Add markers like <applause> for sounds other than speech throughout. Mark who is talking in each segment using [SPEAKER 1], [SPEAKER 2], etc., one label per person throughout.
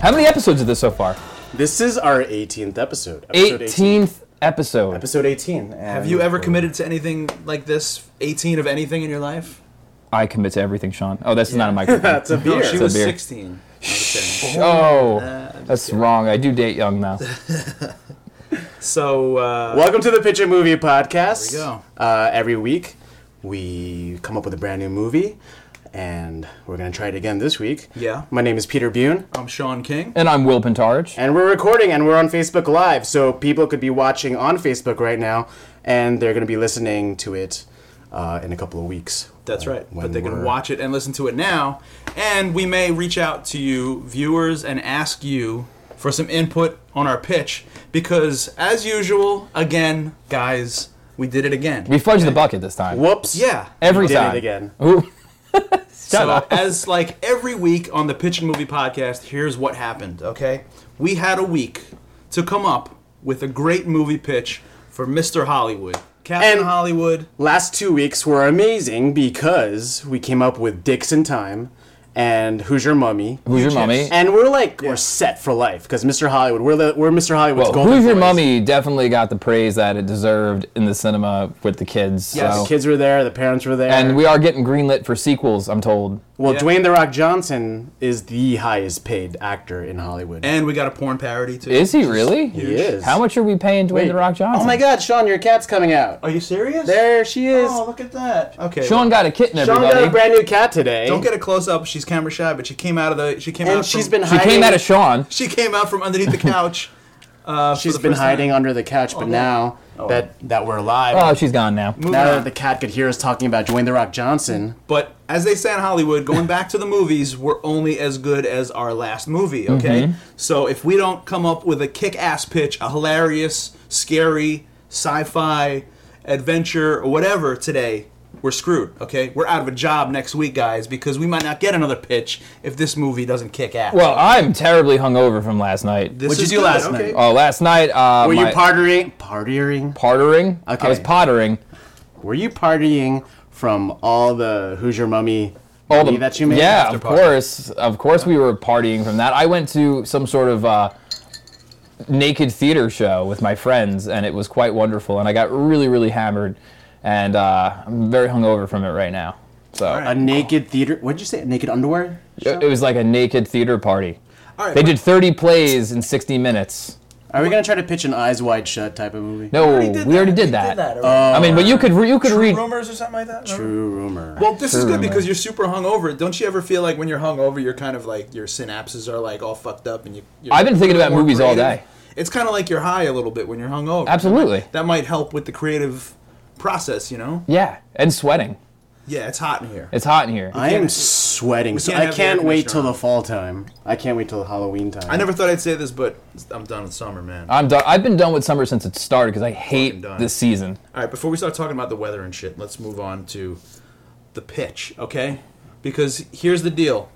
[SPEAKER 1] How many episodes is this so far?
[SPEAKER 2] This is our 18th episode. Episode 18.
[SPEAKER 1] 18th episode.
[SPEAKER 2] Episode 18. and- <laughs>
[SPEAKER 3] Have you ever committed to anything like this? 18 of anything in your life?
[SPEAKER 1] I commit to everything, Sean. Oh, that's not a microphone.
[SPEAKER 2] <laughs> That's a
[SPEAKER 3] No,
[SPEAKER 2] beer.
[SPEAKER 3] she
[SPEAKER 1] It's a
[SPEAKER 3] was
[SPEAKER 1] beer.
[SPEAKER 3] 16. I was
[SPEAKER 1] <laughs>
[SPEAKER 3] saying.
[SPEAKER 1] oh,
[SPEAKER 3] Uh,
[SPEAKER 1] that's wrong. I do date young
[SPEAKER 2] <laughs>
[SPEAKER 1] now.
[SPEAKER 3] so, uh,
[SPEAKER 2] Welcome to the Pitch a Movie Podcast.
[SPEAKER 3] There we go.
[SPEAKER 2] Uh, every week, we come up with a brand new movie, and we're going to try it again this week.
[SPEAKER 3] Yeah.
[SPEAKER 2] My name is Peter Bune,
[SPEAKER 3] I'm Sean King.
[SPEAKER 1] And I'm Will Pentarge.
[SPEAKER 2] and we're recording, and we're on Facebook Live, so people could be watching on Facebook right now, and they're going to be listening to it uh, in a couple of weeks.
[SPEAKER 3] That's
[SPEAKER 2] uh,
[SPEAKER 3] right.
[SPEAKER 2] when
[SPEAKER 3] But they can
[SPEAKER 2] we're-
[SPEAKER 3] watch it and listen to it now. And we may reach out to you, viewers, and ask you for some input on our pitch. Because, as usual, again, guys, we did it again.
[SPEAKER 1] We fudged the bucket this time.
[SPEAKER 2] Whoops.
[SPEAKER 3] yeah.
[SPEAKER 1] Every
[SPEAKER 2] Did
[SPEAKER 1] time.
[SPEAKER 2] it again.
[SPEAKER 1] Ooh. Shut
[SPEAKER 3] So,
[SPEAKER 1] up.
[SPEAKER 3] as like every week on the Pitch and Movie podcast, here's what happened, okay? We had a week to come up with a great movie pitch for Mr. Hollywood. Captain
[SPEAKER 2] And-
[SPEAKER 3] Hollywood.
[SPEAKER 2] Last two weeks were amazing because we came up with Dicks in Time and Who's Your Mummy.
[SPEAKER 1] Who's your mummy?
[SPEAKER 2] And we're like, we're set for life because Mr. Hollywood, we're, the, we're Mr. Hollywood's
[SPEAKER 1] Well,
[SPEAKER 2] golden
[SPEAKER 1] Who's Your
[SPEAKER 2] boys.
[SPEAKER 1] Mummy definitely got the praise that it deserved in the cinema with the kids.
[SPEAKER 3] Yes.
[SPEAKER 1] so-
[SPEAKER 2] The kids were there, the parents were there.
[SPEAKER 1] And we are getting greenlit for sequels, I'm told.
[SPEAKER 2] well,
[SPEAKER 3] Yeah.
[SPEAKER 2] Dwayne The Rock Johnson is the highest paid actor in Hollywood.
[SPEAKER 3] And we got a porn parody too.
[SPEAKER 1] Is he really?
[SPEAKER 2] he is.
[SPEAKER 1] How much are we paying Dwayne
[SPEAKER 2] Wait.
[SPEAKER 1] The Rock Johnson?
[SPEAKER 2] Oh my god, Sean, your cat's coming out.
[SPEAKER 3] Are you serious?
[SPEAKER 2] There she is.
[SPEAKER 3] Oh, look at that. Okay.
[SPEAKER 1] Sean got a kitten,
[SPEAKER 2] Sean
[SPEAKER 1] everybody.
[SPEAKER 2] got a brand new cat today.
[SPEAKER 3] don't get a close up. She's camera shy, but she came out of the. She came out.
[SPEAKER 2] and she's
[SPEAKER 3] from,
[SPEAKER 2] been
[SPEAKER 1] she
[SPEAKER 2] hiding.
[SPEAKER 1] came out of Sean.
[SPEAKER 3] She came out from
[SPEAKER 2] <laughs>
[SPEAKER 3] underneath the couch. Uh, for
[SPEAKER 2] she's
[SPEAKER 3] the
[SPEAKER 2] been
[SPEAKER 3] first time.
[SPEAKER 2] hiding under the couch,
[SPEAKER 3] Oh,
[SPEAKER 2] but now that, that we're live,
[SPEAKER 1] Oh, she's gone now.
[SPEAKER 2] Now
[SPEAKER 3] Yeah.
[SPEAKER 2] that the cat could hear us talking about Dwayne the Rock Johnson,
[SPEAKER 3] But as they say in
[SPEAKER 2] <laughs>
[SPEAKER 3] Hollywood, going back to the movies, we're only as good as our last movie, okay?
[SPEAKER 2] Mm-hmm.
[SPEAKER 3] So if we don't come up with a kick ass pitch, a hilarious, scary, sci fi, adventure, or whatever today, we're screwed, okay? We're out of a job next week, guys, because we might not get another pitch if this movie doesn't kick ass.
[SPEAKER 1] Well, I'm terribly hungover from last night.
[SPEAKER 3] This
[SPEAKER 2] What'd you
[SPEAKER 3] is
[SPEAKER 2] do
[SPEAKER 3] good,
[SPEAKER 2] last
[SPEAKER 3] okay.
[SPEAKER 2] night?
[SPEAKER 1] Oh, last night. Uh,
[SPEAKER 2] were
[SPEAKER 1] my
[SPEAKER 2] you partying? Partying?
[SPEAKER 1] partering? I
[SPEAKER 2] Okay.
[SPEAKER 1] was pottering.
[SPEAKER 2] Were you partying from all the Who's Your Mummy?
[SPEAKER 1] All
[SPEAKER 2] money
[SPEAKER 1] the
[SPEAKER 2] that you made.
[SPEAKER 1] Yeah,
[SPEAKER 3] After
[SPEAKER 1] of
[SPEAKER 3] party.
[SPEAKER 1] course, of course, we were partying from that. I went to some sort of uh, naked theater show with my friends, and it was quite wonderful. And I got really, really hammered, and uh, I'm very hungover from it right now. So
[SPEAKER 2] a naked theater. What did you say? Naked underwear?
[SPEAKER 1] it, it was like a naked theater party.
[SPEAKER 3] All right,
[SPEAKER 1] They
[SPEAKER 3] but
[SPEAKER 1] did 30 plays in 60 minutes.
[SPEAKER 2] Are we gonna try to pitch an Eyes Wide Shut type of movie?
[SPEAKER 1] No, we
[SPEAKER 3] already
[SPEAKER 1] already
[SPEAKER 3] did
[SPEAKER 1] did,
[SPEAKER 3] that.
[SPEAKER 1] that.
[SPEAKER 3] We did that already.
[SPEAKER 1] I mean, but you could re- you could read.
[SPEAKER 3] rumors or something like that? remember?
[SPEAKER 2] Uh, True rumor.
[SPEAKER 3] Well, this is
[SPEAKER 1] Sure,
[SPEAKER 3] good
[SPEAKER 1] man.
[SPEAKER 3] because you're super hungover. Don't you ever feel like when you're hungover, you're kind of like your synapses are like all fucked up, and you? You're
[SPEAKER 1] I've been thinking about
[SPEAKER 3] more
[SPEAKER 1] movies all
[SPEAKER 3] creative?
[SPEAKER 1] day.
[SPEAKER 3] It's kind of like you're high a little bit when you're hungover.
[SPEAKER 1] Absolutely.
[SPEAKER 3] That might help with the creative process, you know.
[SPEAKER 1] Yeah, and sweating.
[SPEAKER 3] Yeah, it's hot in here.
[SPEAKER 1] It's hot in here.
[SPEAKER 2] I am sweating. So
[SPEAKER 3] can't
[SPEAKER 2] I
[SPEAKER 3] have the air
[SPEAKER 2] can't wait till
[SPEAKER 3] conditioner
[SPEAKER 2] the fall time. I can't wait till Halloween time.
[SPEAKER 3] I never thought I'd say this, but I'm done with summer, man.
[SPEAKER 1] I'm done. I've been done with summer since it started because I hate
[SPEAKER 3] Fucking done.
[SPEAKER 1] this season.
[SPEAKER 3] all right, before we start talking about the weather and shit, let's move on to the pitch, okay? Because here's the deal.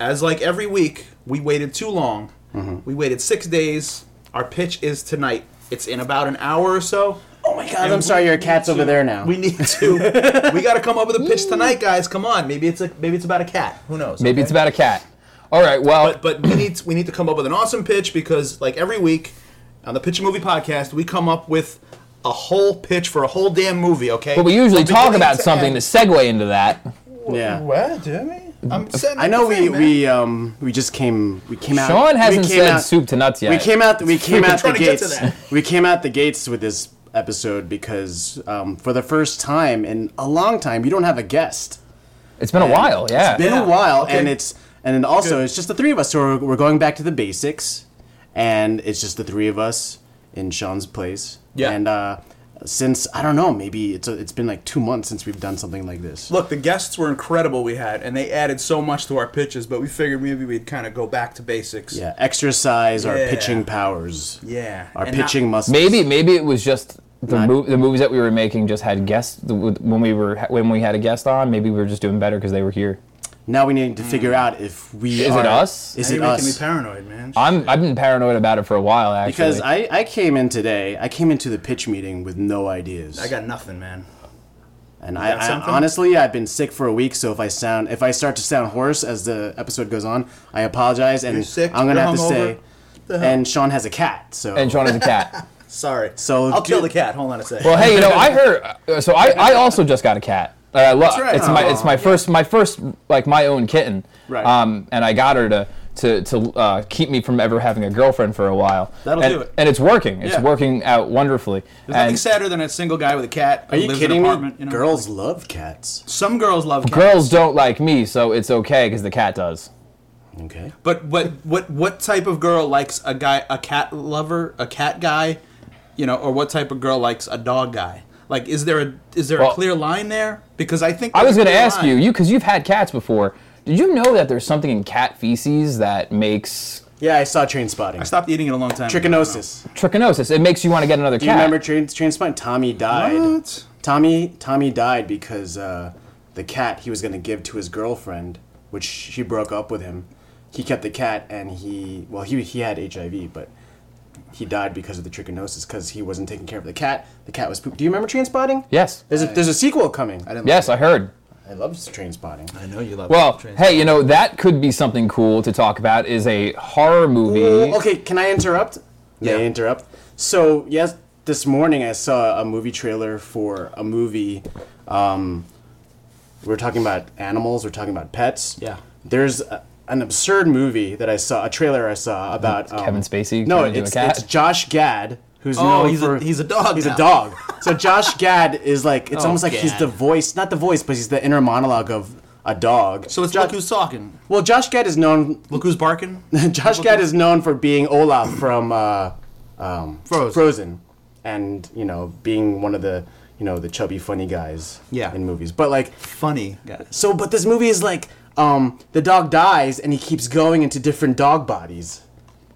[SPEAKER 3] As like every week, we waited too long.
[SPEAKER 2] Mm-hmm.
[SPEAKER 3] We waited six days. Our pitch is tonight. It's in about an hour or so.
[SPEAKER 2] Oh my god!
[SPEAKER 3] And
[SPEAKER 2] I'm
[SPEAKER 3] we
[SPEAKER 2] sorry. Your
[SPEAKER 3] need
[SPEAKER 2] cat's
[SPEAKER 3] to-
[SPEAKER 2] over there now.
[SPEAKER 3] We need to. we got to come up with a pitch tonight, guys. Come on. Maybe it's a maybe it's about a cat. Who knows?
[SPEAKER 1] Maybe
[SPEAKER 3] okay?
[SPEAKER 1] it's about a cat. All right. Well,
[SPEAKER 3] but but we need we need to come up with an awesome pitch because like every week on the Pitch a Movie podcast we come up with a whole pitch for a whole damn movie. Okay.
[SPEAKER 1] but we usually talk about something to
[SPEAKER 3] That's
[SPEAKER 1] segue into that.
[SPEAKER 2] yeah.
[SPEAKER 3] what do we? I'm setting
[SPEAKER 2] I
[SPEAKER 3] up
[SPEAKER 2] know
[SPEAKER 3] the
[SPEAKER 2] we
[SPEAKER 3] thing, man.
[SPEAKER 2] we um we just came we came out.
[SPEAKER 1] Sean hasn't
[SPEAKER 2] we came
[SPEAKER 1] said
[SPEAKER 2] out-
[SPEAKER 1] soup to nuts yet.
[SPEAKER 2] We came out. We came out the
[SPEAKER 3] trying to get to
[SPEAKER 2] gates.
[SPEAKER 3] that.
[SPEAKER 2] We came out the gates with this episode because um, for the first time in a long time, you don't have a guest.
[SPEAKER 1] It's been a while. Yeah.
[SPEAKER 2] Been
[SPEAKER 3] Yeah,
[SPEAKER 2] a while,
[SPEAKER 3] okay.
[SPEAKER 2] and it's and then also
[SPEAKER 3] Good.
[SPEAKER 2] it's just the three of us. So we're, we're going back to the basics, and it's just the three of us in Sean's place.
[SPEAKER 3] Yeah.
[SPEAKER 2] And uh, since I don't know, maybe it's a, it's been like two months since we've done something like this.
[SPEAKER 3] Look, the guests were incredible we had, and they added so much to our pitches. But we figured maybe we'd kind of go back to basics.
[SPEAKER 2] Yeah. Exercise our
[SPEAKER 3] Yeah.
[SPEAKER 2] pitching powers.
[SPEAKER 3] Yeah.
[SPEAKER 2] Our
[SPEAKER 3] And
[SPEAKER 2] pitching
[SPEAKER 3] not-
[SPEAKER 2] muscles.
[SPEAKER 1] Maybe maybe it was just the mo- the movies that we were making just had guests the- when we were when we had a guest on. Maybe we were just doing better because they were here.
[SPEAKER 2] Now we
[SPEAKER 3] Hmm.
[SPEAKER 2] need to figure out if we
[SPEAKER 1] Is it
[SPEAKER 2] are-
[SPEAKER 1] us?
[SPEAKER 2] Is
[SPEAKER 3] Now
[SPEAKER 2] it
[SPEAKER 3] you're making me
[SPEAKER 2] us?
[SPEAKER 3] paranoid, man.
[SPEAKER 1] I'm I've been paranoid about it for a while actually.
[SPEAKER 2] Because I, I came in today, I came into the pitch meeting with no ideas.
[SPEAKER 3] I got nothing, man.
[SPEAKER 2] And I,
[SPEAKER 3] got
[SPEAKER 2] I
[SPEAKER 3] something?
[SPEAKER 2] honestly, I've been sick for a week, so if I sound, if I start to sound hoarse as the episode goes on, I apologize, and
[SPEAKER 3] You're sick,
[SPEAKER 2] I'm gonna
[SPEAKER 3] you're
[SPEAKER 2] have to
[SPEAKER 3] hungover.
[SPEAKER 2] say.
[SPEAKER 3] The hell?
[SPEAKER 2] And Sean has a cat, so
[SPEAKER 1] And Sean is a
[SPEAKER 2] <laughs>
[SPEAKER 1] cat.
[SPEAKER 3] Sorry.
[SPEAKER 2] So
[SPEAKER 3] I'll kill
[SPEAKER 2] do-
[SPEAKER 3] the cat. Hold on a second.
[SPEAKER 1] Well, hey, you know, I heard. uh, So I, I also just got a cat. Uh, I love.
[SPEAKER 3] right.
[SPEAKER 1] It's my it's my first my first like my own kitten.
[SPEAKER 2] Right.
[SPEAKER 1] Um, and I got her to to to uh, keep me from ever having a girlfriend for a while.
[SPEAKER 3] That'll
[SPEAKER 1] and,
[SPEAKER 3] do it.
[SPEAKER 1] And it's working. It's
[SPEAKER 3] Yeah.
[SPEAKER 1] working out wonderfully.
[SPEAKER 3] There's nothing
[SPEAKER 1] And
[SPEAKER 3] sadder than a single guy with a cat.
[SPEAKER 2] are you kidding me?
[SPEAKER 3] You know?
[SPEAKER 2] Girls love cats.
[SPEAKER 3] Some girls love cats.
[SPEAKER 1] girls don't like me, so it's okay because the cat does.
[SPEAKER 2] Okay.
[SPEAKER 3] But what what what type of girl likes a guy a cat lover a cat guy, you know, or what type of girl likes a dog guy? Like, is there a is there
[SPEAKER 1] Well-
[SPEAKER 3] a clear line there? Because I think
[SPEAKER 1] I was
[SPEAKER 3] there's
[SPEAKER 1] going
[SPEAKER 3] a
[SPEAKER 1] to
[SPEAKER 3] clear
[SPEAKER 1] ask
[SPEAKER 3] line.
[SPEAKER 1] you, you because you've had cats before. Did you know that there's something in cat feces that makes
[SPEAKER 2] Yeah, I saw Train Spotting.
[SPEAKER 3] I stopped eating it a long time. ago.
[SPEAKER 2] Trichinosis.
[SPEAKER 1] trichinosis? It makes you want to get another
[SPEAKER 2] Do you
[SPEAKER 1] cat.
[SPEAKER 2] remember Train Train Spotting? Tommy died.
[SPEAKER 3] What?
[SPEAKER 2] Tommy Tommy died because uh, the cat he was going to give to his girlfriend, which she broke up with him. He kept the cat, and he well he he had HIV, but he died because of the trichinosis because he wasn't taking care of the cat. The cat was pooped. Do you remember Train Spotting?
[SPEAKER 1] Yes.
[SPEAKER 2] There's a, there's a sequel coming. I didn't.
[SPEAKER 1] Yes, I heard.
[SPEAKER 2] I love Train Spotting.
[SPEAKER 3] I know you love.
[SPEAKER 1] Well,
[SPEAKER 3] trans-
[SPEAKER 1] hey, you know that could be something cool to talk about. Is a horror movie.
[SPEAKER 2] okay, can I interrupt? May I
[SPEAKER 3] Yeah.
[SPEAKER 2] interrupt? So yes, this morning I saw a movie trailer for a movie. Um, we're talking about animals. We're talking about pets.
[SPEAKER 3] Yeah.
[SPEAKER 2] There's a, an absurd movie that I saw, a trailer I saw about um,
[SPEAKER 1] Kevin Spacey
[SPEAKER 2] No,
[SPEAKER 1] turning into a
[SPEAKER 2] it's,
[SPEAKER 1] cat?
[SPEAKER 2] it's Josh Gad, who's
[SPEAKER 3] Oh,
[SPEAKER 2] known
[SPEAKER 3] he's a-
[SPEAKER 2] for
[SPEAKER 3] he's a dog
[SPEAKER 2] He's
[SPEAKER 3] now.
[SPEAKER 2] a dog. So
[SPEAKER 3] <laughs>
[SPEAKER 2] Josh Gad is like it's
[SPEAKER 3] Oh,
[SPEAKER 2] almost like he's
[SPEAKER 3] Gad.
[SPEAKER 2] the voice, not the voice, but he's the inner monologue of a dog.
[SPEAKER 3] so it's
[SPEAKER 2] Jo-
[SPEAKER 3] look who's talking.
[SPEAKER 2] well, Josh Gad is known
[SPEAKER 3] Look who's barking.
[SPEAKER 2] Josh Gad is known for being Olaf from uh, um,
[SPEAKER 3] Frozen.
[SPEAKER 2] and you know being one of the you know the chubby funny guys
[SPEAKER 3] Yeah.
[SPEAKER 2] in movies. But like,
[SPEAKER 3] Funny guys.
[SPEAKER 2] so but this movie is like um, the dog dies and he keeps going into different dog bodies.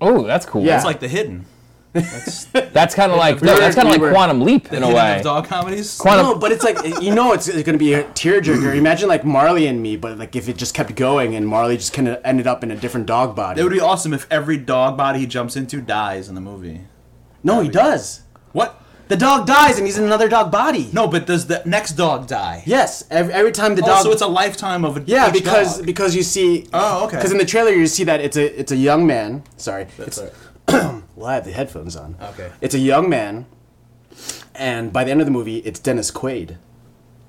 [SPEAKER 1] Oh, that's cool.
[SPEAKER 2] Yeah.
[SPEAKER 3] It's like the hidden. That's <laughs> the
[SPEAKER 1] That's kind of like no,
[SPEAKER 2] were-
[SPEAKER 1] that's kind
[SPEAKER 2] we
[SPEAKER 1] of like
[SPEAKER 2] were-
[SPEAKER 1] Quantum Leap in a
[SPEAKER 3] hidden
[SPEAKER 1] way.
[SPEAKER 3] of dog comedies.
[SPEAKER 1] Quantum.
[SPEAKER 2] No, but it's like you know it's going to be a tearjerker. Imagine like Marley and Me, but like if it just kept going and Marley just kind of ended up in a different dog body.
[SPEAKER 3] It would be awesome if every dog body he jumps into dies in the movie.
[SPEAKER 2] no, he does.
[SPEAKER 3] What?
[SPEAKER 2] The dog dies and he's in another dog body.
[SPEAKER 3] No, but does the next dog die?
[SPEAKER 2] Yes, every, every time the
[SPEAKER 3] Oh,
[SPEAKER 2] dog.
[SPEAKER 3] so it's a lifetime of a
[SPEAKER 2] Yeah,
[SPEAKER 3] each
[SPEAKER 2] because
[SPEAKER 3] dog.
[SPEAKER 2] because you see.
[SPEAKER 3] Oh, okay.
[SPEAKER 2] Because in the trailer you see that it's a it's a young man. Sorry, it's,
[SPEAKER 3] Sorry.
[SPEAKER 2] well I have the headphones on.
[SPEAKER 3] Okay.
[SPEAKER 2] It's a young man, and by the end of the movie, it's Dennis Quaid.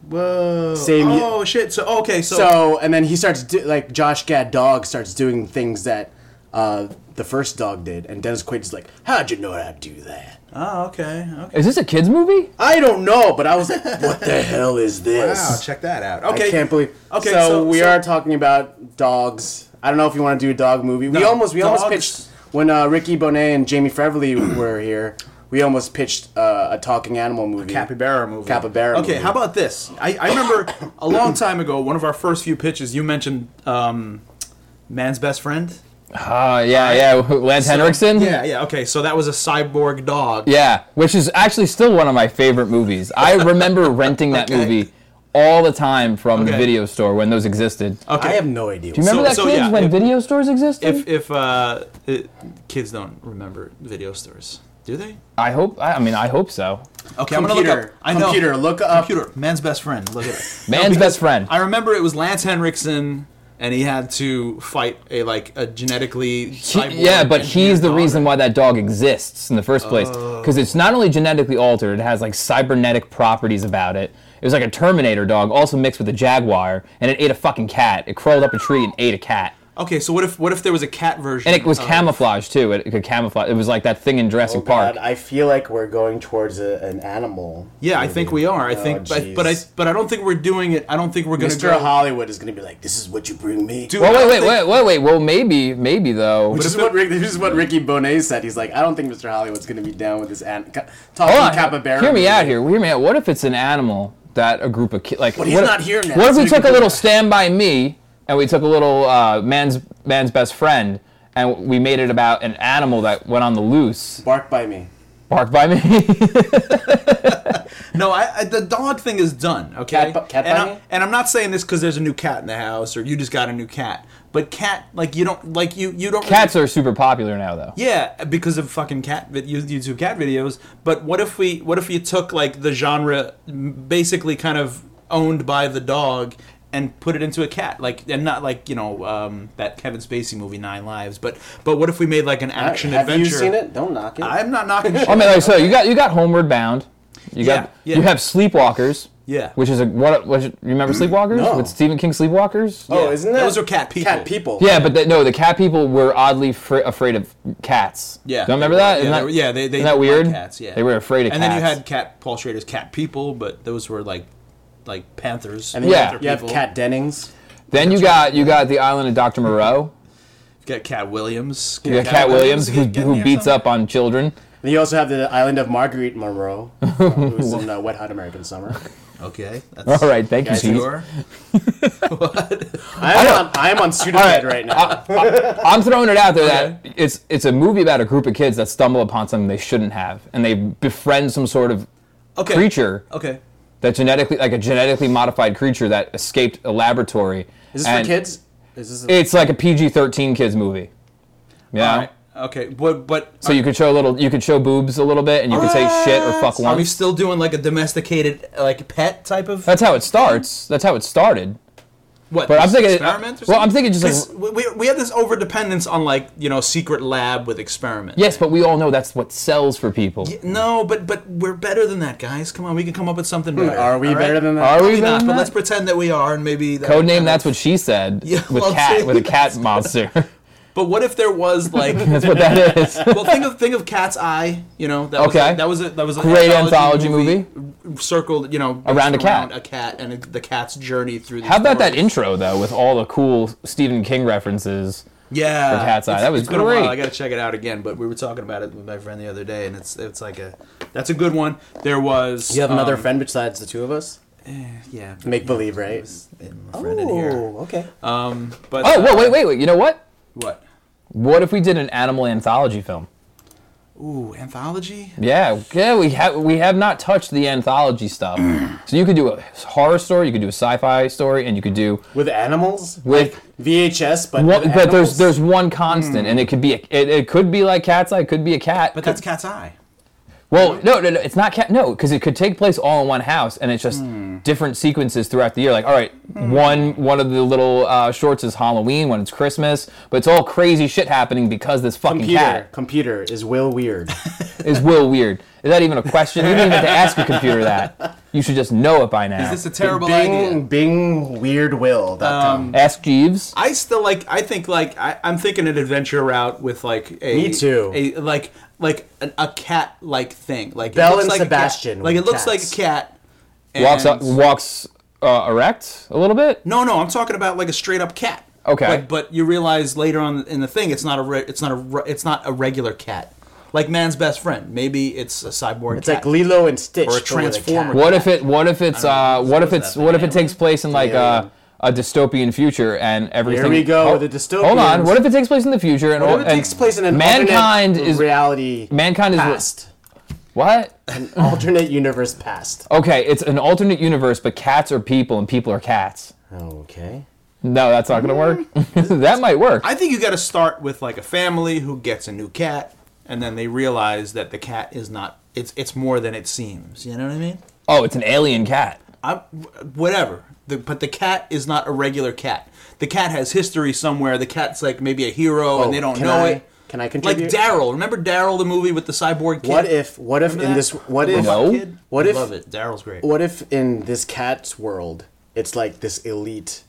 [SPEAKER 3] Whoa.
[SPEAKER 2] Same ye-
[SPEAKER 3] Oh shit. So okay. So,
[SPEAKER 2] So and then he starts do, like Josh Gad dog starts doing things that uh, the first dog did, and Dennis Quaid is like, "How'd you know how to do that?"
[SPEAKER 3] Oh okay. Okay.
[SPEAKER 1] Is this a kids movie?
[SPEAKER 2] I don't know, but I was like, "What the <laughs> hell is this?"
[SPEAKER 3] Wow. Check that out.
[SPEAKER 2] I
[SPEAKER 3] Okay.
[SPEAKER 2] can't believe.
[SPEAKER 3] Okay,
[SPEAKER 2] Okay, so,
[SPEAKER 3] so-
[SPEAKER 2] we
[SPEAKER 3] so-
[SPEAKER 2] are talking about dogs. I don't know if you want to do a dog movie. We
[SPEAKER 3] No,
[SPEAKER 2] almost we almost
[SPEAKER 3] dogs-
[SPEAKER 2] pitched when uh, Ricky Bonet and Jamie Frevely were here. We almost pitched uh, a talking animal movie.
[SPEAKER 3] Capybara movie.
[SPEAKER 2] Capybara
[SPEAKER 3] Okay,
[SPEAKER 2] movie.
[SPEAKER 3] how about this? I,
[SPEAKER 2] <coughs>
[SPEAKER 3] I remember a long time ago, one of our first few pitches, you mentioned um, Man's Best Friend.
[SPEAKER 1] Uh, yeah, yeah. <laughs> Lance Henriksen.
[SPEAKER 3] Yeah, yeah, okay. So that was a cyborg dog.
[SPEAKER 1] Yeah, which is actually still one of my favorite movies.
[SPEAKER 3] <laughs>
[SPEAKER 1] I remember renting that
[SPEAKER 3] Okay.
[SPEAKER 1] movie all the time from the
[SPEAKER 3] Okay.
[SPEAKER 1] video store when those existed.
[SPEAKER 3] Okay.
[SPEAKER 2] I have no idea.
[SPEAKER 1] Do you remember
[SPEAKER 3] So-
[SPEAKER 1] that,
[SPEAKER 3] so,
[SPEAKER 1] kids,
[SPEAKER 3] yeah,
[SPEAKER 1] when
[SPEAKER 3] if-
[SPEAKER 1] video stores existed?
[SPEAKER 3] if if uh, it, kids don't remember video stores, do they?
[SPEAKER 1] I hope. I I mean, I hope so.
[SPEAKER 3] Okay, I'm
[SPEAKER 2] Computer,
[SPEAKER 3] gonna look up. I know.
[SPEAKER 2] computer, look up.
[SPEAKER 3] Computer, man's best friend. Look at
[SPEAKER 2] <laughs>
[SPEAKER 3] it.
[SPEAKER 1] Man's
[SPEAKER 3] because
[SPEAKER 1] best friend.
[SPEAKER 3] I remember it was Lance Henriksen, and he had to fight a like a genetically.
[SPEAKER 1] He-
[SPEAKER 3] cyborg
[SPEAKER 1] yeah, but he's
[SPEAKER 3] engineered
[SPEAKER 1] the
[SPEAKER 3] dog.
[SPEAKER 1] reason why that dog exists in the first place.
[SPEAKER 2] Oh.
[SPEAKER 1] Because it's not only genetically altered, it has like cybernetic properties about it. It was like a Terminator dog, also mixed with a Jaguar, and it ate a fucking cat. It crawled up a tree and ate a cat.
[SPEAKER 3] Okay, so what if what if there was a cat version?
[SPEAKER 1] And it was
[SPEAKER 3] of-
[SPEAKER 1] camouflage too. It, it could camouflage. It was like that thing in Jurassic
[SPEAKER 2] Oh,
[SPEAKER 1] Park.
[SPEAKER 2] God, I feel like we're going towards a, an animal.
[SPEAKER 3] Yeah, I
[SPEAKER 2] movie.
[SPEAKER 3] think we are. I
[SPEAKER 2] Oh,
[SPEAKER 3] think, but, but I
[SPEAKER 2] jeez.
[SPEAKER 3] but I don't think we're doing it. I don't think we're gonna
[SPEAKER 2] Mr.
[SPEAKER 3] go.
[SPEAKER 2] Hollywood is going to be like, "This is what you bring me."
[SPEAKER 3] Dude,
[SPEAKER 1] well,
[SPEAKER 3] I
[SPEAKER 1] wait,
[SPEAKER 3] don't
[SPEAKER 1] wait, wait,
[SPEAKER 3] think-
[SPEAKER 1] wait, wait. Well, maybe, maybe though.
[SPEAKER 2] Which
[SPEAKER 3] But
[SPEAKER 2] is
[SPEAKER 3] if it-
[SPEAKER 2] what Rick, this is what Ricky Bonet said. He's like, I don't think Mr. Hollywood's going to be down with this an- ca- talking
[SPEAKER 1] Hold on,
[SPEAKER 2] capybara.
[SPEAKER 1] Hear me
[SPEAKER 2] movie."
[SPEAKER 1] out here. Hear me out. What if it's an animal that a group of kids like?
[SPEAKER 2] But he's
[SPEAKER 1] what if-
[SPEAKER 2] not here now,
[SPEAKER 1] What if
[SPEAKER 2] so
[SPEAKER 1] we
[SPEAKER 2] we
[SPEAKER 1] took
[SPEAKER 2] can
[SPEAKER 1] a
[SPEAKER 2] do
[SPEAKER 1] little
[SPEAKER 2] that.
[SPEAKER 1] Stand by Me and we took a little uh, man's man's best friend and we made it about an animal that went on the loose,
[SPEAKER 2] Bark by me.
[SPEAKER 1] barked by me. <laughs>
[SPEAKER 3] No, I, I, the dog thing is done. Okay,
[SPEAKER 2] Cat bu- cat
[SPEAKER 3] and,
[SPEAKER 2] bunny?
[SPEAKER 3] I'm, and I'm not saying this because there's a new cat in the house or you just got a new cat. But cat, like you don't like you you don't really-
[SPEAKER 1] Cats are super popular now, though.
[SPEAKER 3] Yeah, because of fucking cat vid- YouTube cat videos. But what if we what if you took like the genre, m- basically kind of owned by the dog and put it into a cat like and not like you know um, that Kevin Spacey movie Nine Lives but but what if we made like an action
[SPEAKER 2] Have
[SPEAKER 3] adventure
[SPEAKER 2] you seen it? Don't knock it.
[SPEAKER 3] I'm not knocking shit.
[SPEAKER 1] Oh, I mean, like so, you got you got Homeward Bound. You
[SPEAKER 3] Yeah,
[SPEAKER 1] got
[SPEAKER 3] yeah.
[SPEAKER 1] you have Sleepwalkers.
[SPEAKER 3] Yeah.
[SPEAKER 1] Which is a what? what you
[SPEAKER 2] <clears throat>
[SPEAKER 1] remember Sleepwalkers
[SPEAKER 2] No.
[SPEAKER 1] with Stephen King Sleepwalkers?
[SPEAKER 2] oh,
[SPEAKER 3] yeah.
[SPEAKER 2] isn't that
[SPEAKER 3] Those are cat people.
[SPEAKER 2] Cat people.
[SPEAKER 1] Yeah, but the, no, the cat people were oddly fr- afraid of cats.
[SPEAKER 3] Yeah,
[SPEAKER 1] do you remember
[SPEAKER 3] they-
[SPEAKER 1] that?
[SPEAKER 3] Yeah,
[SPEAKER 1] Isn't
[SPEAKER 3] they
[SPEAKER 1] that-
[SPEAKER 3] were- yeah, they, they
[SPEAKER 1] isn't that
[SPEAKER 3] liked
[SPEAKER 1] weird?
[SPEAKER 3] Cats, yeah,
[SPEAKER 1] They were afraid of
[SPEAKER 3] and
[SPEAKER 1] cats.
[SPEAKER 3] then you had cat Paul Schrader's cat people, but those were like like panthers.
[SPEAKER 2] And then
[SPEAKER 1] Yeah.
[SPEAKER 2] You have, you have Cat Dennings.
[SPEAKER 1] Then you got you got the Island of Doctor
[SPEAKER 3] <laughs>
[SPEAKER 1] Moreau.
[SPEAKER 3] Got Cat Williams.
[SPEAKER 1] You got Cat Williams who,
[SPEAKER 3] get- get
[SPEAKER 1] who
[SPEAKER 3] there
[SPEAKER 1] beats
[SPEAKER 3] somehow.
[SPEAKER 1] up on children. <laughs>
[SPEAKER 2] And you also have the island of Marguerite Monroe, who was in uh, Wet Hot
[SPEAKER 1] <laughs>
[SPEAKER 2] American Summer.
[SPEAKER 3] Okay, that's
[SPEAKER 1] All right, thank you,
[SPEAKER 2] Guys,
[SPEAKER 1] Steve.
[SPEAKER 3] Sure.
[SPEAKER 2] I am on, I am on Sudafed right now.
[SPEAKER 1] I'm throwing it out there that it's it's a movie about a group of kids that stumble upon something they shouldn't have, and they befriend some sort of
[SPEAKER 3] Okay.
[SPEAKER 1] creature
[SPEAKER 3] Okay.
[SPEAKER 1] that genetically like a genetically modified creature that escaped a laboratory.
[SPEAKER 2] Is this
[SPEAKER 1] and
[SPEAKER 2] for kids? Is this a,
[SPEAKER 1] It's like a PG-13 kids movie. Yeah.
[SPEAKER 3] All right. Okay. But but
[SPEAKER 1] So you could show a little, you could show boobs a little bit, and you could say shit or fuck
[SPEAKER 3] are we
[SPEAKER 1] once.
[SPEAKER 3] still doing like a domesticated like pet type of
[SPEAKER 1] That's how it starts. That's how it started.
[SPEAKER 3] what?
[SPEAKER 1] But I'm thinking,
[SPEAKER 3] experiment. Or
[SPEAKER 1] well, I'm
[SPEAKER 3] something?
[SPEAKER 1] thinking just
[SPEAKER 3] 'Cause
[SPEAKER 1] like,
[SPEAKER 3] we- we, we have this over dependence on like you know secret lab with experiments.
[SPEAKER 1] yes, but we all know that's what sells for people.
[SPEAKER 3] No, but but we're better than that, guys. Come on, we can come up with something better.
[SPEAKER 2] are we
[SPEAKER 3] all right?
[SPEAKER 2] better than that?
[SPEAKER 1] Are we?
[SPEAKER 3] Maybe not,
[SPEAKER 1] doing
[SPEAKER 3] but
[SPEAKER 1] that?
[SPEAKER 3] let's pretend that we are, and maybe that
[SPEAKER 1] Code name. That's what she said.
[SPEAKER 3] Yeah,
[SPEAKER 1] with
[SPEAKER 3] well, see,
[SPEAKER 1] cat, with a cat
[SPEAKER 3] <laughs> that's-
[SPEAKER 1] monster.
[SPEAKER 3] But what if
[SPEAKER 1] <laughs>
[SPEAKER 3] there was like,
[SPEAKER 1] that's what that
[SPEAKER 3] <laughs>
[SPEAKER 1] is.
[SPEAKER 3] well, think of think of Cat's Eye. You know, that
[SPEAKER 1] Okay.
[SPEAKER 3] was a, that was a, that was a
[SPEAKER 1] Great anthology
[SPEAKER 3] circled. You know,
[SPEAKER 1] Around a cat.
[SPEAKER 3] around a cat, and it- the cat's journey through. these
[SPEAKER 1] How about that
[SPEAKER 3] doors.
[SPEAKER 1] intro though, with all the cool Stephen King references?
[SPEAKER 3] Yeah,
[SPEAKER 1] for Cat's Eye.
[SPEAKER 3] It's-
[SPEAKER 1] That was
[SPEAKER 3] it's been a while.
[SPEAKER 1] great.
[SPEAKER 3] I got to check it out again. But we were talking about it with my friend the other day, and it's it's like a that's a good one. There was
[SPEAKER 2] You have another
[SPEAKER 3] um,
[SPEAKER 2] friend besides the two of us?
[SPEAKER 3] yeah,
[SPEAKER 2] Make believe, right?
[SPEAKER 3] a friend in here.
[SPEAKER 2] okay.
[SPEAKER 3] Um, but
[SPEAKER 1] Oh, whoa,
[SPEAKER 3] uh,
[SPEAKER 1] wait, wait, wait. You know what?
[SPEAKER 3] what?
[SPEAKER 1] What if we did an animal anthology film?
[SPEAKER 3] Ooh, anthology.
[SPEAKER 1] Yeah, yeah, we have we have not touched the anthology stuff.
[SPEAKER 3] Mm.
[SPEAKER 1] so you could do a horror story, you could do a sci-fi story, and you could do
[SPEAKER 2] With animals?
[SPEAKER 1] with
[SPEAKER 2] VHS, but
[SPEAKER 1] one,
[SPEAKER 2] with
[SPEAKER 1] but there's
[SPEAKER 2] animals?
[SPEAKER 1] there's one constant, and it could be a, it, it could be like Cat's Eye, it could be a cat.
[SPEAKER 3] Mm. But that's Cat's Eye.
[SPEAKER 1] well, no, no, no, it's not cat. No, because it could take place all in one house, and it's just
[SPEAKER 3] Mm.
[SPEAKER 1] different sequences throughout the year. Like, all right, one one of the little uh, shorts is Halloween, one it's Christmas, but it's all crazy shit happening because this fucking
[SPEAKER 2] computer.
[SPEAKER 1] cat
[SPEAKER 2] Computer is Will
[SPEAKER 3] <laughs>
[SPEAKER 2] Weird.
[SPEAKER 1] is Will Weird. Is that even a question? You don't even have to ask your computer that. You should just know it by now.
[SPEAKER 3] This <laughs> is a terrible idea.
[SPEAKER 2] Bing, Bing Weird Will. Um,
[SPEAKER 1] Ask Jeeves.
[SPEAKER 3] I still like. I think like I, I'm thinking an adventure route with like a
[SPEAKER 2] Me too.
[SPEAKER 3] a like like an, a cat like thing like it
[SPEAKER 2] Belle
[SPEAKER 3] looks
[SPEAKER 2] and
[SPEAKER 3] like a cat-
[SPEAKER 2] Sebastian
[SPEAKER 3] like it
[SPEAKER 2] with
[SPEAKER 3] looks like a
[SPEAKER 2] cats.
[SPEAKER 3] cat. and-
[SPEAKER 1] walks up, walks uh, erect a little bit.
[SPEAKER 3] No, no, I'm talking about like a straight up cat.
[SPEAKER 1] Okay.
[SPEAKER 3] Like, but you realize later on in the thing, it's not a re- it's not a re- it's not a regular cat. Like man's best friend. Maybe it's a cyborg.
[SPEAKER 2] it's like
[SPEAKER 3] cat.
[SPEAKER 2] Lilo and Stitch.
[SPEAKER 3] Or
[SPEAKER 2] but
[SPEAKER 3] a
[SPEAKER 2] with cat.
[SPEAKER 3] Transformer.
[SPEAKER 1] What if it? What if it's? Uh, what if
[SPEAKER 3] Suppose
[SPEAKER 1] it's?
[SPEAKER 3] that
[SPEAKER 1] What if
[SPEAKER 3] thing
[SPEAKER 1] it takes place in like a,
[SPEAKER 2] alien.
[SPEAKER 1] a dystopian future and everything?
[SPEAKER 2] we go
[SPEAKER 1] Hol-
[SPEAKER 2] with the
[SPEAKER 1] Hold on.
[SPEAKER 2] dystopians.
[SPEAKER 1] What if it takes place in the future and
[SPEAKER 2] What if it
[SPEAKER 1] and
[SPEAKER 2] takes place in an
[SPEAKER 1] mankind
[SPEAKER 2] alternate
[SPEAKER 1] is
[SPEAKER 2] reality
[SPEAKER 1] mankind is
[SPEAKER 2] past.
[SPEAKER 1] what?
[SPEAKER 2] An alternate universe past.
[SPEAKER 1] Okay, it's an alternate universe, but cats are people and people are cats.
[SPEAKER 2] Okay.
[SPEAKER 1] No, that's not gonna work. <laughs>
[SPEAKER 2] Mm.
[SPEAKER 1] that might work.
[SPEAKER 3] I think you got to start with like a family who gets a new cat, and then they realize that the cat is not. It's it's more than it seems. You know what I mean?
[SPEAKER 1] Oh, it's an alien cat.
[SPEAKER 3] I'm whatever. The, but the cat is not a regular cat. The cat has history somewhere. The cat's like maybe a hero, and they don't
[SPEAKER 2] Oh, can
[SPEAKER 3] know
[SPEAKER 2] I-
[SPEAKER 3] it.
[SPEAKER 2] can I
[SPEAKER 3] Like
[SPEAKER 2] contribute?
[SPEAKER 3] Daryl. Remember Daryl, the movie with the cyborg kid.
[SPEAKER 2] What if? What if
[SPEAKER 3] Remember
[SPEAKER 2] in
[SPEAKER 3] that?
[SPEAKER 2] this? What
[SPEAKER 3] The
[SPEAKER 2] if?
[SPEAKER 1] No.
[SPEAKER 3] robot kid?
[SPEAKER 2] What
[SPEAKER 3] I
[SPEAKER 2] if-
[SPEAKER 3] Love it. Daryl's great.
[SPEAKER 2] What if in this cat's world, it's like this elite,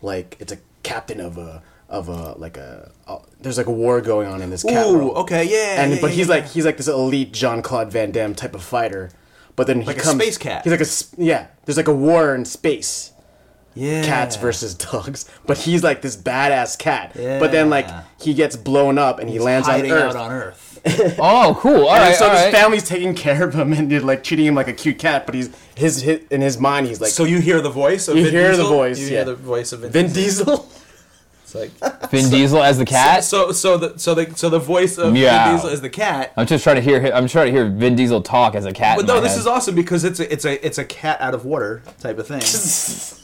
[SPEAKER 2] like it's a captain of a of a like a uh, there's like a war going on in this cat
[SPEAKER 3] Ooh,
[SPEAKER 2] world.
[SPEAKER 3] okay, yeah,
[SPEAKER 2] And
[SPEAKER 3] yeah,
[SPEAKER 2] but
[SPEAKER 3] yeah,
[SPEAKER 2] he's
[SPEAKER 3] yeah.
[SPEAKER 2] like he's like this elite Jean Claude Van Damme type of fighter, but then he
[SPEAKER 3] Like a
[SPEAKER 2] comes
[SPEAKER 3] space cat.
[SPEAKER 2] He's like a s- yeah. There's like a war in space.
[SPEAKER 3] Yeah.
[SPEAKER 2] Cats versus dogs, but he's like this badass cat. But then like
[SPEAKER 3] Yeah.
[SPEAKER 2] he gets blown up and he lands on
[SPEAKER 3] hiding
[SPEAKER 2] Earth.
[SPEAKER 3] out on Earth.
[SPEAKER 1] Oh, cool. All
[SPEAKER 2] And
[SPEAKER 1] right,
[SPEAKER 2] so
[SPEAKER 1] all
[SPEAKER 2] his
[SPEAKER 1] right.
[SPEAKER 2] family's taking care of him and they're like treating him like a cute cat, but he's his, his in his mind he's like
[SPEAKER 3] So you hear the voice of
[SPEAKER 2] You
[SPEAKER 3] Vin
[SPEAKER 2] hear the
[SPEAKER 3] Diesel?
[SPEAKER 2] voice,
[SPEAKER 3] You
[SPEAKER 2] yeah.
[SPEAKER 3] hear the voice of Vin.
[SPEAKER 2] Vin Diesel.
[SPEAKER 3] It's like
[SPEAKER 1] Vin Diesel as the cat.
[SPEAKER 3] so so the so the so the voice of
[SPEAKER 1] Meow.
[SPEAKER 3] Vin Diesel is the cat.
[SPEAKER 1] I'm just trying to hear. hi- I'm trying to hear Vin Diesel talk as a cat.
[SPEAKER 3] But
[SPEAKER 1] in
[SPEAKER 3] no,
[SPEAKER 1] my
[SPEAKER 3] this
[SPEAKER 1] head.
[SPEAKER 3] is awesome because it's a it's a it's a cat out of water type
[SPEAKER 1] <laughs>
[SPEAKER 3] of thing,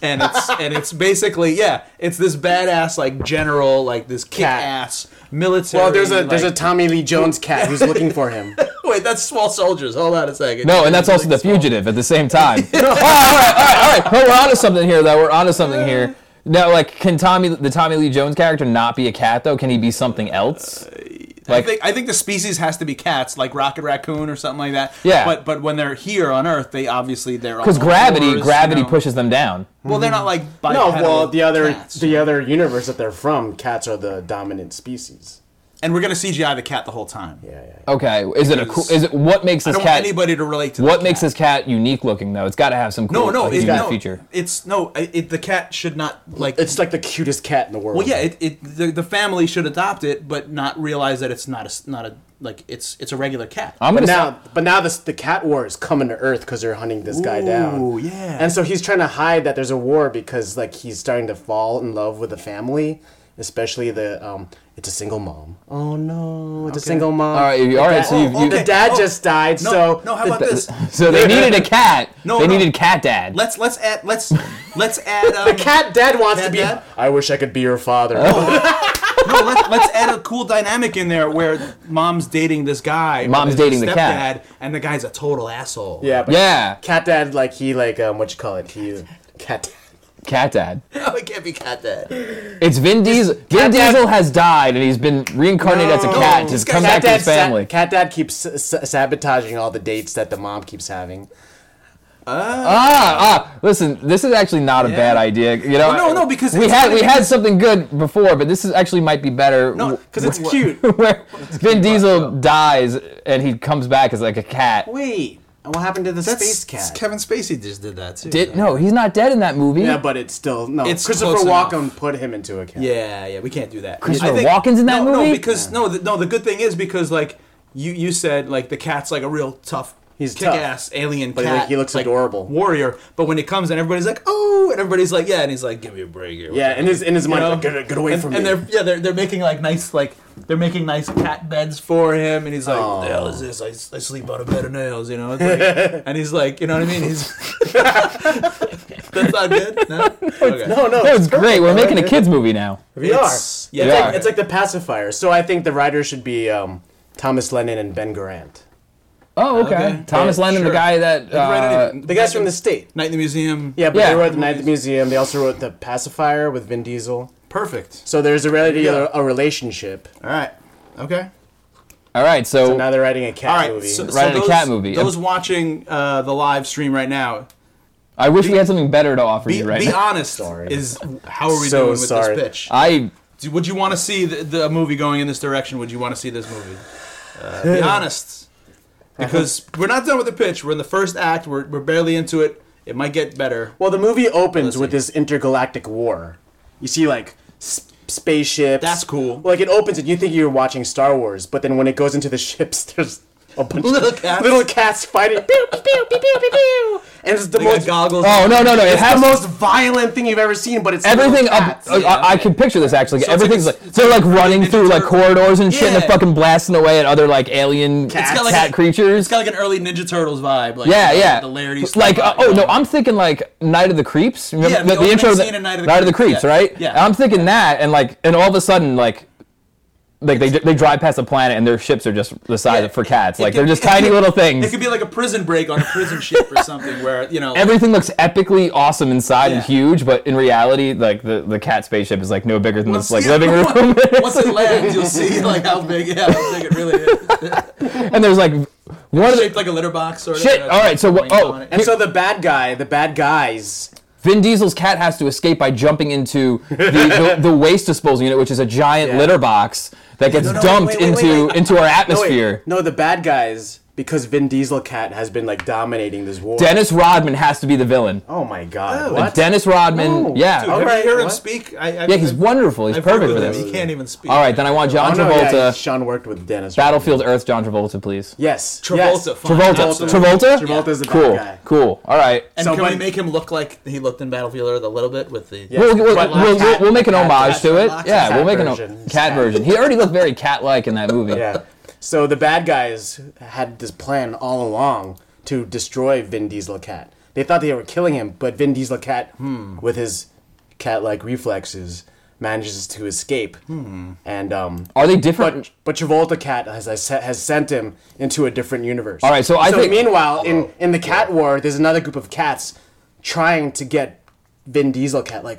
[SPEAKER 3] and it's and it's basically yeah, it's this badass like general like this kick
[SPEAKER 2] Cat.
[SPEAKER 3] ass military. <laughs>
[SPEAKER 2] Well, there's a there's a
[SPEAKER 3] like- <laughs>
[SPEAKER 2] Tommy Lee Jones cat who's looking for him.
[SPEAKER 3] Wait, that's Small Soldiers. Hold on a second.
[SPEAKER 1] No, and that's also the fugitive at the same
[SPEAKER 3] <laughs>
[SPEAKER 1] time. oh, all right, all right, all right. Well, we're onto something here, though. We're onto something here. Now, like, can Tommy, the Tommy Lee Jones character, not be a cat though? Can he be something else?
[SPEAKER 3] Uh, I
[SPEAKER 1] Like,
[SPEAKER 3] think I think the species has to be cats, like Rocket Raccoon or something like that.
[SPEAKER 1] Yeah.
[SPEAKER 3] But but when they're here on Earth, they obviously they're
[SPEAKER 1] because gravity, gravity
[SPEAKER 3] you know.
[SPEAKER 1] pushes them down.
[SPEAKER 3] Well, they're not like
[SPEAKER 2] No,
[SPEAKER 3] bipedal
[SPEAKER 2] well, the other
[SPEAKER 3] cats.
[SPEAKER 2] the other universe that they're from, cats are the dominant species.
[SPEAKER 3] and we're gonna CGI the cat the whole time.
[SPEAKER 2] Yeah, yeah.
[SPEAKER 1] Okay, is it a cool? Is it what makes
[SPEAKER 3] I
[SPEAKER 1] this
[SPEAKER 3] don't
[SPEAKER 1] cat?
[SPEAKER 3] want anybody to relate to.
[SPEAKER 1] what
[SPEAKER 3] the
[SPEAKER 1] makes
[SPEAKER 3] cat.
[SPEAKER 1] this cat unique looking though? It's got to have some cool,
[SPEAKER 3] No, no,
[SPEAKER 1] like,
[SPEAKER 3] it's
[SPEAKER 1] unique
[SPEAKER 3] no,
[SPEAKER 1] feature.
[SPEAKER 3] It's no, it, it- the cat should not like.
[SPEAKER 2] It's like the cutest cat in the world.
[SPEAKER 3] well, yeah, it, it the, the family should adopt it, but not realize that it's not a s- not a like it's it's a regular cat.
[SPEAKER 1] I'm
[SPEAKER 2] But
[SPEAKER 1] gonna
[SPEAKER 2] now, but now this, the cat war is coming to Earth because they're hunting this guy down.
[SPEAKER 3] Ooh, yeah.
[SPEAKER 2] And so he's trying to hide that there's a war because like he's starting to fall in love with the family, especially the um. It's a single mom. Oh no, it's a single mom.
[SPEAKER 1] All right, you-
[SPEAKER 2] The
[SPEAKER 1] all right,
[SPEAKER 2] dad-
[SPEAKER 1] so you've-
[SPEAKER 2] the
[SPEAKER 1] you've- <laughs>
[SPEAKER 2] dad
[SPEAKER 3] Oh,
[SPEAKER 2] just died.
[SPEAKER 3] No,
[SPEAKER 2] so
[SPEAKER 3] no, how about this?
[SPEAKER 1] So they needed a cat.
[SPEAKER 3] No,
[SPEAKER 1] they
[SPEAKER 3] no.
[SPEAKER 1] needed cat dad.
[SPEAKER 3] Let's let's
[SPEAKER 1] <laughs>
[SPEAKER 3] add let's let's add um,
[SPEAKER 2] the cat dad wants
[SPEAKER 3] Cat
[SPEAKER 2] to be.
[SPEAKER 3] dad?
[SPEAKER 2] I wish I could be your father.
[SPEAKER 3] No, let, let's add a cool dynamic in there where mom's dating this guy.
[SPEAKER 1] Mom's
[SPEAKER 3] his
[SPEAKER 1] dating the cat.
[SPEAKER 3] stepdad, and the guy's a total asshole.
[SPEAKER 2] <laughs> yeah, but
[SPEAKER 1] yeah,
[SPEAKER 2] Cat dad, like he, like um, what you call it? He cat. Dad.
[SPEAKER 3] <laughs>
[SPEAKER 1] cat dad.
[SPEAKER 3] No, it can't be cat dad.
[SPEAKER 1] It's Vin Diesel. Vin
[SPEAKER 2] Cat Dad-
[SPEAKER 1] Diesel has died, and he's been reincarnated as a
[SPEAKER 2] No.
[SPEAKER 1] cat
[SPEAKER 3] This
[SPEAKER 1] to
[SPEAKER 3] guy-
[SPEAKER 1] come
[SPEAKER 2] Mm. Cat
[SPEAKER 1] back to
[SPEAKER 2] dad,
[SPEAKER 1] his family.
[SPEAKER 2] Sa- cat dad keeps s- s- sabotaging all the dates that the mom keeps having.
[SPEAKER 1] ah, ah. Listen, this is actually not a bad idea. You know,
[SPEAKER 3] No, no, because
[SPEAKER 1] we
[SPEAKER 3] it's
[SPEAKER 1] had
[SPEAKER 3] funny
[SPEAKER 1] we had something good before, but this is actually might be better.
[SPEAKER 3] No,
[SPEAKER 1] wh-
[SPEAKER 3] because it's cute.
[SPEAKER 1] <laughs> where Vin Diesel dies and he comes back as like a cat.
[SPEAKER 2] Wait, and what happened to the space cat?
[SPEAKER 3] Kevin Spacey just did that too.
[SPEAKER 1] Did, no, he's not dead in that movie.
[SPEAKER 2] yeah, but it's still no.
[SPEAKER 3] It's
[SPEAKER 2] Christopher
[SPEAKER 3] close enough.
[SPEAKER 2] Walken put him into a cat.
[SPEAKER 3] Yeah, yeah, we can't do that.
[SPEAKER 1] Christopher
[SPEAKER 3] I think-
[SPEAKER 1] Walken's in that
[SPEAKER 3] no,
[SPEAKER 1] movie?
[SPEAKER 3] No, because no, the, no. The good thing is because like you you said like the cat's like a real tough.
[SPEAKER 2] He's
[SPEAKER 3] kick-ass alien
[SPEAKER 2] he
[SPEAKER 3] cat.
[SPEAKER 2] look- he looks
[SPEAKER 3] like,
[SPEAKER 2] adorable.
[SPEAKER 3] warrior. But when it comes and everybody's like, oh, and everybody's like, yeah, and he's like, give me a break here.
[SPEAKER 2] yeah. In his in his
[SPEAKER 3] You
[SPEAKER 2] mind,
[SPEAKER 3] know?
[SPEAKER 2] like, get, get away
[SPEAKER 3] and,
[SPEAKER 2] from
[SPEAKER 3] and
[SPEAKER 2] me.
[SPEAKER 3] they're yeah they're, they're making like nice like they're making nice cat beds for him and he's like what the hell is this I, I sleep on a bed of nails you know
[SPEAKER 2] <laughs>
[SPEAKER 3] it's like, and he's like you know what I mean he's <laughs> that's not good no
[SPEAKER 2] <laughs>
[SPEAKER 3] okay.
[SPEAKER 2] no, no,
[SPEAKER 1] that was great. We're making a kids movie now.
[SPEAKER 2] We are.
[SPEAKER 3] It's- yeah.
[SPEAKER 2] it's,
[SPEAKER 1] Yeah.
[SPEAKER 2] like, it's like the pacifier. So I think the writer should be um, Thomas Lennon and Ben Garant.
[SPEAKER 1] Oh, okay.
[SPEAKER 3] Okay.
[SPEAKER 1] Thomas
[SPEAKER 2] Yeah,
[SPEAKER 1] Lennon,
[SPEAKER 3] sure.
[SPEAKER 1] the guy that
[SPEAKER 3] Right,
[SPEAKER 1] uh,
[SPEAKER 3] anyway.
[SPEAKER 2] The guys from the state.
[SPEAKER 3] Night in the Museum
[SPEAKER 2] Yeah, but
[SPEAKER 1] Yeah.
[SPEAKER 2] they wrote the Night at the Museum. They also wrote the pacifier with Vin Diesel.
[SPEAKER 3] perfect
[SPEAKER 2] So there's already
[SPEAKER 3] Yeah.
[SPEAKER 2] a, a relationship.
[SPEAKER 3] all right okay
[SPEAKER 1] All right, so,
[SPEAKER 2] Now they're writing a cat
[SPEAKER 3] all right
[SPEAKER 2] movie.
[SPEAKER 3] so, so
[SPEAKER 1] Right in a
[SPEAKER 3] those,
[SPEAKER 1] cat movie.
[SPEAKER 3] those watching uh, the live stream right now
[SPEAKER 1] I wish we had something better to offer
[SPEAKER 3] be,
[SPEAKER 1] you right
[SPEAKER 3] be
[SPEAKER 1] now.
[SPEAKER 3] honest
[SPEAKER 2] Sorry.
[SPEAKER 3] is how are we
[SPEAKER 2] So
[SPEAKER 3] doing with
[SPEAKER 2] sorry.
[SPEAKER 3] this pitch
[SPEAKER 1] I
[SPEAKER 3] Do- Would you want to see the, the movie going in this direction? Would you want to see this movie?
[SPEAKER 2] <laughs>
[SPEAKER 3] Uh, be honest, because we're not done with the pitch. We're in the first act. We're, we're barely into it. It might get better.
[SPEAKER 2] Well, the movie opens with
[SPEAKER 3] see.
[SPEAKER 2] this intergalactic war. You see, like, s- spaceships.
[SPEAKER 3] That's cool.
[SPEAKER 2] Like, it opens and you think you're watching Star Wars, but then when it goes into the <laughs> ships, there's a bunch
[SPEAKER 3] Little
[SPEAKER 2] of
[SPEAKER 3] cats.
[SPEAKER 2] little cats fighting. pew, pew, pew, pew, pew, pew, pew. And it's the
[SPEAKER 3] They got
[SPEAKER 2] most.
[SPEAKER 3] goggles.
[SPEAKER 1] oh no no no it
[SPEAKER 2] It's
[SPEAKER 1] has
[SPEAKER 2] the most violent thing you've ever seen, but it's
[SPEAKER 1] everything
[SPEAKER 2] little
[SPEAKER 1] up.
[SPEAKER 2] cats.
[SPEAKER 1] I, I, I can picture this actually.
[SPEAKER 3] So it's
[SPEAKER 1] Everything's
[SPEAKER 3] like-
[SPEAKER 1] like, they're like running
[SPEAKER 3] Ninja
[SPEAKER 1] through like
[SPEAKER 3] Turtle.
[SPEAKER 1] corridors and shit, and
[SPEAKER 3] Yeah.
[SPEAKER 1] they're fucking blasting away at other like alien
[SPEAKER 2] Cats.
[SPEAKER 1] cat,
[SPEAKER 2] It's got
[SPEAKER 3] like a-
[SPEAKER 1] creatures.
[SPEAKER 3] It's got like an early Ninja Turtles vibe. Like,
[SPEAKER 1] yeah,
[SPEAKER 3] you know,
[SPEAKER 1] yeah.
[SPEAKER 3] The Lairdy stuff
[SPEAKER 1] like, uh,
[SPEAKER 3] about,
[SPEAKER 1] oh
[SPEAKER 3] you
[SPEAKER 1] no,
[SPEAKER 3] know.
[SPEAKER 1] I'm thinking like Night of the Creeps. Remember
[SPEAKER 3] Yeah, the
[SPEAKER 1] the, the
[SPEAKER 3] opening
[SPEAKER 1] intro, of the,
[SPEAKER 3] scene in
[SPEAKER 1] Night of the Creeps,
[SPEAKER 3] yeah.
[SPEAKER 1] right?
[SPEAKER 3] Yeah.
[SPEAKER 1] And I'm thinking that, and like, and all of a sudden, like, like they, they drive past a planet, and their ships are just the size
[SPEAKER 3] Yeah.
[SPEAKER 1] of for cats.
[SPEAKER 3] It
[SPEAKER 1] Like
[SPEAKER 3] could
[SPEAKER 1] they're
[SPEAKER 3] be-
[SPEAKER 1] just
[SPEAKER 3] it
[SPEAKER 1] tiny
[SPEAKER 3] could-
[SPEAKER 1] little
[SPEAKER 3] It
[SPEAKER 1] things.
[SPEAKER 3] could be like a prison break on a prison ship or something, where
[SPEAKER 1] <laughs>
[SPEAKER 3] you know.
[SPEAKER 1] Everything looks epically awesome inside and
[SPEAKER 3] Yeah.
[SPEAKER 1] huge, but in reality, like the, the cat spaceship is like no bigger than this like
[SPEAKER 3] yeah,
[SPEAKER 1] living room,
[SPEAKER 3] <laughs>
[SPEAKER 1] <laughs>
[SPEAKER 3] Once it lands, you'll see like how big, yeah, how big it really is. <laughs>
[SPEAKER 1] and there's like one of the
[SPEAKER 3] Shaped like a litter box, sort
[SPEAKER 1] Shit,
[SPEAKER 3] of.
[SPEAKER 1] all right, so what-
[SPEAKER 3] Wings
[SPEAKER 1] oh,
[SPEAKER 3] on it.
[SPEAKER 2] And so the bad guy, the bad guys,
[SPEAKER 1] Vin Diesel's cat has to escape by jumping into
[SPEAKER 2] <laughs>
[SPEAKER 1] the, the, the waste disposal unit, which is a giant
[SPEAKER 2] Yeah.
[SPEAKER 1] litter box that gets
[SPEAKER 2] No, no,
[SPEAKER 1] dumped
[SPEAKER 2] wait, wait, wait,
[SPEAKER 1] into
[SPEAKER 2] wait.
[SPEAKER 1] into our
[SPEAKER 2] No, wait.
[SPEAKER 1] atmosphere.
[SPEAKER 2] No, the bad guys because Vin Diesel Cat has been like dominating this war.
[SPEAKER 1] Dennis Rodman has to be the villain.
[SPEAKER 2] oh my god.
[SPEAKER 3] Oh.
[SPEAKER 2] what?
[SPEAKER 1] Dennis Rodman,
[SPEAKER 2] No.
[SPEAKER 1] yeah, Oh,
[SPEAKER 3] Dude, have
[SPEAKER 2] Alright,
[SPEAKER 3] you heard him
[SPEAKER 2] what?
[SPEAKER 3] speak? I, I,
[SPEAKER 1] yeah, he's
[SPEAKER 3] I've-
[SPEAKER 1] wonderful. He's
[SPEAKER 3] I've worked
[SPEAKER 1] perfect for
[SPEAKER 3] with
[SPEAKER 1] this.
[SPEAKER 3] him. He can't even speak.
[SPEAKER 1] All right, then I want John
[SPEAKER 2] oh, no,
[SPEAKER 1] Travolta.
[SPEAKER 2] yeah, Sean worked with Dennis.
[SPEAKER 1] Battlefield Earth, John Travolta, please.
[SPEAKER 2] Yes.
[SPEAKER 3] Travolta.
[SPEAKER 2] Yes.
[SPEAKER 3] fine.
[SPEAKER 1] Travolta,
[SPEAKER 3] Also-
[SPEAKER 1] Travolta,
[SPEAKER 2] Travolta's the bad
[SPEAKER 1] cool,
[SPEAKER 2] guy.
[SPEAKER 1] cool. All right,
[SPEAKER 3] And
[SPEAKER 2] So
[SPEAKER 3] can
[SPEAKER 2] when-
[SPEAKER 3] we make him look like he looked in Battlefield Earth a little bit with the?
[SPEAKER 2] Yeah.
[SPEAKER 1] we'll, we'll,
[SPEAKER 2] Cat-
[SPEAKER 1] we'll, we'll, we'll make an
[SPEAKER 2] cat-
[SPEAKER 1] homage to it.
[SPEAKER 3] cat-
[SPEAKER 1] Yeah, we'll make an
[SPEAKER 2] version.
[SPEAKER 1] o- cat version. He already looked very cat-like in that movie.
[SPEAKER 2] Yeah. So the bad guys had this plan all along to destroy Vin Diesel Cat. hmm, They thought they were killing him, but Vin Diesel Cat, with his cat-like reflexes, manages to escape.
[SPEAKER 1] Hmm.
[SPEAKER 2] And um,
[SPEAKER 1] Are they different?
[SPEAKER 2] but but Travolta Cat has has se- has sent him into a different universe.
[SPEAKER 1] All right, so I think-
[SPEAKER 2] meanwhile in in the Cat War, there's another group of cats trying to get Vin Diesel Cat. Like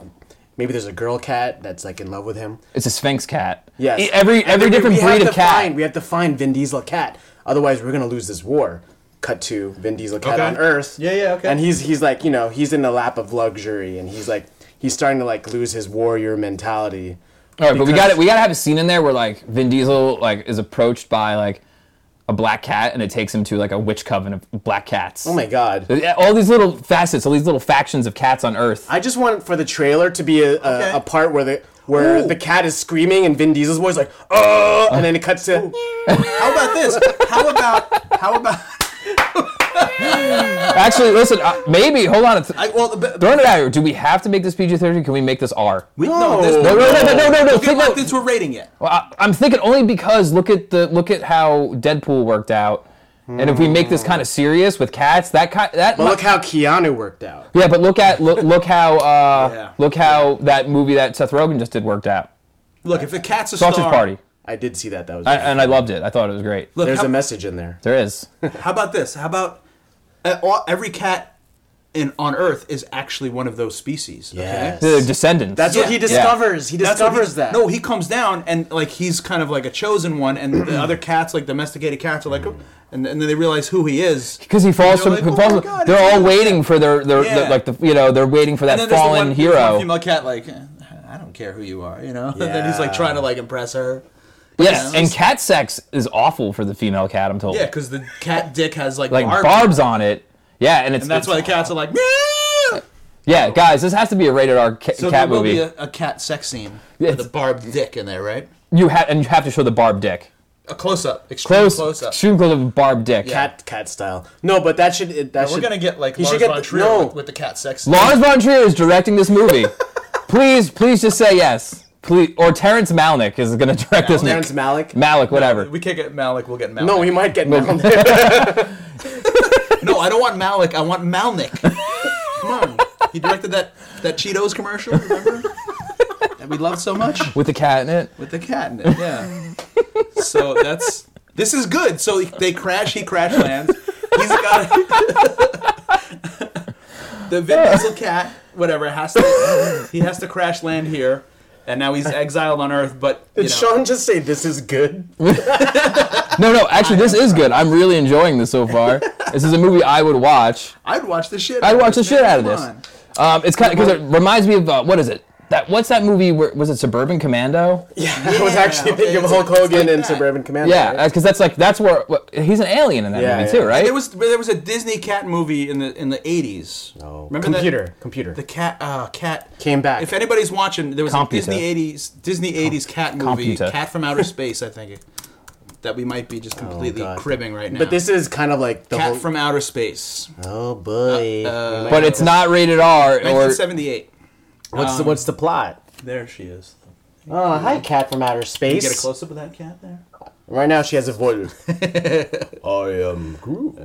[SPEAKER 2] maybe there's a girl cat that's like in love with him.
[SPEAKER 1] It's a Sphinx cat.
[SPEAKER 2] Yes.
[SPEAKER 1] E- Every
[SPEAKER 2] And
[SPEAKER 1] every
[SPEAKER 2] we-
[SPEAKER 1] different
[SPEAKER 2] we have
[SPEAKER 1] breed
[SPEAKER 2] to
[SPEAKER 1] of cat.
[SPEAKER 2] Find, we have to find Vin Diesel cat. Otherwise, we're gonna lose this war. Cut to Vin Diesel cat
[SPEAKER 3] Okay.
[SPEAKER 2] on Earth.
[SPEAKER 3] Yeah, yeah, okay.
[SPEAKER 2] And he's he's like you know he's in the lap of luxury, and he's like he's starting to like lose his warrior mentality.
[SPEAKER 1] All right, but we
[SPEAKER 2] Because-
[SPEAKER 1] got to We got to have a scene in there where like Vin Diesel like is approached by like a black cat, and it takes him to like a witch coven of black cats.
[SPEAKER 2] Oh my god.
[SPEAKER 1] All these little facets, all these little factions of cats on Earth.
[SPEAKER 2] I just want for the trailer to be a, a,
[SPEAKER 3] Okay.
[SPEAKER 2] a part where the where
[SPEAKER 3] Ooh.
[SPEAKER 2] the cat is screaming and Vin Diesel's voice like oh, and then it cuts to
[SPEAKER 3] How about this? How about how about?
[SPEAKER 1] Actually, listen, uh, maybe hold on. It's,
[SPEAKER 3] I, well, b-
[SPEAKER 1] throwing it out here. Do we have to make this PG thirteen? Can we make this R?
[SPEAKER 3] we,
[SPEAKER 2] No.
[SPEAKER 3] this,
[SPEAKER 1] No, no, no, no, no, no, no.
[SPEAKER 3] Don't get
[SPEAKER 1] Think
[SPEAKER 3] locked
[SPEAKER 1] about,
[SPEAKER 3] into a rating yet.
[SPEAKER 1] well, I, I'm thinking only because look at the look at how Deadpool worked out. And if we make this kind of serious with cats, that kind that
[SPEAKER 2] but look how Keanu worked out.
[SPEAKER 1] Yeah, but look at
[SPEAKER 3] <laughs>
[SPEAKER 1] look, look how uh,
[SPEAKER 3] Yeah.
[SPEAKER 1] look how that movie that Seth Rogen just did worked out.
[SPEAKER 3] Look, if a cat's a
[SPEAKER 1] Sausage
[SPEAKER 3] star,
[SPEAKER 1] Party,
[SPEAKER 2] I did see that. That was
[SPEAKER 1] I, and I loved it. I thought it was great.
[SPEAKER 3] Look,
[SPEAKER 2] there's
[SPEAKER 3] how,
[SPEAKER 2] a message in there.
[SPEAKER 1] There is.
[SPEAKER 3] how about this? How about uh, all, every cat in on Earth is actually one of those species? Okay?
[SPEAKER 2] Yes.
[SPEAKER 3] <laughs>
[SPEAKER 1] The Descendants.
[SPEAKER 2] That's what
[SPEAKER 3] Yeah.
[SPEAKER 2] he
[SPEAKER 3] Yeah.
[SPEAKER 2] discovers. He
[SPEAKER 3] That's what
[SPEAKER 2] discovers
[SPEAKER 3] he-
[SPEAKER 2] that.
[SPEAKER 3] No, he comes down and like he's kind of like a chosen one, and the
[SPEAKER 1] <clears throat>
[SPEAKER 3] other cats, like domesticated cats, are like, "Oh," and, and then they realize who he is.
[SPEAKER 1] because he falls from.
[SPEAKER 3] They're like,
[SPEAKER 1] he
[SPEAKER 3] "Oh
[SPEAKER 1] falls
[SPEAKER 3] my
[SPEAKER 1] from-
[SPEAKER 3] God,
[SPEAKER 1] they're
[SPEAKER 3] it's
[SPEAKER 1] all
[SPEAKER 3] a-
[SPEAKER 1] waiting for their, their,
[SPEAKER 3] Yeah.
[SPEAKER 1] their- like the you know they're waiting for that
[SPEAKER 3] And then there's the
[SPEAKER 1] fallen
[SPEAKER 3] one- there's one
[SPEAKER 1] hero.
[SPEAKER 3] female cat, like, "Eh, I don't care who you are, you know. <laughs> And then he's like
[SPEAKER 2] Yeah.
[SPEAKER 3] trying to like impress her.
[SPEAKER 1] Yes,
[SPEAKER 3] Yeah.
[SPEAKER 1] and cat sex is awful for the female cat. I'm told.
[SPEAKER 3] Yeah, because the cat dick has like,
[SPEAKER 1] like
[SPEAKER 3] barbs,
[SPEAKER 1] barbs on it. Yeah, and it's
[SPEAKER 3] and that's why the
[SPEAKER 1] it's-
[SPEAKER 3] cats are like. "Meow!"
[SPEAKER 1] Yeah, guys, this has to be a rated R ca-
[SPEAKER 3] So
[SPEAKER 1] cat
[SPEAKER 3] there will
[SPEAKER 1] movie.
[SPEAKER 3] be a, a cat sex scene
[SPEAKER 1] Yeah,
[SPEAKER 3] with a
[SPEAKER 1] it's-
[SPEAKER 3] barbed dick in there, right?
[SPEAKER 1] you have and you have to show the barb dick.
[SPEAKER 3] A close up, extreme
[SPEAKER 1] Close,
[SPEAKER 3] close, up.
[SPEAKER 1] extreme close of barb dick.
[SPEAKER 2] cat cat style. No, but that should it- that
[SPEAKER 3] We're
[SPEAKER 2] should-
[SPEAKER 3] gonna get like
[SPEAKER 2] he
[SPEAKER 3] Lars
[SPEAKER 2] should get
[SPEAKER 3] von
[SPEAKER 2] the-
[SPEAKER 3] Trier
[SPEAKER 2] no.
[SPEAKER 3] with, with the cat sex. scene.
[SPEAKER 1] Lars von Trier is directing this movie. please, please just say yes. Please, or Terrence Malick is going to direct this
[SPEAKER 2] Terrence
[SPEAKER 1] movie.
[SPEAKER 2] Malick.
[SPEAKER 1] Malick, whatever.
[SPEAKER 3] We can't get Malik. We'll get Malik.
[SPEAKER 2] no,
[SPEAKER 3] No,
[SPEAKER 2] he might get <laughs> Malick.
[SPEAKER 3] I don't want Malik. I
[SPEAKER 1] <laughs>
[SPEAKER 3] want Malnik. Come on. He directed that that Cheetos commercial. Remember? that we loved so much
[SPEAKER 1] With the cat in it.
[SPEAKER 3] with the cat in it. Yeah. So that's this is good. So they crash. He crash lands. He's got <laughs> the Vin Diesel cat. Whatever has to. He has to crash land here, and now he's exiled on Earth. But you
[SPEAKER 2] Did
[SPEAKER 3] know,
[SPEAKER 2] Sean just say this is good?
[SPEAKER 1] No, no, actually, this is good. I'm really enjoying this so
[SPEAKER 3] <laughs>
[SPEAKER 1] far. this is a movie I would watch.
[SPEAKER 3] I'd watch the shit.
[SPEAKER 1] I'd
[SPEAKER 3] out of
[SPEAKER 1] watch the
[SPEAKER 3] this,
[SPEAKER 1] shit
[SPEAKER 3] man.
[SPEAKER 1] out of
[SPEAKER 3] Come
[SPEAKER 1] this.
[SPEAKER 3] on.
[SPEAKER 1] Um, it's kind of because it reminds me of uh, what is it? That what's that movie? Where, was it Suburban Commando?
[SPEAKER 2] Yeah, <laughs> I was actually
[SPEAKER 3] okay,
[SPEAKER 2] thinking of
[SPEAKER 3] it's-
[SPEAKER 2] Hulk
[SPEAKER 3] it's like
[SPEAKER 2] Hogan and
[SPEAKER 3] that.
[SPEAKER 2] Suburban Commander.
[SPEAKER 1] Yeah, because that's like that's where what, he's an alien in that
[SPEAKER 2] Yeah,
[SPEAKER 1] movie
[SPEAKER 2] yeah.
[SPEAKER 1] too, right?
[SPEAKER 3] There was there was a Disney cat movie in the in the eighties.
[SPEAKER 2] Oh,
[SPEAKER 3] Remember
[SPEAKER 2] computer,
[SPEAKER 3] that?
[SPEAKER 2] computer.
[SPEAKER 3] The cat uh, cat
[SPEAKER 2] Came back.
[SPEAKER 3] If anybody's watching, there was
[SPEAKER 1] Computer.
[SPEAKER 3] a Disney eighties Disney eighties cat movie,
[SPEAKER 1] Computer.
[SPEAKER 3] Cat from Outer Space, I think. That we might be just completely
[SPEAKER 2] Oh, God.
[SPEAKER 3] cribbing right now.
[SPEAKER 2] But this is kind of like the
[SPEAKER 3] cat
[SPEAKER 2] whole,
[SPEAKER 3] from Uh, outer space,
[SPEAKER 2] Oh boy!
[SPEAKER 1] but it's not rated R or
[SPEAKER 3] nineteen seventy eight.
[SPEAKER 2] what's the what's the plot?
[SPEAKER 3] There she is.
[SPEAKER 2] Oh, hi, cat from outer
[SPEAKER 3] um, You
[SPEAKER 2] space.
[SPEAKER 3] get a close up of that cat there.
[SPEAKER 2] Right now, she has a
[SPEAKER 3] <laughs>
[SPEAKER 2] voice. I am Groot.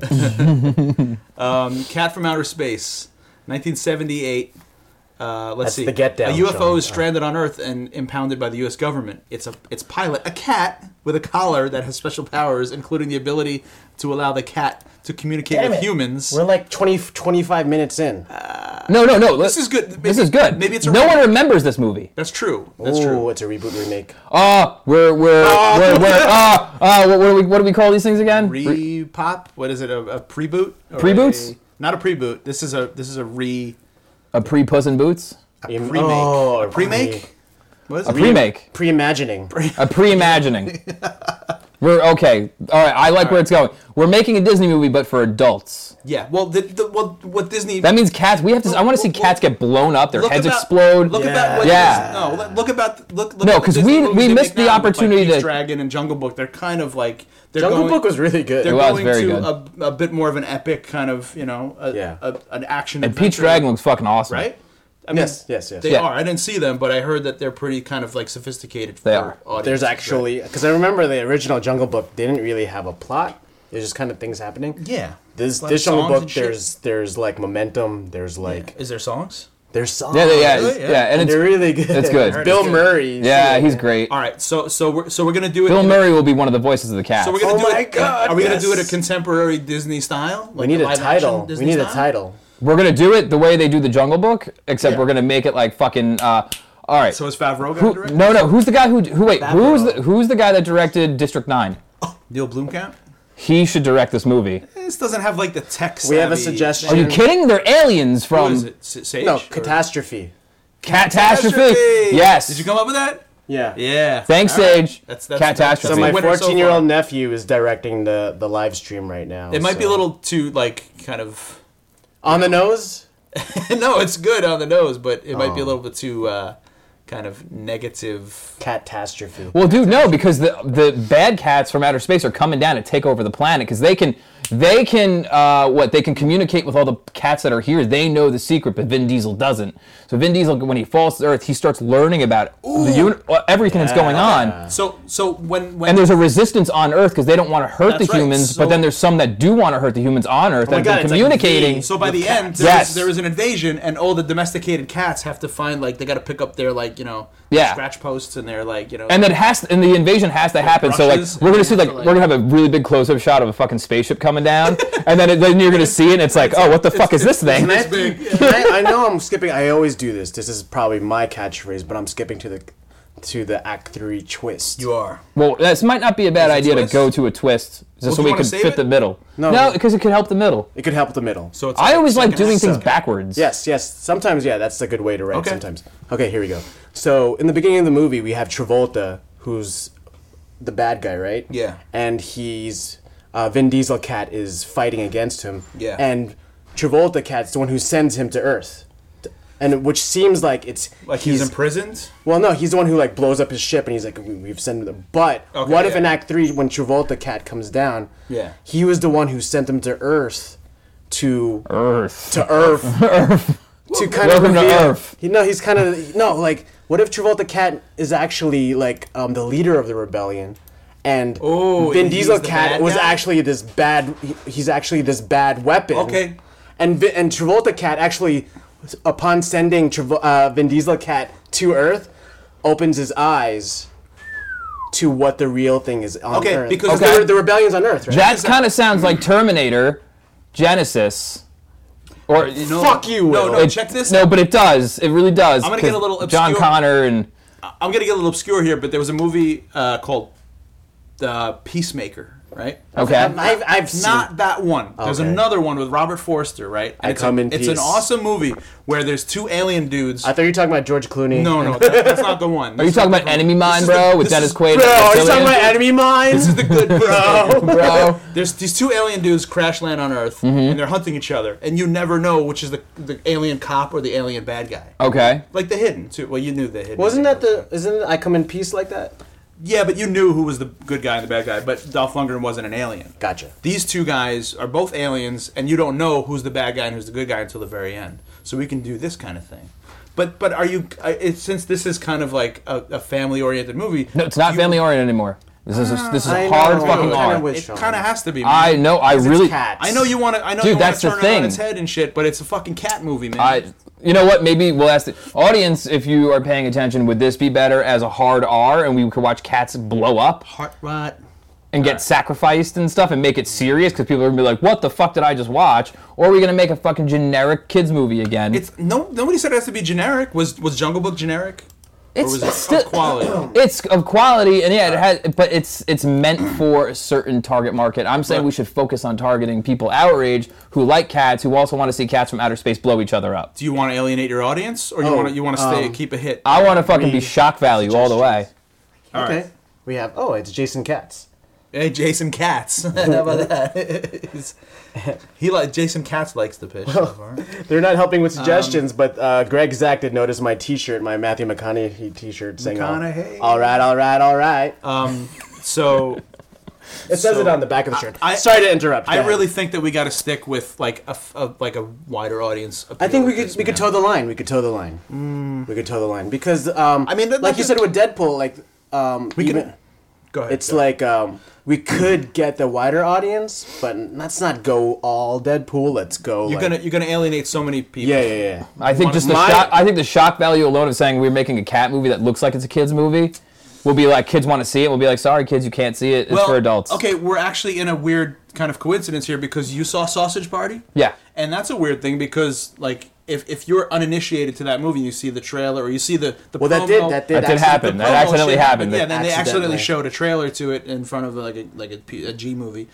[SPEAKER 3] Um, Cat from Outer Space, 1978. Uh, let's
[SPEAKER 2] That's
[SPEAKER 3] see.
[SPEAKER 2] the Get Down,
[SPEAKER 3] a UFO
[SPEAKER 2] Sean.
[SPEAKER 3] is stranded on Earth and impounded by the U.S. government. It's a its pilot, a cat with a collar that has special powers, including the ability to allow the cat to communicate
[SPEAKER 2] Damn
[SPEAKER 3] with
[SPEAKER 2] it.
[SPEAKER 3] humans.
[SPEAKER 2] We're like 20, 25 minutes in.
[SPEAKER 1] no, no, no. This
[SPEAKER 3] is good.
[SPEAKER 1] this
[SPEAKER 3] Maybe-
[SPEAKER 1] is good.
[SPEAKER 3] maybe it's a
[SPEAKER 1] no
[SPEAKER 3] remake.
[SPEAKER 1] one remembers this movie.
[SPEAKER 3] That's true. That's
[SPEAKER 2] Ooh,
[SPEAKER 3] true.
[SPEAKER 2] it's a reboot remake.
[SPEAKER 1] Uh, we're we're we're, we're uh, uh what, what do we what do we call these things again?
[SPEAKER 3] Ah. Re pop. What is it? A, a preboot? Or
[SPEAKER 1] Preboots?
[SPEAKER 3] a- Not a preboot. This is a this is a re
[SPEAKER 1] a pre Puss in Boots,
[SPEAKER 2] Im-
[SPEAKER 3] remake.
[SPEAKER 2] Oh,
[SPEAKER 3] a remake. What is
[SPEAKER 1] a
[SPEAKER 3] it?
[SPEAKER 1] pre-make,
[SPEAKER 2] Pre-imagining.
[SPEAKER 1] a
[SPEAKER 3] <laughs>
[SPEAKER 1] pre-imagining. we're okay. All right, I like where it's going. We're making a Disney movie, but for adults.
[SPEAKER 3] Yeah. Well, the, the, well, what Disney.
[SPEAKER 1] That means cats. We have to. I want to see cats get blown up. Their
[SPEAKER 3] Look
[SPEAKER 1] heads
[SPEAKER 3] about-
[SPEAKER 1] explode.
[SPEAKER 3] Look about what
[SPEAKER 1] Yeah.
[SPEAKER 3] no. look- Look about look. look
[SPEAKER 1] No,
[SPEAKER 3] at the
[SPEAKER 1] 'cause
[SPEAKER 3] Disney
[SPEAKER 1] we-
[SPEAKER 3] movies
[SPEAKER 1] we
[SPEAKER 3] they
[SPEAKER 1] missed
[SPEAKER 3] make
[SPEAKER 1] the
[SPEAKER 3] now,
[SPEAKER 1] opportunity
[SPEAKER 3] like Pete's
[SPEAKER 1] to-
[SPEAKER 3] Dragon and Jungle Book. They're kind of like they're
[SPEAKER 2] Jungle
[SPEAKER 3] going,
[SPEAKER 2] Book was really good.
[SPEAKER 3] They're
[SPEAKER 1] It was
[SPEAKER 3] going
[SPEAKER 1] very
[SPEAKER 3] to
[SPEAKER 1] good.
[SPEAKER 3] A, a bit more of an epic kind of you know a,
[SPEAKER 2] Yeah.
[SPEAKER 3] a, an action.
[SPEAKER 1] And Peach
[SPEAKER 3] adventure,
[SPEAKER 1] Dragon looks fucking awesome.
[SPEAKER 3] right? I mean,
[SPEAKER 2] Yes, yes, yes.
[SPEAKER 3] They
[SPEAKER 1] Yeah.
[SPEAKER 3] are. I didn't see them, but I heard that they're pretty kind of like sophisticated. For
[SPEAKER 1] They are.
[SPEAKER 3] audiences,
[SPEAKER 2] There's
[SPEAKER 3] right?
[SPEAKER 2] actually because I remember the original Jungle Book didn't really have a plot. There's just kind of things happening.
[SPEAKER 3] yeah.
[SPEAKER 2] This
[SPEAKER 3] Like
[SPEAKER 2] this Jungle
[SPEAKER 3] songs
[SPEAKER 2] Book
[SPEAKER 3] and shit.
[SPEAKER 2] there's there's like momentum. There's like
[SPEAKER 3] is there songs?
[SPEAKER 2] Their songs.
[SPEAKER 1] Yeah, yeah, yeah,
[SPEAKER 3] Really?
[SPEAKER 1] yeah.
[SPEAKER 3] Yeah.
[SPEAKER 1] and it's
[SPEAKER 2] They're really good.
[SPEAKER 1] it's good.
[SPEAKER 3] heard
[SPEAKER 2] <laughs> Bill
[SPEAKER 3] it's good.
[SPEAKER 2] Murray.
[SPEAKER 1] yeah, he's great.
[SPEAKER 3] All right, so so we're so we're gonna do it.
[SPEAKER 1] Bill Murray will be one of the voices of the cast.
[SPEAKER 3] So we're gonna
[SPEAKER 2] Oh
[SPEAKER 3] do
[SPEAKER 2] my
[SPEAKER 3] it.
[SPEAKER 2] God,
[SPEAKER 3] Are we
[SPEAKER 2] yes.
[SPEAKER 3] gonna do it a contemporary Disney style?
[SPEAKER 2] We need a title. We need a title.
[SPEAKER 1] We're gonna do it the way they do the Jungle Book, except
[SPEAKER 2] Yeah.
[SPEAKER 1] we're gonna make it like fucking. Uh, all right.
[SPEAKER 3] So is Favreau gonna
[SPEAKER 1] who,
[SPEAKER 3] direct?
[SPEAKER 1] no, no. Who's the guy who? Who wait? Who's
[SPEAKER 2] Favreau.
[SPEAKER 1] the, who's the guy that directed District Nine?
[SPEAKER 3] Neil Blomkamp.
[SPEAKER 1] He should direct this movie.
[SPEAKER 3] This doesn't have like the text.
[SPEAKER 2] We have a suggestion.
[SPEAKER 1] Are you kidding? They're aliens
[SPEAKER 3] What is
[SPEAKER 1] from
[SPEAKER 3] it? S- Sage?
[SPEAKER 2] No,
[SPEAKER 3] Or-
[SPEAKER 2] catastrophe.
[SPEAKER 1] catastrophe. Yes.
[SPEAKER 3] Did you come up with that?
[SPEAKER 2] Yeah.
[SPEAKER 3] Yeah.
[SPEAKER 1] Thanks,
[SPEAKER 3] All right.
[SPEAKER 1] Sage.
[SPEAKER 3] That's- that's-
[SPEAKER 1] catastrophe.
[SPEAKER 2] So my
[SPEAKER 3] Winner so
[SPEAKER 2] 14 year old nephew is directing the the live stream right now.
[SPEAKER 3] It might be a
[SPEAKER 2] so-
[SPEAKER 3] little too like kind of. <laughs>
[SPEAKER 2] on the nose.
[SPEAKER 3] no, it's good on the nose, but it might be a
[SPEAKER 2] Oh.
[SPEAKER 3] little bit too uh, kind of negative.
[SPEAKER 2] Catastrophe.
[SPEAKER 1] Well, dude, no, because the the bad cats from outer space are coming down to take over the planet because they can they can uh, what they can communicate with all the cats that are here. They know the secret, but Vin Diesel doesn't. So Vin Diesel, when he falls to Earth, he starts learning about the uni- uh, everything that's going on.
[SPEAKER 3] So so when when
[SPEAKER 1] And there's a resistance on Earth because they don't want to hurt
[SPEAKER 3] That's
[SPEAKER 1] the
[SPEAKER 3] right,
[SPEAKER 1] humans,
[SPEAKER 3] so- Oh
[SPEAKER 1] but then there's some that do want to hurt the humans on Earth
[SPEAKER 2] my
[SPEAKER 1] that
[SPEAKER 2] God,
[SPEAKER 1] have
[SPEAKER 2] it's
[SPEAKER 1] been
[SPEAKER 2] like
[SPEAKER 1] communicating.
[SPEAKER 2] the-
[SPEAKER 3] So by the,
[SPEAKER 2] With
[SPEAKER 3] end,
[SPEAKER 2] cats.
[SPEAKER 3] there is
[SPEAKER 1] Yes.
[SPEAKER 3] there is an invasion, and all the domesticated cats have to find like they got to pick up their like you know
[SPEAKER 1] Yeah.
[SPEAKER 3] scratch posts and their like you know
[SPEAKER 1] and that has and the invasion has to happen. So like
[SPEAKER 3] brushes,
[SPEAKER 1] we're gonna
[SPEAKER 3] and
[SPEAKER 1] see
[SPEAKER 3] they
[SPEAKER 1] like,
[SPEAKER 3] have to,
[SPEAKER 1] we're gonna have a really big close up shot of a fucking spaceship coming
[SPEAKER 3] <laughs>
[SPEAKER 1] down, and then, it, then you're gonna see it. and It's like oh what the fuck is this thing?
[SPEAKER 2] Can I, can <laughs> I, I know I'm skipping. I always do this. This is probably my catchphrase, but I'm skipping to the to the Act Three twist.
[SPEAKER 3] you are.
[SPEAKER 1] Well, this might not be a bad
[SPEAKER 3] it
[SPEAKER 1] idea to
[SPEAKER 3] twist?
[SPEAKER 1] go to a twist, just
[SPEAKER 3] Well, do
[SPEAKER 1] so
[SPEAKER 3] you
[SPEAKER 1] we
[SPEAKER 3] wanna
[SPEAKER 1] could
[SPEAKER 3] save
[SPEAKER 1] fit
[SPEAKER 3] it?
[SPEAKER 1] the middle.
[SPEAKER 2] No.
[SPEAKER 1] no, because it could help the middle.
[SPEAKER 2] It could help the middle. Ah,
[SPEAKER 3] So it's
[SPEAKER 1] I always like
[SPEAKER 3] second
[SPEAKER 1] doing
[SPEAKER 3] act.
[SPEAKER 1] things
[SPEAKER 3] Okay.
[SPEAKER 1] backwards.
[SPEAKER 2] Yes, yes. Sometimes, yeah, that's a good way to write.
[SPEAKER 3] Okay.
[SPEAKER 2] Sometimes. Okay, here we go. So in the beginning of the movie, we have Travolta, who's the bad guy, right?
[SPEAKER 3] Yeah.
[SPEAKER 2] And he's uh, Vin Diesel Cat is fighting against him.
[SPEAKER 3] Yeah.
[SPEAKER 2] And Travolta Cat's the one who sends him to Earth, and which seems like it's
[SPEAKER 3] Like he's, imprisoned.
[SPEAKER 2] Well, no, he's the one who like blows up his ship, and he's like, "We- "We've sent them." But
[SPEAKER 3] Okay,
[SPEAKER 2] what if
[SPEAKER 3] yeah.
[SPEAKER 2] in Act Three, when Travolta Cat comes down,
[SPEAKER 3] Yeah.
[SPEAKER 2] he was the one who sent them to Earth to
[SPEAKER 1] Earth.
[SPEAKER 2] to Earth,
[SPEAKER 1] <laughs>
[SPEAKER 2] to kind
[SPEAKER 1] Welcome
[SPEAKER 2] of
[SPEAKER 1] to
[SPEAKER 2] reveal-
[SPEAKER 1] Earth.
[SPEAKER 2] You know, he's kind of no like. What if Travolta Cat is actually like um, the leader of the rebellion, and
[SPEAKER 3] Oh,
[SPEAKER 2] Vin
[SPEAKER 3] and he's
[SPEAKER 2] Diesel
[SPEAKER 3] the
[SPEAKER 2] Cat
[SPEAKER 3] bad
[SPEAKER 2] was
[SPEAKER 3] guy?
[SPEAKER 2] actually this bad. he- he's actually this bad weapon.
[SPEAKER 3] Okay.
[SPEAKER 2] And Vin, and Travolta Cat actually, upon sending Trav- uh, Vin Diesel Cat to Earth, opens his eyes to what the real thing is on
[SPEAKER 3] Okay,
[SPEAKER 2] Earth.
[SPEAKER 3] because
[SPEAKER 2] the,
[SPEAKER 3] Okay.
[SPEAKER 2] re- the rebellion's on Earth, right?
[SPEAKER 1] That kind of sounds
[SPEAKER 3] <clears throat>
[SPEAKER 1] like Terminator, Genesis, or
[SPEAKER 3] No,
[SPEAKER 2] Fuck you,
[SPEAKER 3] No,
[SPEAKER 2] Will.
[SPEAKER 3] no.
[SPEAKER 1] it-
[SPEAKER 3] check this.
[SPEAKER 1] No, but it does. It really does.
[SPEAKER 3] I'm gonna get a
[SPEAKER 1] 'cause
[SPEAKER 3] little
[SPEAKER 1] John
[SPEAKER 3] obscure.
[SPEAKER 1] Connor and
[SPEAKER 3] I'm gonna get a little obscure here, but there was a movie uh, called uh, Peacemaker, right?
[SPEAKER 1] okay.
[SPEAKER 2] I've, I've seen
[SPEAKER 3] Not that one. There's
[SPEAKER 2] Okay.
[SPEAKER 3] another one with Robert Forster, right? And
[SPEAKER 2] I
[SPEAKER 3] it's
[SPEAKER 2] Come
[SPEAKER 3] a,
[SPEAKER 2] in
[SPEAKER 3] It's an
[SPEAKER 2] Peace.
[SPEAKER 3] awesome movie where there's two alien dudes.
[SPEAKER 2] I thought you were talking about George Clooney.
[SPEAKER 3] <laughs> no, no, that, that's not the one.
[SPEAKER 1] Are you talking about Enemy Mine,
[SPEAKER 3] is the-
[SPEAKER 1] bro, with
[SPEAKER 3] this
[SPEAKER 1] Dennis
[SPEAKER 3] is-
[SPEAKER 1] Quaid? and
[SPEAKER 2] Bro, are you
[SPEAKER 1] Reptilian?
[SPEAKER 2] talking about enemy mines?
[SPEAKER 3] the good bro.
[SPEAKER 1] bro?
[SPEAKER 3] There's these two alien dudes crash land on Earth, and they're hunting each other, and you never know which is the the alien cop or the alien bad guy.
[SPEAKER 1] Okay.
[SPEAKER 3] Like the hidden too. Well, you knew the hidden.
[SPEAKER 2] Wasn't that the? Isn't I come in peace like that?
[SPEAKER 3] Yeah, but you knew who was the good guy and the bad guy. But Dolph Lundgren wasn't an alien.
[SPEAKER 2] Gotcha.
[SPEAKER 3] These two guys are both aliens, and you don't know who's the bad guy and who's the good guy until the very end. So we can do this kind of thing. But but are you? I- It, since this is kind of like a, a family-oriented movie.
[SPEAKER 1] No, it's not
[SPEAKER 3] you-
[SPEAKER 1] family oriented anymore. This is this is
[SPEAKER 2] Ah, I
[SPEAKER 1] hard
[SPEAKER 2] know.
[SPEAKER 1] fucking
[SPEAKER 2] Kinda
[SPEAKER 1] hard.
[SPEAKER 2] with-
[SPEAKER 3] It
[SPEAKER 2] Sean.
[SPEAKER 3] kind of has to be. man.
[SPEAKER 1] I know. I
[SPEAKER 2] It's
[SPEAKER 1] really.
[SPEAKER 2] cats.
[SPEAKER 3] I know you want to. I know
[SPEAKER 1] Dude,
[SPEAKER 3] you want
[SPEAKER 1] that's
[SPEAKER 3] to
[SPEAKER 1] the
[SPEAKER 3] turn it on
[SPEAKER 1] thing.
[SPEAKER 3] its head and shit, but it's a fucking cat movie, man.
[SPEAKER 1] I, you know what? Maybe we'll ask the audience if you are paying attention. Would this be better as a hard R, and we could watch cats blow up
[SPEAKER 3] Heart rot.
[SPEAKER 1] and get sacrificed and stuff, and make it serious because people are gonna be like, "What the fuck did I just watch?" Or are we gonna make a fucking generic kids movie again?
[SPEAKER 3] It's no. Nobody said it has to be generic. Was was Jungle Book generic?
[SPEAKER 1] It's
[SPEAKER 3] or was it of quality?
[SPEAKER 1] It's of quality, and yeah, it has, but it's it's meant for a certain target market. I'm saying
[SPEAKER 3] Right.
[SPEAKER 1] we should focus on targeting people our age who like cats, who also want to see cats from outer space blow each other up.
[SPEAKER 3] Do you want to alienate your audience, or you want to you want to stay keep a hit?
[SPEAKER 1] I want to fucking be shock value all the way.
[SPEAKER 3] All right.
[SPEAKER 2] okay. We have. Oh, it's Jason Katz.
[SPEAKER 3] Hey, Jason Katz. <laughs> How
[SPEAKER 2] <laughs>
[SPEAKER 3] about that? he like Jason Katz likes the pitch. so far.
[SPEAKER 2] They're not helping
[SPEAKER 3] Um,
[SPEAKER 2] with suggestions, but uh, Greg Zach did notice my T-shirt, my Matthew McConaughey T-shirt, saying, all-
[SPEAKER 3] McConaughey.
[SPEAKER 2] "All right, all right, all right."
[SPEAKER 3] Um,
[SPEAKER 2] <laughs>
[SPEAKER 3] so
[SPEAKER 2] it says
[SPEAKER 3] so-
[SPEAKER 2] it on the back of the shirt.
[SPEAKER 3] I-
[SPEAKER 2] Sorry to interrupt. Go
[SPEAKER 3] I
[SPEAKER 2] ahead.
[SPEAKER 3] really think that we got to stick with like a, f- a- like a wider audience.
[SPEAKER 2] I think we could we could toe the line. We could toe the line.
[SPEAKER 3] Mm.
[SPEAKER 2] We could toe the line because um, I mean, like you said with Deadpool, like um, we
[SPEAKER 3] could-
[SPEAKER 2] even,
[SPEAKER 3] Go ahead.
[SPEAKER 2] It's
[SPEAKER 3] Doug.
[SPEAKER 2] like um, we could get the wider audience, but let's not go all Deadpool. Let's go.
[SPEAKER 3] you're
[SPEAKER 2] like-
[SPEAKER 3] gonna you're gonna alienate so many people.
[SPEAKER 2] Yeah, yeah, yeah.
[SPEAKER 1] I think just the
[SPEAKER 2] My-
[SPEAKER 1] shock, I think the shock value alone of saying we're making a cat movie that looks like it's a kids movie will be like kids want to see it. We'll be like, sorry kids, you can't see it. It's
[SPEAKER 3] Well,
[SPEAKER 1] for adults.
[SPEAKER 3] Okay, we're actually in a weird kind of coincidence here because you saw Sausage Party.
[SPEAKER 1] Yeah.
[SPEAKER 3] And that's a weird thing because like if, if you're uninitiated to that movie and you see the trailer or you see the, the
[SPEAKER 2] Well, that
[SPEAKER 3] promo-
[SPEAKER 2] did that did
[SPEAKER 1] That did
[SPEAKER 2] actually-
[SPEAKER 1] happen.
[SPEAKER 3] the
[SPEAKER 1] That
[SPEAKER 3] promo
[SPEAKER 1] accidentally
[SPEAKER 3] shit
[SPEAKER 1] happened.
[SPEAKER 3] Yeah, then they accidentally
[SPEAKER 2] Accidentally.
[SPEAKER 3] showed a trailer to it in front of like a like a, P, a G movie.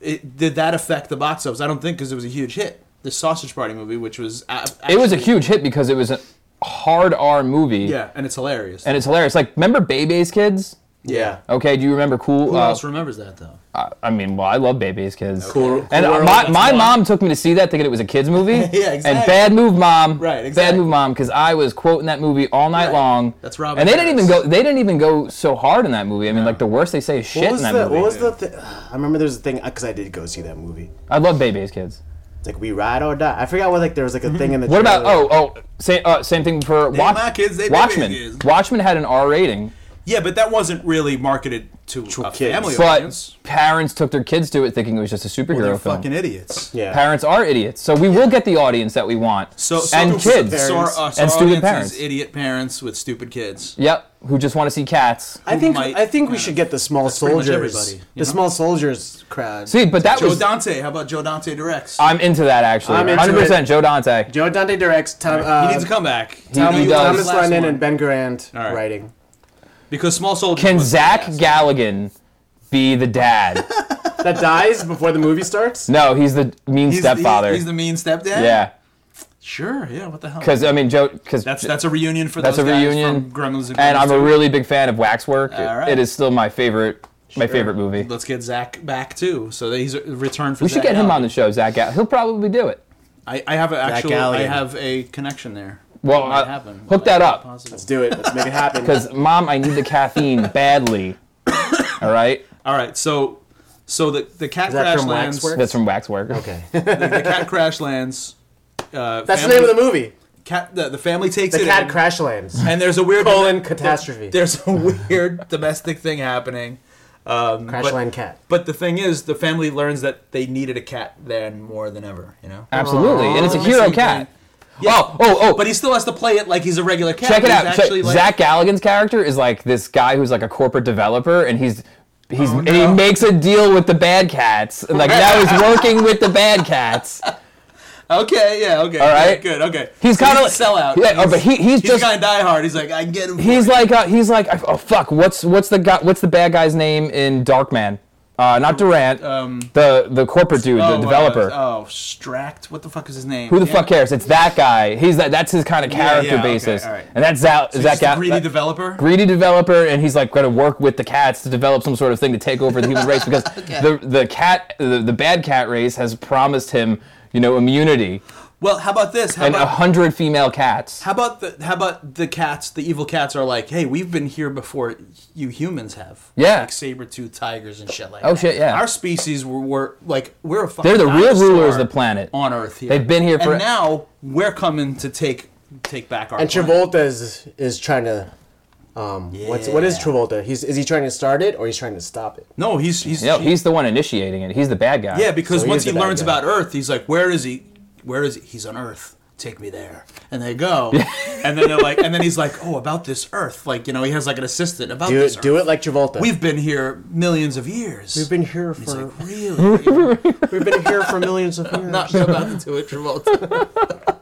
[SPEAKER 3] It, did that affect the box office? I don't think because it was a huge hit. The Sausage Party movie, which was a-
[SPEAKER 1] It was a
[SPEAKER 3] actually-
[SPEAKER 1] huge hit because it was a hard R movie.
[SPEAKER 3] yeah, and it's hilarious.
[SPEAKER 1] And it's hilarious. Like, remember Bebe's Kids?
[SPEAKER 2] Yeah.
[SPEAKER 1] Okay, do you remember Cool?
[SPEAKER 3] Who
[SPEAKER 1] uh,
[SPEAKER 3] else remembers that though?
[SPEAKER 1] I- I mean, well, I love Baby's Kids.
[SPEAKER 2] Cool- Cool
[SPEAKER 1] and uh,
[SPEAKER 2] World,
[SPEAKER 1] my,
[SPEAKER 2] that's
[SPEAKER 1] my
[SPEAKER 2] one.
[SPEAKER 1] mom took me to see that thinking it was a kids movie.
[SPEAKER 3] <laughs> Yeah,
[SPEAKER 1] And
[SPEAKER 3] exactly.
[SPEAKER 1] bad move, mom.
[SPEAKER 3] Right,
[SPEAKER 1] Bad
[SPEAKER 3] exactly.
[SPEAKER 1] move, mom, because I was quoting that movie all night
[SPEAKER 3] Right.
[SPEAKER 1] long.
[SPEAKER 3] That's Robin
[SPEAKER 1] And they didn't even
[SPEAKER 3] Harris.
[SPEAKER 1] go. They didn't even go so hard in that movie. I mean, like the worst they say is shit
[SPEAKER 2] What was
[SPEAKER 1] in that
[SPEAKER 2] the
[SPEAKER 1] movie.
[SPEAKER 2] What was the? Th- I remember there's a thing because I did go see that movie.
[SPEAKER 1] I love Baby's Kids.
[SPEAKER 2] It's like we ride or die. I forgot what like there was like a thing in the.
[SPEAKER 1] What about
[SPEAKER 2] trailer.
[SPEAKER 1] oh oh same uh, same thing for Watch,
[SPEAKER 3] my kids, they
[SPEAKER 1] Watchmen.
[SPEAKER 3] Baby's Kids.
[SPEAKER 1] Watchmen had an R rating,
[SPEAKER 3] Yeah, but that wasn't really marketed to, a
[SPEAKER 2] kids.
[SPEAKER 3] family
[SPEAKER 1] but
[SPEAKER 3] audience.
[SPEAKER 1] parents took their kids to it thinking it was just a superhero
[SPEAKER 3] They're
[SPEAKER 1] film.
[SPEAKER 3] fucking idiots.
[SPEAKER 2] Yeah.
[SPEAKER 1] Parents are idiots, so we will get the audience that we want.
[SPEAKER 3] So, so
[SPEAKER 1] and kids.
[SPEAKER 3] so our, uh, so
[SPEAKER 1] And
[SPEAKER 3] our
[SPEAKER 1] stupid
[SPEAKER 3] audience
[SPEAKER 1] parents.
[SPEAKER 3] is idiot parents with stupid kids.
[SPEAKER 1] Yep, who just want to see cats.
[SPEAKER 2] I think
[SPEAKER 3] might-
[SPEAKER 2] I think we
[SPEAKER 3] yeah.
[SPEAKER 2] should get the small
[SPEAKER 3] pretty much
[SPEAKER 2] soldiers.
[SPEAKER 3] everybody, you
[SPEAKER 2] the
[SPEAKER 3] know?
[SPEAKER 2] small soldiers crowd.
[SPEAKER 1] See, but that
[SPEAKER 3] Joe
[SPEAKER 1] was
[SPEAKER 3] Dante, how about Joe Dante directs?
[SPEAKER 1] I'm into that actually.
[SPEAKER 2] I'm into
[SPEAKER 1] 100% Joe Dante.
[SPEAKER 2] Joe Dante directs. Tom, uh,
[SPEAKER 3] he needs to come back.
[SPEAKER 1] Tom-
[SPEAKER 3] You know, you
[SPEAKER 1] does.
[SPEAKER 3] love
[SPEAKER 2] Thomas
[SPEAKER 3] his last
[SPEAKER 2] Lennon
[SPEAKER 3] one.
[SPEAKER 2] and Ben Garant
[SPEAKER 3] All right.
[SPEAKER 2] writing.
[SPEAKER 3] because Small Soldier.
[SPEAKER 1] Can
[SPEAKER 3] was
[SPEAKER 1] Zach
[SPEAKER 3] badass.
[SPEAKER 1] Galligan be the
[SPEAKER 3] <laughs>
[SPEAKER 1] dad?
[SPEAKER 2] That dies before the movie starts.
[SPEAKER 1] no, he's the mean
[SPEAKER 3] He's-
[SPEAKER 1] stepfather.
[SPEAKER 3] He's, he's the mean stepdad.
[SPEAKER 1] yeah,
[SPEAKER 3] Sure. Yeah. What the hell?
[SPEAKER 1] because I mean Joe. Because
[SPEAKER 3] that's that's a reunion for
[SPEAKER 1] That's
[SPEAKER 3] those
[SPEAKER 1] a
[SPEAKER 3] guys
[SPEAKER 1] reunion,
[SPEAKER 3] from Gremlins and,
[SPEAKER 1] and
[SPEAKER 3] Gremlins
[SPEAKER 1] I'm a
[SPEAKER 3] too.
[SPEAKER 1] really big fan of Waxwork. It-
[SPEAKER 3] All right.
[SPEAKER 1] It is still my favorite. My favorite movie.
[SPEAKER 3] Let's get Zach back too. So that he's a return for.
[SPEAKER 1] we should get him on the show, Zach. Gall- He'll probably do it.
[SPEAKER 3] I, I have an actual. I
[SPEAKER 2] Galligan.
[SPEAKER 3] have a connection there.
[SPEAKER 1] Well,
[SPEAKER 3] Might
[SPEAKER 1] uh,
[SPEAKER 3] happen.
[SPEAKER 1] hook
[SPEAKER 3] Might
[SPEAKER 1] that
[SPEAKER 3] be
[SPEAKER 1] up.
[SPEAKER 3] possible.
[SPEAKER 2] Let's do it. Let's make it happen. <laughs>
[SPEAKER 1] Because mom, I need the caffeine
[SPEAKER 3] <laughs>
[SPEAKER 1] badly. All right,
[SPEAKER 3] All right. So, so the the cat
[SPEAKER 2] that
[SPEAKER 3] crash
[SPEAKER 2] from
[SPEAKER 3] lands.
[SPEAKER 2] Waxwork?
[SPEAKER 1] that's from Waxwork.
[SPEAKER 2] okay,
[SPEAKER 3] the cat crash lands.
[SPEAKER 2] <laughs>
[SPEAKER 3] Uh,
[SPEAKER 2] that's the name of the movie.
[SPEAKER 3] cat. The, the family takes
[SPEAKER 2] The
[SPEAKER 3] it.
[SPEAKER 2] Cat
[SPEAKER 3] in,
[SPEAKER 2] Crash <laughs> Lands.
[SPEAKER 3] And there's a weird
[SPEAKER 2] Colon catastrophe.
[SPEAKER 3] <laughs> There's a weird <laughs> domestic thing happening. Um,
[SPEAKER 2] Crash
[SPEAKER 3] but,
[SPEAKER 2] Land Cat.
[SPEAKER 3] But the thing is, the family learns that they needed a cat then more than ever. You know.
[SPEAKER 1] Absolutely, and it's a
[SPEAKER 3] They're
[SPEAKER 1] hero
[SPEAKER 3] missing
[SPEAKER 1] cat.
[SPEAKER 3] thing. Yeah.
[SPEAKER 1] Oh, oh, oh!
[SPEAKER 3] But he still has to play it like he's a regular cat.
[SPEAKER 1] check
[SPEAKER 3] but
[SPEAKER 1] it
[SPEAKER 3] he's
[SPEAKER 1] out. Check-
[SPEAKER 3] Actually, like,
[SPEAKER 1] Zach Galligan's character is like this guy who's like a corporate developer, and he's he's
[SPEAKER 3] Oh,
[SPEAKER 1] and he
[SPEAKER 3] no.
[SPEAKER 1] makes a deal with the bad cats. And like now
[SPEAKER 3] <laughs>
[SPEAKER 1] he's working with the bad cats.
[SPEAKER 3] Okay. Yeah. Okay.
[SPEAKER 1] All right.
[SPEAKER 3] Good. Okay.
[SPEAKER 1] He's
[SPEAKER 3] So
[SPEAKER 1] kinda
[SPEAKER 3] a
[SPEAKER 1] like-
[SPEAKER 3] sellout.
[SPEAKER 1] yeah, oh, but he- he's
[SPEAKER 3] he's
[SPEAKER 1] just-
[SPEAKER 3] kind of die hard. He's like, I can get him. for
[SPEAKER 1] He's
[SPEAKER 3] it."
[SPEAKER 1] like uh, he's like oh fuck what's what's the guy what's the bad guy's name in Darkman? Uh, not Durant.
[SPEAKER 3] Um,
[SPEAKER 1] the the corporate dude,
[SPEAKER 3] Oh,
[SPEAKER 1] the
[SPEAKER 3] uh,
[SPEAKER 1] developer.
[SPEAKER 3] oh, Stract. What the fuck is his name?
[SPEAKER 1] Who the
[SPEAKER 3] Yeah.
[SPEAKER 1] fuck cares? It's that guy. He's that. That's his kind of character
[SPEAKER 3] yeah, okay,
[SPEAKER 1] basis,
[SPEAKER 3] all right.
[SPEAKER 1] and that's Zach. Zach
[SPEAKER 3] Just a
[SPEAKER 1] Gal-
[SPEAKER 3] greedy
[SPEAKER 1] that-
[SPEAKER 3] developer.
[SPEAKER 1] greedy developer and he's like going to work with the cats to develop some sort of thing to take over the human race
[SPEAKER 3] <laughs>
[SPEAKER 1] because the the cat the, the bad cat race has promised him you know immunity
[SPEAKER 3] Well, how about this? How
[SPEAKER 1] and uh, a
[SPEAKER 3] about
[SPEAKER 1] hundred female cats
[SPEAKER 3] how about the how about the cats? The evil cats are like, hey, we've been here before you humans have.
[SPEAKER 1] Yeah.
[SPEAKER 3] like saber toothed tigers and shit like.
[SPEAKER 1] Oh,
[SPEAKER 3] that.
[SPEAKER 1] shit, yeah.
[SPEAKER 3] Our species were, were like we're a fucking.
[SPEAKER 1] They're the real
[SPEAKER 3] dinosaur
[SPEAKER 1] rulers of the planet.
[SPEAKER 3] on Earth. Here,
[SPEAKER 1] They've been here for-
[SPEAKER 3] and now we're coming to take take back our.
[SPEAKER 2] And
[SPEAKER 3] planet.
[SPEAKER 2] Travolta is is trying to. Um, what's what is
[SPEAKER 3] Yeah.
[SPEAKER 2] Travolta? He's is he trying to start it or he's trying to stop it?
[SPEAKER 3] No, he's he's
[SPEAKER 1] no he's the one initiating it he's the bad guy
[SPEAKER 3] yeah. Because
[SPEAKER 2] So he
[SPEAKER 3] once
[SPEAKER 2] is
[SPEAKER 3] he
[SPEAKER 2] the bad
[SPEAKER 3] learns
[SPEAKER 2] guy.
[SPEAKER 3] about Earth, he's like, where is he? Where is he? He's on Earth. Take me there. And they go. and then they're like, and then he's like, oh, about this Earth. Like you know, he has like an assistant about
[SPEAKER 2] Do
[SPEAKER 3] this.
[SPEAKER 2] it, do
[SPEAKER 3] Earth.
[SPEAKER 2] it like Travolta.
[SPEAKER 3] We've been here millions of years.
[SPEAKER 2] We've been here
[SPEAKER 3] It's
[SPEAKER 2] for
[SPEAKER 3] like
[SPEAKER 2] <laughs>
[SPEAKER 3] really?
[SPEAKER 2] we've been here <laughs> for millions of years.
[SPEAKER 3] not about to do it, Travolta.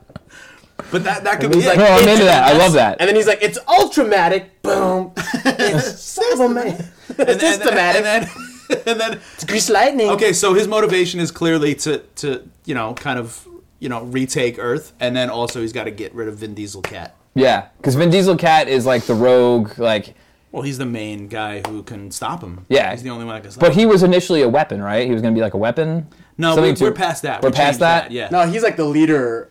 [SPEAKER 3] <laughs> but that that could be
[SPEAKER 1] no
[SPEAKER 3] like
[SPEAKER 1] Oh, i'm into that i love that
[SPEAKER 2] And then he's like, "It's ultramatic."
[SPEAKER 3] <laughs>
[SPEAKER 2] Boom. it's systematic. It's systematic.
[SPEAKER 3] and then, <laughs> and then
[SPEAKER 2] it's grease lightning.
[SPEAKER 3] okay, so his motivation is clearly to to you know kind of you know retake Earth, and then also he's got to get rid of Vin Diesel Cat.
[SPEAKER 1] yeah because vin diesel cat is like the rogue like
[SPEAKER 3] Well, he's the main guy who can stop him.
[SPEAKER 1] Yeah.
[SPEAKER 3] he's the only one that can stop.
[SPEAKER 1] but
[SPEAKER 3] him.
[SPEAKER 1] he was initially a weapon right he was going to be like a weapon
[SPEAKER 3] no,
[SPEAKER 1] Something
[SPEAKER 3] we,
[SPEAKER 1] to-
[SPEAKER 3] we're past that.
[SPEAKER 1] we're
[SPEAKER 3] We
[SPEAKER 1] past
[SPEAKER 3] changed
[SPEAKER 1] that?
[SPEAKER 3] Yeah,
[SPEAKER 2] No, he's like the leader,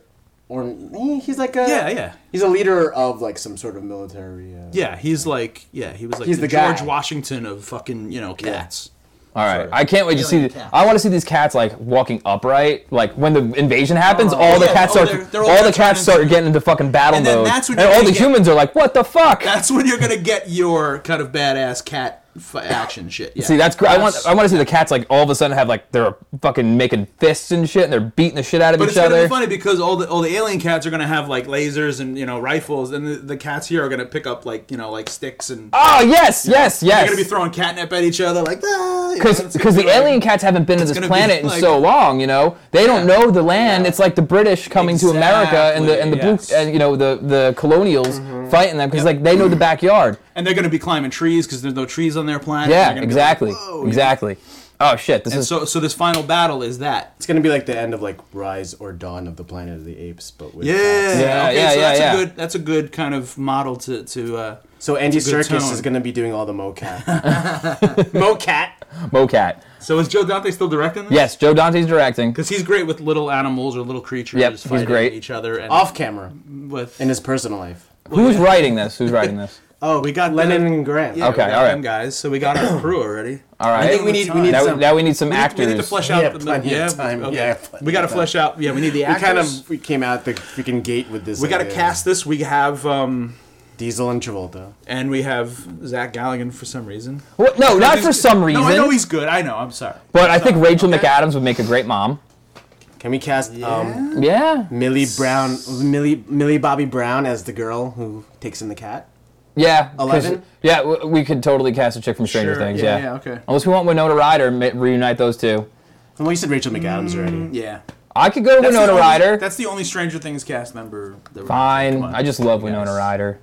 [SPEAKER 2] or eh, he's like a
[SPEAKER 3] Yeah, yeah.
[SPEAKER 2] He's a leader of like some sort of military. Uh,
[SPEAKER 3] yeah, he's like yeah, he was like
[SPEAKER 2] He's the guy.
[SPEAKER 3] George Washington of fucking you know cats.
[SPEAKER 1] All right, I can't wait to see.
[SPEAKER 3] Alien
[SPEAKER 1] The,
[SPEAKER 3] cat.
[SPEAKER 1] I want to see these cats like walking upright. Like when the invasion happens,
[SPEAKER 3] Oh,
[SPEAKER 1] all the
[SPEAKER 3] yeah.
[SPEAKER 1] cats
[SPEAKER 3] Oh,
[SPEAKER 1] start.
[SPEAKER 3] they're- they're
[SPEAKER 1] all
[SPEAKER 3] all
[SPEAKER 1] the
[SPEAKER 3] gonna turn
[SPEAKER 1] cats start
[SPEAKER 3] into-
[SPEAKER 1] getting into fucking battle
[SPEAKER 3] And then
[SPEAKER 1] mode,
[SPEAKER 3] that's when
[SPEAKER 1] and
[SPEAKER 3] you're
[SPEAKER 1] all
[SPEAKER 3] gonna
[SPEAKER 1] the
[SPEAKER 3] get-
[SPEAKER 1] humans are like, "What the fuck?"
[SPEAKER 3] That's when you're gonna get your kind of badass cat f- action shit. Yeah.
[SPEAKER 1] See, that's great. I want
[SPEAKER 3] That's-
[SPEAKER 1] I want to see the cats like all of a sudden have like they're fucking making fists and shit, and they're beating the shit out of
[SPEAKER 3] But
[SPEAKER 1] each
[SPEAKER 3] it's gonna
[SPEAKER 1] other.
[SPEAKER 3] be funny because all the all the alien cats are gonna have like lasers and you know rifles, and the, the cats here are gonna pick up like you know like sticks and
[SPEAKER 1] Oh yes, yes,
[SPEAKER 3] they're
[SPEAKER 1] yes.
[SPEAKER 3] gonna be throwing catnip at each other like ah, you know, it's gonna
[SPEAKER 1] because
[SPEAKER 3] be
[SPEAKER 1] the
[SPEAKER 3] like-
[SPEAKER 1] alien cats haven't been to this
[SPEAKER 3] gonna be
[SPEAKER 1] planet
[SPEAKER 3] like-
[SPEAKER 1] in so long, you know. They don't know the land. It's like the British coming to America and the and the
[SPEAKER 3] Exactly,
[SPEAKER 1] blue
[SPEAKER 3] Mm-hmm.
[SPEAKER 1] and you know the the colonials fighting them because like they know the backyard.
[SPEAKER 3] and they're gonna be climbing trees because there's no trees on their planet. They're
[SPEAKER 1] Yeah,
[SPEAKER 3] gonna be like,
[SPEAKER 1] exactly,
[SPEAKER 3] "Whoa," you know?
[SPEAKER 1] exactly. Oh shit, this is
[SPEAKER 3] So so this final battle is that.
[SPEAKER 2] It's gonna be like the end of like Rise or Dawn of the Planet of the Apes, but with
[SPEAKER 3] Yeah.
[SPEAKER 2] cats.
[SPEAKER 1] Yeah,
[SPEAKER 3] okay,
[SPEAKER 1] yeah,
[SPEAKER 3] so
[SPEAKER 1] yeah,
[SPEAKER 3] that's
[SPEAKER 1] yeah.
[SPEAKER 3] a good that's a good kind of model to to uh,
[SPEAKER 2] So Andy
[SPEAKER 3] a good
[SPEAKER 2] Circus
[SPEAKER 3] tone.
[SPEAKER 2] is gonna be doing all the
[SPEAKER 3] <laughs>
[SPEAKER 2] mocap. mocap.
[SPEAKER 1] MoCat.
[SPEAKER 3] So is Joe Dante still directing this?
[SPEAKER 1] Yes, Joe Dante's directing.
[SPEAKER 3] Because he's great with little animals or little creatures
[SPEAKER 1] Yep, he's
[SPEAKER 3] fighting
[SPEAKER 1] great.
[SPEAKER 3] each other and
[SPEAKER 2] Off camera
[SPEAKER 3] with
[SPEAKER 2] in his personal life.
[SPEAKER 1] Who's writing this? Who's writing
[SPEAKER 3] <laughs>
[SPEAKER 1] this?
[SPEAKER 2] Oh, we got Lennon and Graham.
[SPEAKER 3] Yeah, we
[SPEAKER 1] Okay,
[SPEAKER 3] got
[SPEAKER 1] all right.
[SPEAKER 3] them guys. So we got our crew already.
[SPEAKER 1] <clears throat> All right.
[SPEAKER 2] I think we need we need
[SPEAKER 1] now,
[SPEAKER 2] some.
[SPEAKER 1] now we need some
[SPEAKER 3] We need,
[SPEAKER 1] actors.
[SPEAKER 3] we need to flesh out
[SPEAKER 2] Yeah,
[SPEAKER 3] the
[SPEAKER 2] plenty of
[SPEAKER 3] yeah,
[SPEAKER 2] time.
[SPEAKER 3] okay.
[SPEAKER 2] Yeah, plenty
[SPEAKER 3] we got to
[SPEAKER 2] of time.
[SPEAKER 3] flesh out. Yeah, we need the
[SPEAKER 2] we
[SPEAKER 3] actors.
[SPEAKER 2] kind of we came out the freaking gate with this.
[SPEAKER 3] we got to
[SPEAKER 2] idea.
[SPEAKER 3] cast this. We have um
[SPEAKER 2] Diesel and Travolta.
[SPEAKER 3] and we have Zach Galligan for some reason.
[SPEAKER 1] What? No, not for some reason.
[SPEAKER 3] No, I know he's good. I know. I'm sorry.
[SPEAKER 1] but I think Rachel McAdams would make a great mom.
[SPEAKER 2] Can we cast um,
[SPEAKER 1] Yeah.
[SPEAKER 2] Millie Brown, Millie Millie Bobby Brown as the girl who takes in the cat?
[SPEAKER 1] Yeah. 'cause-
[SPEAKER 2] Eleven?
[SPEAKER 1] Yeah, w- we could totally cast a chick from Stranger
[SPEAKER 3] Sure,
[SPEAKER 1] Things.
[SPEAKER 3] yeah,
[SPEAKER 1] Yeah,
[SPEAKER 3] yeah, okay.
[SPEAKER 1] Unless we want Winona Ryder, ma- reunite those two.
[SPEAKER 2] Well, you said Rachel McAdams already.
[SPEAKER 3] Mm. Yeah.
[SPEAKER 1] I could go
[SPEAKER 3] That's the
[SPEAKER 1] Winona
[SPEAKER 3] only-
[SPEAKER 1] Ryder.
[SPEAKER 3] That's the only Stranger Things cast member. That we're-
[SPEAKER 1] Fine.
[SPEAKER 3] come on.
[SPEAKER 1] I just love
[SPEAKER 3] Yes.
[SPEAKER 1] Winona Ryder.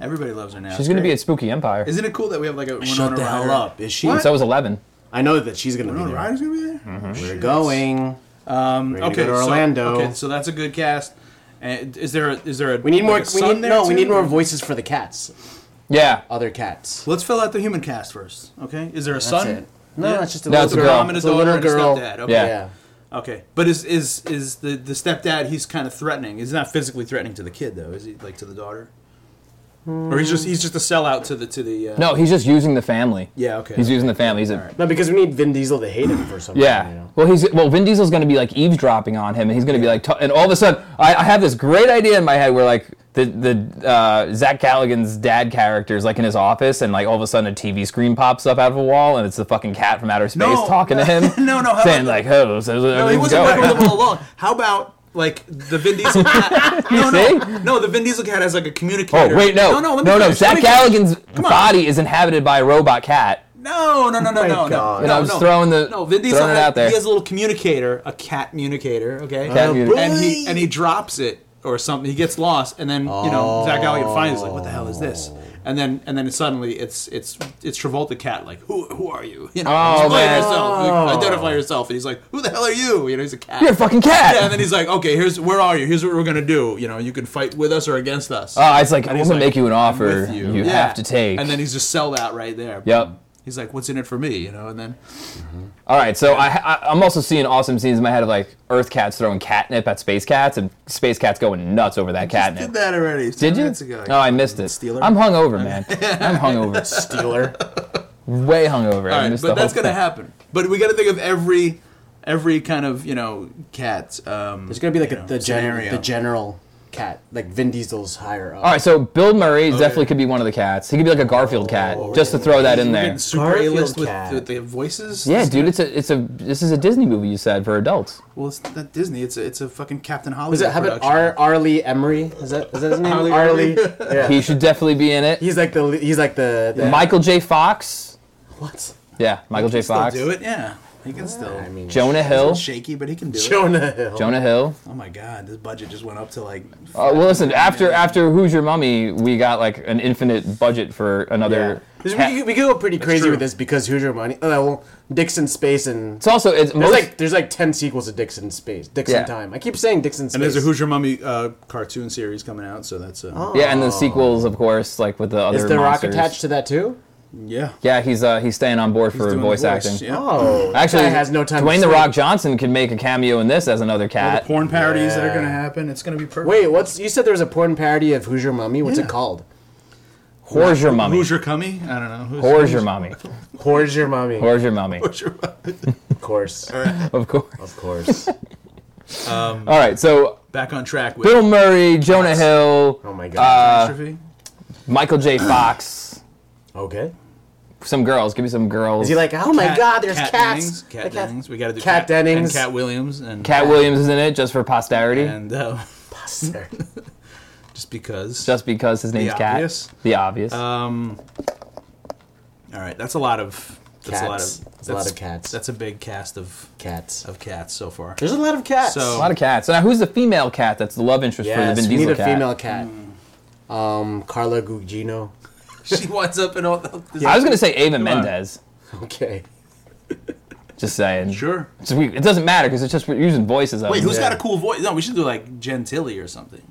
[SPEAKER 3] Everybody loves her now.
[SPEAKER 1] She's gonna be
[SPEAKER 3] Great.
[SPEAKER 1] at Spooky Empire.
[SPEAKER 3] Isn't it cool that we have like a Winona
[SPEAKER 2] Shut the
[SPEAKER 3] Ryder?
[SPEAKER 2] hell up! Is she?
[SPEAKER 3] What?
[SPEAKER 1] so is Eleven.
[SPEAKER 2] I know that she's gonna
[SPEAKER 3] Winona
[SPEAKER 2] be there.
[SPEAKER 3] Ryder's gonna be there.
[SPEAKER 1] Hmm.
[SPEAKER 2] We're going.
[SPEAKER 3] Um,
[SPEAKER 2] We're gonna
[SPEAKER 3] okay,
[SPEAKER 2] go to Orlando.
[SPEAKER 3] So, okay, so that's a good cast. And is there a, is there a
[SPEAKER 2] We need more.
[SPEAKER 3] like a
[SPEAKER 2] We
[SPEAKER 3] son
[SPEAKER 2] need
[SPEAKER 3] there
[SPEAKER 2] no. We
[SPEAKER 3] too?
[SPEAKER 2] need more voices for the cats.
[SPEAKER 1] Yeah.
[SPEAKER 3] Uh,
[SPEAKER 2] Other cats.
[SPEAKER 3] Let's fill out the human cast first. Okay, is there a son?
[SPEAKER 2] it. No, it's just a
[SPEAKER 1] No,
[SPEAKER 2] little
[SPEAKER 1] it's a
[SPEAKER 2] girl.
[SPEAKER 1] girl.
[SPEAKER 3] Mom and a
[SPEAKER 2] It's a
[SPEAKER 3] daughter
[SPEAKER 2] little
[SPEAKER 3] and a
[SPEAKER 2] girl.
[SPEAKER 3] stepdad. Okay.
[SPEAKER 1] Yeah.
[SPEAKER 2] Yeah.
[SPEAKER 3] Okay, but is is is the the stepdad? He's kind of threatening. He's not physically threatening to the kid though, is he? Like to the daughter? Or he's just he's just a sellout to the to the. Uh,
[SPEAKER 1] No, he's just using the family.
[SPEAKER 3] Yeah. Okay.
[SPEAKER 1] He's using the family. He's a,
[SPEAKER 2] No, because we need Vin Diesel to hate him for some
[SPEAKER 1] Yeah.
[SPEAKER 2] reason. You know?
[SPEAKER 1] Well, he's well. Vin Diesel's going to be like eavesdropping on him, and he's going to be like, t- and all of a sudden, I, I have this great idea in my head where like the the uh, Zach Galligan's dad character is like in his office, and like all of a sudden a TV screen pops up out of a wall, and it's the fucking cat from outer space
[SPEAKER 3] No.
[SPEAKER 1] talking to him,
[SPEAKER 3] <laughs> No, no, how
[SPEAKER 1] saying
[SPEAKER 3] about-
[SPEAKER 1] like, "Hello, so
[SPEAKER 3] No, he
[SPEAKER 1] everything's
[SPEAKER 3] wasn't
[SPEAKER 1] going."
[SPEAKER 3] Michael all along. How about like the Vin Diesel cat? no, no, no. The Vin Diesel cat has like a
[SPEAKER 1] <laughs>
[SPEAKER 3] communicator.
[SPEAKER 1] Oh wait, no,
[SPEAKER 3] no, no, let me
[SPEAKER 1] no, no.
[SPEAKER 3] finish,
[SPEAKER 1] Zach
[SPEAKER 3] let me finish.
[SPEAKER 1] Galligan's
[SPEAKER 3] on.
[SPEAKER 1] body is inhabited by a robot cat.
[SPEAKER 3] No, no, no, no,
[SPEAKER 2] Thank
[SPEAKER 3] no, no.
[SPEAKER 2] Oh God.
[SPEAKER 1] You know,
[SPEAKER 3] no,
[SPEAKER 1] I'm just
[SPEAKER 3] no.
[SPEAKER 1] throwing the-
[SPEAKER 3] no. Vin Diesel
[SPEAKER 1] throwing it
[SPEAKER 3] has-
[SPEAKER 1] out there.
[SPEAKER 3] He has a little communicator, a cat communicator, okay?
[SPEAKER 1] Cat communicator.
[SPEAKER 3] And he and he drops it or something. He gets lost, and then you know Zach Galligan finds it, like, what the hell is this?
[SPEAKER 1] Oh.
[SPEAKER 3] And then and then suddenly it's it's it's Travolta cat like who who are you? <laughs> You know,
[SPEAKER 1] Oh,
[SPEAKER 3] explain
[SPEAKER 1] man. Oh.
[SPEAKER 3] yourself, like, identify yourself, and he's like who the hell are you? You know, he's a cat.
[SPEAKER 1] You're a fucking cat.
[SPEAKER 3] Yeah, and then he's like, okay, here's where are you? Here's what we're gonna do. You know, you can fight with us or against us.
[SPEAKER 1] Oh, it's like I'm
[SPEAKER 3] he's
[SPEAKER 1] going to
[SPEAKER 3] like,
[SPEAKER 1] make you an offer
[SPEAKER 3] with
[SPEAKER 1] you, have to take.
[SPEAKER 3] And then he's just sell that right there.
[SPEAKER 1] Yep.
[SPEAKER 3] He's like, "What's in it for me?" You know, and then
[SPEAKER 1] All right, so I, I, I'm also seeing awesome scenes in my head of like Earth cats throwing catnip at space cats, and space cats going nuts over that catnip.
[SPEAKER 3] did that already.
[SPEAKER 1] Did you? Oh, I missed it.
[SPEAKER 3] Stealer?
[SPEAKER 1] I'm hungover, man. <laughs> I'm
[SPEAKER 3] <laughs>
[SPEAKER 1] hungover.
[SPEAKER 2] Steeler.
[SPEAKER 1] Way hungover.
[SPEAKER 3] All
[SPEAKER 1] I
[SPEAKER 3] right,
[SPEAKER 1] missed
[SPEAKER 3] but
[SPEAKER 1] the
[SPEAKER 3] that's
[SPEAKER 1] whole
[SPEAKER 3] gonna
[SPEAKER 1] thing.
[SPEAKER 3] happen. But we got to think of every, every kind of you know cat. Um,
[SPEAKER 2] There's gonna be like
[SPEAKER 3] you
[SPEAKER 2] a,
[SPEAKER 3] know,
[SPEAKER 2] the gen-
[SPEAKER 3] scenario.
[SPEAKER 2] the general cat, like Vin Diesel's higher up.
[SPEAKER 1] All right, so Bill Murray
[SPEAKER 3] Oh,
[SPEAKER 1] definitely could be one of the cats. He could be like a Garfield cat, just to throw that in
[SPEAKER 3] We're
[SPEAKER 1] there.
[SPEAKER 3] Oh, getting super A
[SPEAKER 2] Garfield
[SPEAKER 3] list with
[SPEAKER 2] cat.
[SPEAKER 3] the, the voices.
[SPEAKER 1] Yeah, dude, it's a, it's a, this is a Disney movie you said for adults.
[SPEAKER 3] Well, it's not Disney. It's a, it's a fucking Captain Hollywood.
[SPEAKER 2] Is it how about
[SPEAKER 3] production.
[SPEAKER 2] Ar- Arlie Emery? Is that is that his name?
[SPEAKER 3] Arlie
[SPEAKER 2] Arlie.
[SPEAKER 3] Emery? <laughs>
[SPEAKER 2] yeah.
[SPEAKER 1] He should definitely be in it.
[SPEAKER 2] he's like the he's like the, the
[SPEAKER 1] Michael J. Fox.
[SPEAKER 2] what?
[SPEAKER 1] Yeah, Michael J.
[SPEAKER 3] Still
[SPEAKER 1] Fox.
[SPEAKER 3] do it? Yeah, he can still.
[SPEAKER 2] I mean
[SPEAKER 1] Jonah Hill.
[SPEAKER 3] shaky, but he can do it.
[SPEAKER 2] Jonah Hill.
[SPEAKER 1] Jonah Hill.
[SPEAKER 3] Oh my God, this budget just went up to like.
[SPEAKER 1] Uh, well, listen. After after Who's Your Mummy, we got like an infinite budget for another.
[SPEAKER 2] Because
[SPEAKER 1] cat-
[SPEAKER 2] We, could- we could go pretty crazy
[SPEAKER 3] true.
[SPEAKER 2] with this because Hoosier Money. Oh, well, Dixon Space and
[SPEAKER 1] It's also it's
[SPEAKER 2] there's
[SPEAKER 1] most,
[SPEAKER 2] like there's like ten sequels to Dixon Space, Dixon
[SPEAKER 1] Yeah.
[SPEAKER 2] Time. I keep saying Dixon Space.
[SPEAKER 3] And there's a Hoosier Mummy uh, cartoon series coming out, so that's. Uh,
[SPEAKER 2] Oh.
[SPEAKER 1] yeah, and the sequels, of course, like with the other.
[SPEAKER 2] Is the rock
[SPEAKER 1] monsters.
[SPEAKER 2] attached to that too?
[SPEAKER 3] Yeah.
[SPEAKER 1] Yeah, he's uh, he's staying on board for
[SPEAKER 3] Doing the
[SPEAKER 1] voice,
[SPEAKER 3] voice,
[SPEAKER 1] acting.
[SPEAKER 3] yeah.
[SPEAKER 2] Oh,
[SPEAKER 1] Actually,
[SPEAKER 2] that guy has no time. to
[SPEAKER 1] Dwayne the
[SPEAKER 2] sleep. Oh,
[SPEAKER 1] Rock Johnson could make a cameo in this as another
[SPEAKER 3] All
[SPEAKER 1] cat.
[SPEAKER 3] the porn parodies that are
[SPEAKER 2] Yeah.
[SPEAKER 3] going to happen. It's going to be perfect.
[SPEAKER 2] Wait, what's you said there was a porn parody of Hoosier Mummy? What's
[SPEAKER 3] Yeah.
[SPEAKER 2] it called?
[SPEAKER 1] Whore's your mummy?
[SPEAKER 3] Who's your cummy? I don't know. Who's,
[SPEAKER 1] Whore's your mummy?
[SPEAKER 2] Whore's your mummy?
[SPEAKER 1] Whore's your
[SPEAKER 2] <laughs>
[SPEAKER 1] mummy?
[SPEAKER 3] who's your
[SPEAKER 2] Of course,
[SPEAKER 1] Of course. <laughs>
[SPEAKER 2] of course.
[SPEAKER 1] All right, so
[SPEAKER 3] Back on track with
[SPEAKER 1] Bill Murray, Jonah Hill,
[SPEAKER 2] Oh my god.
[SPEAKER 3] Catastrophe.
[SPEAKER 1] Michael J. Fox.
[SPEAKER 2] okay.
[SPEAKER 1] some girls. Give me some girls.
[SPEAKER 2] Is he like, oh my god, there's cats.
[SPEAKER 3] Dennings, Cat
[SPEAKER 2] The cat-
[SPEAKER 3] Dennings. We got to do
[SPEAKER 2] Cat Dennings.
[SPEAKER 3] And Cat Williams. And,
[SPEAKER 1] Cat Williams is in it just for posterity,
[SPEAKER 3] And uh, <laughs>
[SPEAKER 1] <laughs>
[SPEAKER 2] Bastard.
[SPEAKER 3] just because.
[SPEAKER 1] just because his name's Cat.
[SPEAKER 3] obvious.
[SPEAKER 1] The obvious.
[SPEAKER 3] Um, all right, that's a lot of. That's a lot
[SPEAKER 2] Cats.
[SPEAKER 3] of.
[SPEAKER 2] That's a lot of cats.
[SPEAKER 3] That's a big cast of
[SPEAKER 2] cats.
[SPEAKER 3] of cats so far. <laughs>
[SPEAKER 2] There's a lot of cats.
[SPEAKER 1] a
[SPEAKER 3] So-
[SPEAKER 1] lot of cats. So now, who's the female cat that's the love interest for
[SPEAKER 2] yes,
[SPEAKER 1] the
[SPEAKER 2] we
[SPEAKER 1] Vin
[SPEAKER 2] need
[SPEAKER 1] Diesel
[SPEAKER 2] a
[SPEAKER 1] cat?
[SPEAKER 2] female cat. Um, Carla Gugino. <laughs>
[SPEAKER 3] she winds up in all.
[SPEAKER 1] I was gonna say Ava Mendez.
[SPEAKER 2] Okay.
[SPEAKER 1] Just saying.
[SPEAKER 3] Sure.
[SPEAKER 1] It's we- it doesn't matter because it's just we're using voices. Of
[SPEAKER 3] Wait,
[SPEAKER 1] them.
[SPEAKER 3] who's
[SPEAKER 2] Yeah.
[SPEAKER 3] got a cool voice? No, we should do like Gentilly or something.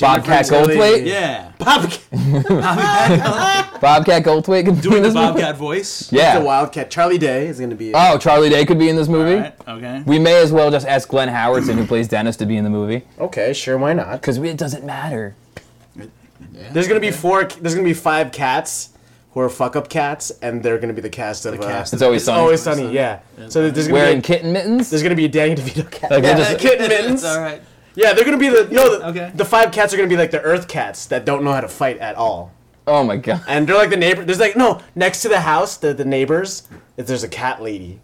[SPEAKER 1] Bobcat
[SPEAKER 2] Jennifer Tilly.
[SPEAKER 1] Goldthwait?
[SPEAKER 3] <laughs> Yeah.
[SPEAKER 2] <laughs> Bobcat.
[SPEAKER 1] Bobcat Goldthwait could be
[SPEAKER 3] Doing
[SPEAKER 1] in
[SPEAKER 3] the
[SPEAKER 1] this movie.
[SPEAKER 3] Bobcat voice.
[SPEAKER 1] Yeah.
[SPEAKER 2] The Wildcat. Charlie Day is gonna be.
[SPEAKER 1] Oh, Charlie Day could be in this movie.
[SPEAKER 3] All right, okay.
[SPEAKER 1] We may as well just ask Glenn Howerton, who plays Dennis, to be in the movie
[SPEAKER 2] okay, sure, why not?
[SPEAKER 1] because it doesn't matter.
[SPEAKER 2] There's gonna be four. There's gonna be five cats who are fuck up cats, and they're gonna be the cast of.
[SPEAKER 3] The
[SPEAKER 2] uh,
[SPEAKER 3] cast
[SPEAKER 1] It's always
[SPEAKER 2] It's
[SPEAKER 1] sunny.
[SPEAKER 2] always sunny. Yeah. So there's gonna
[SPEAKER 1] Wearing
[SPEAKER 2] be. A,
[SPEAKER 1] kitten mittens.
[SPEAKER 2] there's gonna be a Danny <laughs> DeVito cat.
[SPEAKER 1] Like,
[SPEAKER 2] yeah,
[SPEAKER 1] they're just-
[SPEAKER 2] <laughs> kitten mittens.
[SPEAKER 3] all right.
[SPEAKER 2] Yeah, they're gonna be the no. The,
[SPEAKER 3] Okay.
[SPEAKER 2] the five cats are gonna be like the Earth cats that don't know how to fight at all,
[SPEAKER 1] Oh my god.
[SPEAKER 2] and they're like the neighbor. There's like no next to the house, the the neighbors. There's a cat lady.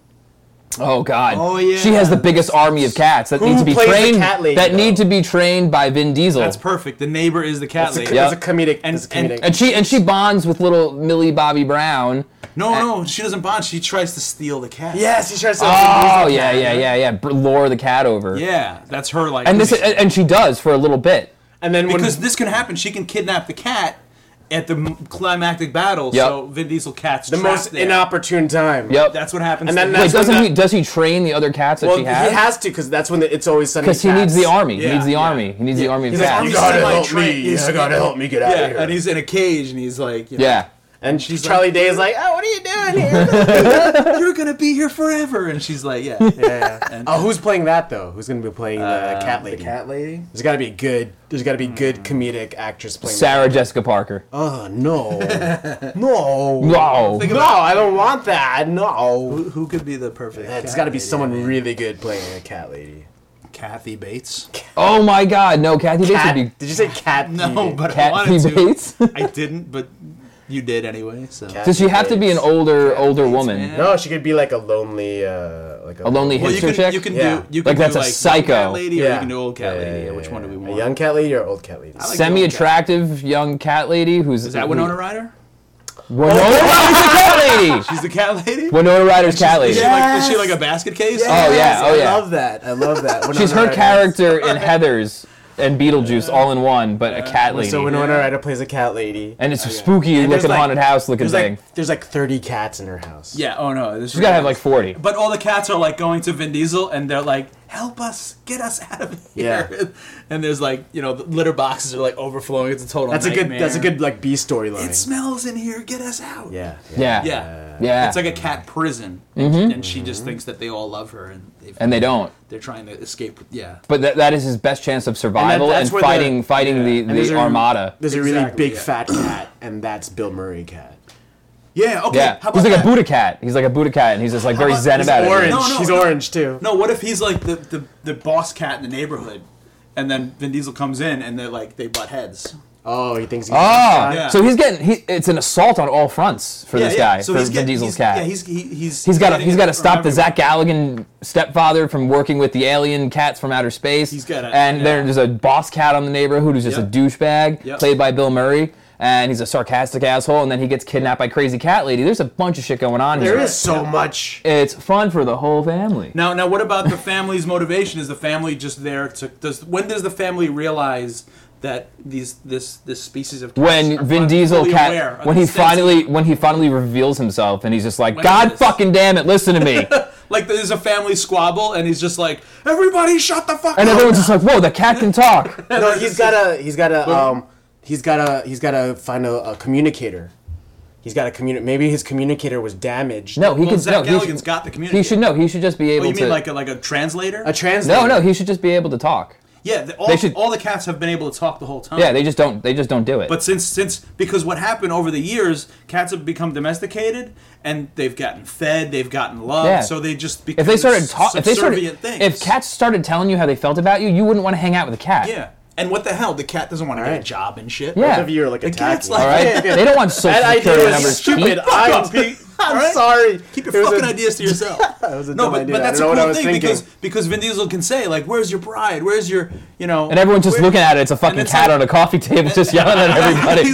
[SPEAKER 1] Oh god.
[SPEAKER 3] Oh, yeah.
[SPEAKER 1] She has the biggest army of cats that
[SPEAKER 2] Who
[SPEAKER 1] need to be
[SPEAKER 2] plays the
[SPEAKER 1] trained.
[SPEAKER 2] cat lady,
[SPEAKER 1] that
[SPEAKER 2] though?
[SPEAKER 1] need to be trained by Vin Diesel.
[SPEAKER 3] That's perfect. The neighbor is the cat
[SPEAKER 2] It's
[SPEAKER 3] lady.
[SPEAKER 2] a,
[SPEAKER 1] Yeah.
[SPEAKER 2] it's a comedic.
[SPEAKER 3] And-
[SPEAKER 2] it's a comedic.
[SPEAKER 1] and she and she bonds with little Millie Bobby Brown.
[SPEAKER 3] No, no, she doesn't bond. She tries to steal the cat.
[SPEAKER 2] yes, he tries to.
[SPEAKER 1] Oh yeah, yeah, yeah, yeah. Br- Lure the cat over.
[SPEAKER 3] Yeah, that's her. Like,
[SPEAKER 1] And this and and she does for a little bit.
[SPEAKER 2] And then when
[SPEAKER 3] because this can happen. She can kidnap the cat at the m- climactic battle.
[SPEAKER 1] Yep.
[SPEAKER 3] So Vin Diesel cat's
[SPEAKER 2] the
[SPEAKER 3] trapped
[SPEAKER 2] most
[SPEAKER 3] there.
[SPEAKER 2] inopportune time.
[SPEAKER 1] Yep.
[SPEAKER 3] That's what happens.
[SPEAKER 2] And
[SPEAKER 3] to
[SPEAKER 2] then
[SPEAKER 3] him.
[SPEAKER 1] Wait,
[SPEAKER 2] that's when
[SPEAKER 1] doesn't
[SPEAKER 2] that-
[SPEAKER 1] he? Does he train the other cats that
[SPEAKER 2] Well,
[SPEAKER 1] she
[SPEAKER 2] he has to because that's when the, it's always sunny.
[SPEAKER 1] Because he needs the
[SPEAKER 2] cats.
[SPEAKER 1] army. He
[SPEAKER 3] Yeah,
[SPEAKER 1] needs the
[SPEAKER 3] yeah.
[SPEAKER 1] army. He needs the army of
[SPEAKER 3] He's like,
[SPEAKER 1] cats.
[SPEAKER 3] "You gotta help me.
[SPEAKER 2] I gotta help me get
[SPEAKER 3] yeah, and he's in a cage, and he's like, you know,
[SPEAKER 1] yeah.
[SPEAKER 2] And she's Charlie Day is like, oh, what are you
[SPEAKER 3] <laughs>
[SPEAKER 2] doing here?
[SPEAKER 3] you're gonna be here forever. And she's like, yeah,
[SPEAKER 2] <laughs> yeah.
[SPEAKER 3] And-
[SPEAKER 2] Oh, who's playing that though? Who's gonna be playing the cat lady?
[SPEAKER 3] lady.
[SPEAKER 2] There's gotta be good. There's gotta be good comedic actress playing.
[SPEAKER 1] Sarah Jessica Parker.
[SPEAKER 2] That. Oh <laughs> no, no,
[SPEAKER 1] Wow.
[SPEAKER 2] no! I don't want that. No,
[SPEAKER 3] Who could be the perfect?
[SPEAKER 2] it's
[SPEAKER 3] cat
[SPEAKER 2] gotta be
[SPEAKER 3] lady?
[SPEAKER 2] someone really good playing a cat lady.
[SPEAKER 3] Kathy Bates.
[SPEAKER 1] Oh my God. No, Kathy Bates
[SPEAKER 2] Cat?
[SPEAKER 1] would be
[SPEAKER 2] Did you say cat?
[SPEAKER 3] No,
[SPEAKER 2] lady?
[SPEAKER 3] but I wanted
[SPEAKER 1] Kathy
[SPEAKER 3] to.
[SPEAKER 1] Bates. <laughs>
[SPEAKER 3] I didn't, but you did anyway. So
[SPEAKER 2] Cat-
[SPEAKER 1] Does she have to be an
[SPEAKER 2] Bates.
[SPEAKER 1] older older woman?
[SPEAKER 3] man.
[SPEAKER 2] no, she could be like a lonely, uh, like a,
[SPEAKER 1] A lonely
[SPEAKER 3] well, you
[SPEAKER 1] hipster
[SPEAKER 3] can
[SPEAKER 1] chick.
[SPEAKER 3] you can
[SPEAKER 2] Yeah.
[SPEAKER 3] do you can
[SPEAKER 1] Like, that's
[SPEAKER 3] do
[SPEAKER 1] a
[SPEAKER 3] like young
[SPEAKER 1] psycho.
[SPEAKER 3] cat lady, or
[SPEAKER 2] Yeah.
[SPEAKER 3] you can do old cat
[SPEAKER 2] Yeah,
[SPEAKER 3] lady.
[SPEAKER 2] yeah,
[SPEAKER 3] which
[SPEAKER 2] yeah,
[SPEAKER 3] one do we
[SPEAKER 2] yeah.
[SPEAKER 3] want?
[SPEAKER 2] A young cat lady or old cat lady?
[SPEAKER 3] like-
[SPEAKER 1] Semi-attractive young cat lady who's
[SPEAKER 3] Is that Winona Ryder?
[SPEAKER 1] Winona Ryder's a
[SPEAKER 3] <laughs>
[SPEAKER 1] cat lady.
[SPEAKER 3] She's the cat lady.
[SPEAKER 1] Winona Ryder's cat lady.
[SPEAKER 3] Is she, like, is
[SPEAKER 2] Yes.
[SPEAKER 3] she like a basket case?
[SPEAKER 1] Oh, yeah, oh, yeah.
[SPEAKER 2] I love that. I love <laughs> that.
[SPEAKER 1] She's
[SPEAKER 2] Winona
[SPEAKER 1] her
[SPEAKER 2] Ryder.
[SPEAKER 1] character in Heather's and Beetlejuice all in one, but a cat lady.
[SPEAKER 2] So Winona Ryder plays a cat lady.
[SPEAKER 1] and it's a spooky
[SPEAKER 2] And there's
[SPEAKER 1] looking
[SPEAKER 2] like-
[SPEAKER 1] haunted house looking
[SPEAKER 2] There's
[SPEAKER 1] thing.
[SPEAKER 2] like there's like 30 cats in her house.
[SPEAKER 3] Yeah. Oh no. This
[SPEAKER 1] She's gotta have like 40.
[SPEAKER 3] But all the cats are like going to Vin Diesel, and they're like, "Help us, get us out of here!" <laughs>
[SPEAKER 2] Yeah.
[SPEAKER 3] And there's like, you know, the litter boxes are like overflowing. It's a total.
[SPEAKER 2] That's a good
[SPEAKER 3] nightmare.
[SPEAKER 2] that's a good like B storyline.
[SPEAKER 3] It smells in here. Get us out.
[SPEAKER 2] yeah.
[SPEAKER 1] Yeah.
[SPEAKER 2] Uh,
[SPEAKER 3] Yeah.
[SPEAKER 1] Yeah.
[SPEAKER 3] It's like a cat prison, and, and
[SPEAKER 2] Mm-hmm.
[SPEAKER 3] she just thinks that they all love her, and they
[SPEAKER 1] Mm-hmm. and they don't.
[SPEAKER 3] they're trying to escape. Yeah.
[SPEAKER 1] But that, that is his best chance of survival and,
[SPEAKER 2] that's where the-
[SPEAKER 1] fighting fighting the,
[SPEAKER 2] there's
[SPEAKER 1] the
[SPEAKER 2] a-
[SPEAKER 1] armada.
[SPEAKER 2] There's a really
[SPEAKER 3] Exactly,
[SPEAKER 2] big
[SPEAKER 3] yeah.
[SPEAKER 2] fat cat and that's Bill Murray cat.
[SPEAKER 3] Yeah. Okay.
[SPEAKER 1] yeah.
[SPEAKER 3] How about
[SPEAKER 1] He's like
[SPEAKER 3] that?
[SPEAKER 1] a Buddha cat. He's like a Buddha cat and he's just like very
[SPEAKER 3] about-
[SPEAKER 1] zen
[SPEAKER 3] he's
[SPEAKER 1] about it.
[SPEAKER 2] Orange.
[SPEAKER 3] No, no,
[SPEAKER 2] She's
[SPEAKER 3] no.
[SPEAKER 2] orange too.
[SPEAKER 3] No, what if he's like the, the, the boss cat in the neighborhood, and then Vin Diesel comes in and they're like they butt heads.
[SPEAKER 2] Oh, he thinks he's
[SPEAKER 1] Oh,
[SPEAKER 3] Yeah.
[SPEAKER 1] so he's getting he, it's an assault on all fronts for this guy for Vin
[SPEAKER 3] getting-
[SPEAKER 1] Diesel's
[SPEAKER 3] he's-
[SPEAKER 1] cat.
[SPEAKER 3] Yeah, he's he, he's
[SPEAKER 1] he's got to
[SPEAKER 3] getting
[SPEAKER 1] he's got to
[SPEAKER 3] it from
[SPEAKER 1] stop the
[SPEAKER 3] everywhere.
[SPEAKER 1] Zach Galligan stepfather from working with the alien cats from outer space.
[SPEAKER 3] He's gotta-
[SPEAKER 1] and
[SPEAKER 3] yeah.
[SPEAKER 1] there's a boss cat on the neighborhood who's just
[SPEAKER 3] Yep.
[SPEAKER 1] a douchebag
[SPEAKER 3] Yep.
[SPEAKER 1] played by Bill Murray, and he's a sarcastic asshole. And then he gets kidnapped by crazy cat lady. There's a bunch of shit going on
[SPEAKER 2] There
[SPEAKER 1] here.
[SPEAKER 2] is so much.
[SPEAKER 1] It's fun for the whole family.
[SPEAKER 3] Now, now, what about the family's motivation? Is the family just there to? Does when does the family realize that these this this species of cats
[SPEAKER 1] When
[SPEAKER 3] are
[SPEAKER 1] Vin
[SPEAKER 3] fin-
[SPEAKER 1] Diesel
[SPEAKER 3] fully aware
[SPEAKER 1] cat
[SPEAKER 3] of
[SPEAKER 1] when
[SPEAKER 3] the
[SPEAKER 1] he
[SPEAKER 3] sense-
[SPEAKER 1] finally when he finally reveals himself and he's just like
[SPEAKER 3] When is
[SPEAKER 1] God
[SPEAKER 3] this?"
[SPEAKER 1] fucking damn it, listen to
[SPEAKER 3] <laughs>
[SPEAKER 1] me.
[SPEAKER 3] like there's a family squabble and he's just like everybody shut the fuck
[SPEAKER 1] And
[SPEAKER 3] up.
[SPEAKER 1] everyone's just like, whoa, the cat can talk.
[SPEAKER 3] <laughs>
[SPEAKER 2] No, he's got to he's got to um he's got to he's got to find a, a communicator. He's got to communicate. Maybe his communicator was damaged.
[SPEAKER 1] No, he
[SPEAKER 3] well,
[SPEAKER 1] could.
[SPEAKER 3] Zach
[SPEAKER 1] no, he
[SPEAKER 3] Galligan's
[SPEAKER 1] should,
[SPEAKER 3] got the community.
[SPEAKER 1] he should know. He should just be able
[SPEAKER 3] Oh, you
[SPEAKER 1] to.
[SPEAKER 3] mean like a, like a translator?
[SPEAKER 2] a translator.
[SPEAKER 1] no, no, he should just be able to talk.
[SPEAKER 3] yeah, the, all,
[SPEAKER 1] They should-
[SPEAKER 3] all the cats have been able to talk the whole time.
[SPEAKER 1] Yeah, they just don't. They just don't do it.
[SPEAKER 3] But since since because what happened over the years, cats have become domesticated and they've gotten fed, theyey've gotten loved,
[SPEAKER 1] Yeah.
[SPEAKER 3] so they just become
[SPEAKER 1] if they started
[SPEAKER 3] s-
[SPEAKER 1] talking, if they started,
[SPEAKER 3] subservient things.
[SPEAKER 1] if cats started telling you how they felt about you, you wouldn't want to hang out with a cat.
[SPEAKER 3] yeah, and what the hell, the cat doesn't want to get
[SPEAKER 2] right.
[SPEAKER 3] a job and shit.
[SPEAKER 1] Yeah.
[SPEAKER 2] Both of you are like
[SPEAKER 3] the cat's
[SPEAKER 2] attacking.
[SPEAKER 3] like,
[SPEAKER 2] <laughs>
[SPEAKER 1] All right.
[SPEAKER 3] <laughs> yeah,
[SPEAKER 1] they don't want social
[SPEAKER 2] That
[SPEAKER 1] security
[SPEAKER 2] idea is
[SPEAKER 1] numbers.
[SPEAKER 2] stupid.
[SPEAKER 1] Pete.
[SPEAKER 3] fuck
[SPEAKER 1] <laughs>
[SPEAKER 2] I
[SPEAKER 3] off, Pete.
[SPEAKER 2] I'm sorry.
[SPEAKER 3] Keep your
[SPEAKER 2] It was
[SPEAKER 3] fucking
[SPEAKER 2] a- <laughs>
[SPEAKER 3] ideas to yourself.
[SPEAKER 2] That was a
[SPEAKER 3] no,
[SPEAKER 2] dumb
[SPEAKER 3] but,
[SPEAKER 2] idea.
[SPEAKER 3] but
[SPEAKER 2] I
[SPEAKER 3] that's a
[SPEAKER 2] don't know
[SPEAKER 3] cool
[SPEAKER 2] what I
[SPEAKER 3] thing
[SPEAKER 2] was thinking.
[SPEAKER 3] because because Vin Diesel can say like, "Where's your pride? Where's your you know?"
[SPEAKER 1] And everyone's just
[SPEAKER 3] where-
[SPEAKER 1] looking at it. It's a fucking
[SPEAKER 3] it's
[SPEAKER 1] cat
[SPEAKER 3] like-
[SPEAKER 1] on a coffee table just yelling
[SPEAKER 3] <laughs>
[SPEAKER 1] at everybody.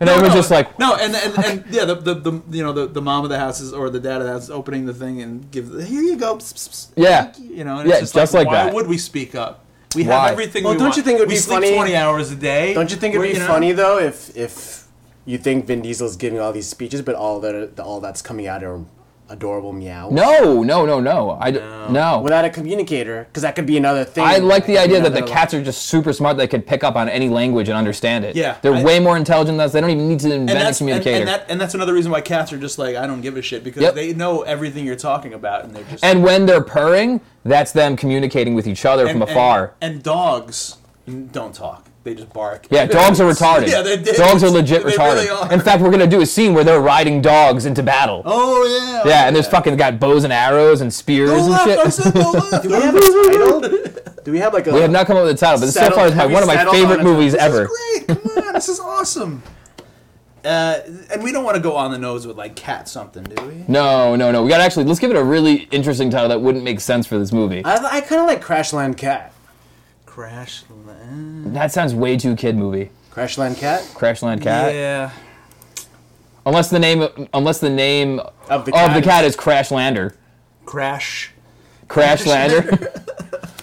[SPEAKER 1] And
[SPEAKER 3] No,
[SPEAKER 1] everyone's
[SPEAKER 3] no,
[SPEAKER 1] just like,
[SPEAKER 3] no, and and, and yeah, the, the the you know the, the mom of the house is or the dad of the house is opening the thing and give here you go, Psst, psst, psst.
[SPEAKER 1] Yeah.
[SPEAKER 3] you know, and it's
[SPEAKER 1] Yeah,
[SPEAKER 3] just,
[SPEAKER 1] just
[SPEAKER 3] like,
[SPEAKER 1] like
[SPEAKER 3] why
[SPEAKER 1] that.
[SPEAKER 3] would we speak up? We
[SPEAKER 1] Why?
[SPEAKER 3] have everything.
[SPEAKER 2] Well,
[SPEAKER 3] we
[SPEAKER 2] don't
[SPEAKER 3] want.
[SPEAKER 2] you think it would
[SPEAKER 3] we
[SPEAKER 2] be
[SPEAKER 3] sleep
[SPEAKER 2] funny-
[SPEAKER 3] Twenty hours a day.
[SPEAKER 2] Don't you think it'd
[SPEAKER 3] We're-
[SPEAKER 2] be
[SPEAKER 3] know?
[SPEAKER 2] funny though if if you think Vin Diesel's giving all these speeches, but all that all that's coming out are adorable meow?
[SPEAKER 1] no, no, no, no. I d- no.
[SPEAKER 2] Without a communicator, because that could be another thing.
[SPEAKER 1] I like the
[SPEAKER 2] That could be
[SPEAKER 1] idea that the
[SPEAKER 2] another-
[SPEAKER 1] cats are just super smart. They can pick up on any language and understand it.
[SPEAKER 3] Yeah,
[SPEAKER 1] they're
[SPEAKER 3] I-
[SPEAKER 1] way more intelligent than us. They don't even need to invent
[SPEAKER 3] And
[SPEAKER 1] a
[SPEAKER 3] that's, and,
[SPEAKER 1] communicator.
[SPEAKER 3] and that, and that's another reason why cats are just like I don't give a shit because
[SPEAKER 1] Yep.
[SPEAKER 3] they know everything you're talking about and they're just
[SPEAKER 1] And when they're purring, that's them communicating with each other from
[SPEAKER 3] and-
[SPEAKER 1] afar.
[SPEAKER 3] And, dogs don't talk; they just bark. <laughs>
[SPEAKER 1] yeah, dogs are retarded.
[SPEAKER 3] Yeah, they did. <laughs>
[SPEAKER 1] Dogs are legit
[SPEAKER 3] They
[SPEAKER 1] retarded.
[SPEAKER 3] really are.
[SPEAKER 1] In fact, we're gonna do a scene where they're riding dogs into battle.
[SPEAKER 3] Oh yeah.
[SPEAKER 1] yeah, and there's fucking got bows and arrows and spears
[SPEAKER 3] Go
[SPEAKER 1] and
[SPEAKER 3] left,
[SPEAKER 1] shit. <laughs>
[SPEAKER 3] I said go
[SPEAKER 2] <laughs>
[SPEAKER 3] left.
[SPEAKER 2] Do we have a title? Do we have like a?
[SPEAKER 1] we have not come up with a title, but this so
[SPEAKER 2] Settled-
[SPEAKER 1] far is my,
[SPEAKER 2] have we
[SPEAKER 1] one of my
[SPEAKER 2] settled on
[SPEAKER 1] favorite
[SPEAKER 2] a-
[SPEAKER 1] movies ever.
[SPEAKER 3] Great, come on, this is awesome. Uh, and we don't want to go on the nose with like cat something, do we?
[SPEAKER 1] No, no, no. We got to actually let's give it a really interesting title that wouldn't make sense for this movie.
[SPEAKER 2] I, I kind of like Crashland Cat.
[SPEAKER 3] Crash land.
[SPEAKER 1] that sounds way too kid movie.
[SPEAKER 2] Crashland Cat
[SPEAKER 1] Crashland Cat.
[SPEAKER 3] Yeah.
[SPEAKER 1] Unless the name, unless the name of
[SPEAKER 2] of the
[SPEAKER 1] the
[SPEAKER 2] cat.
[SPEAKER 1] cat, is Crashlander.
[SPEAKER 3] Crash. <laughs>
[SPEAKER 1] Crashlander.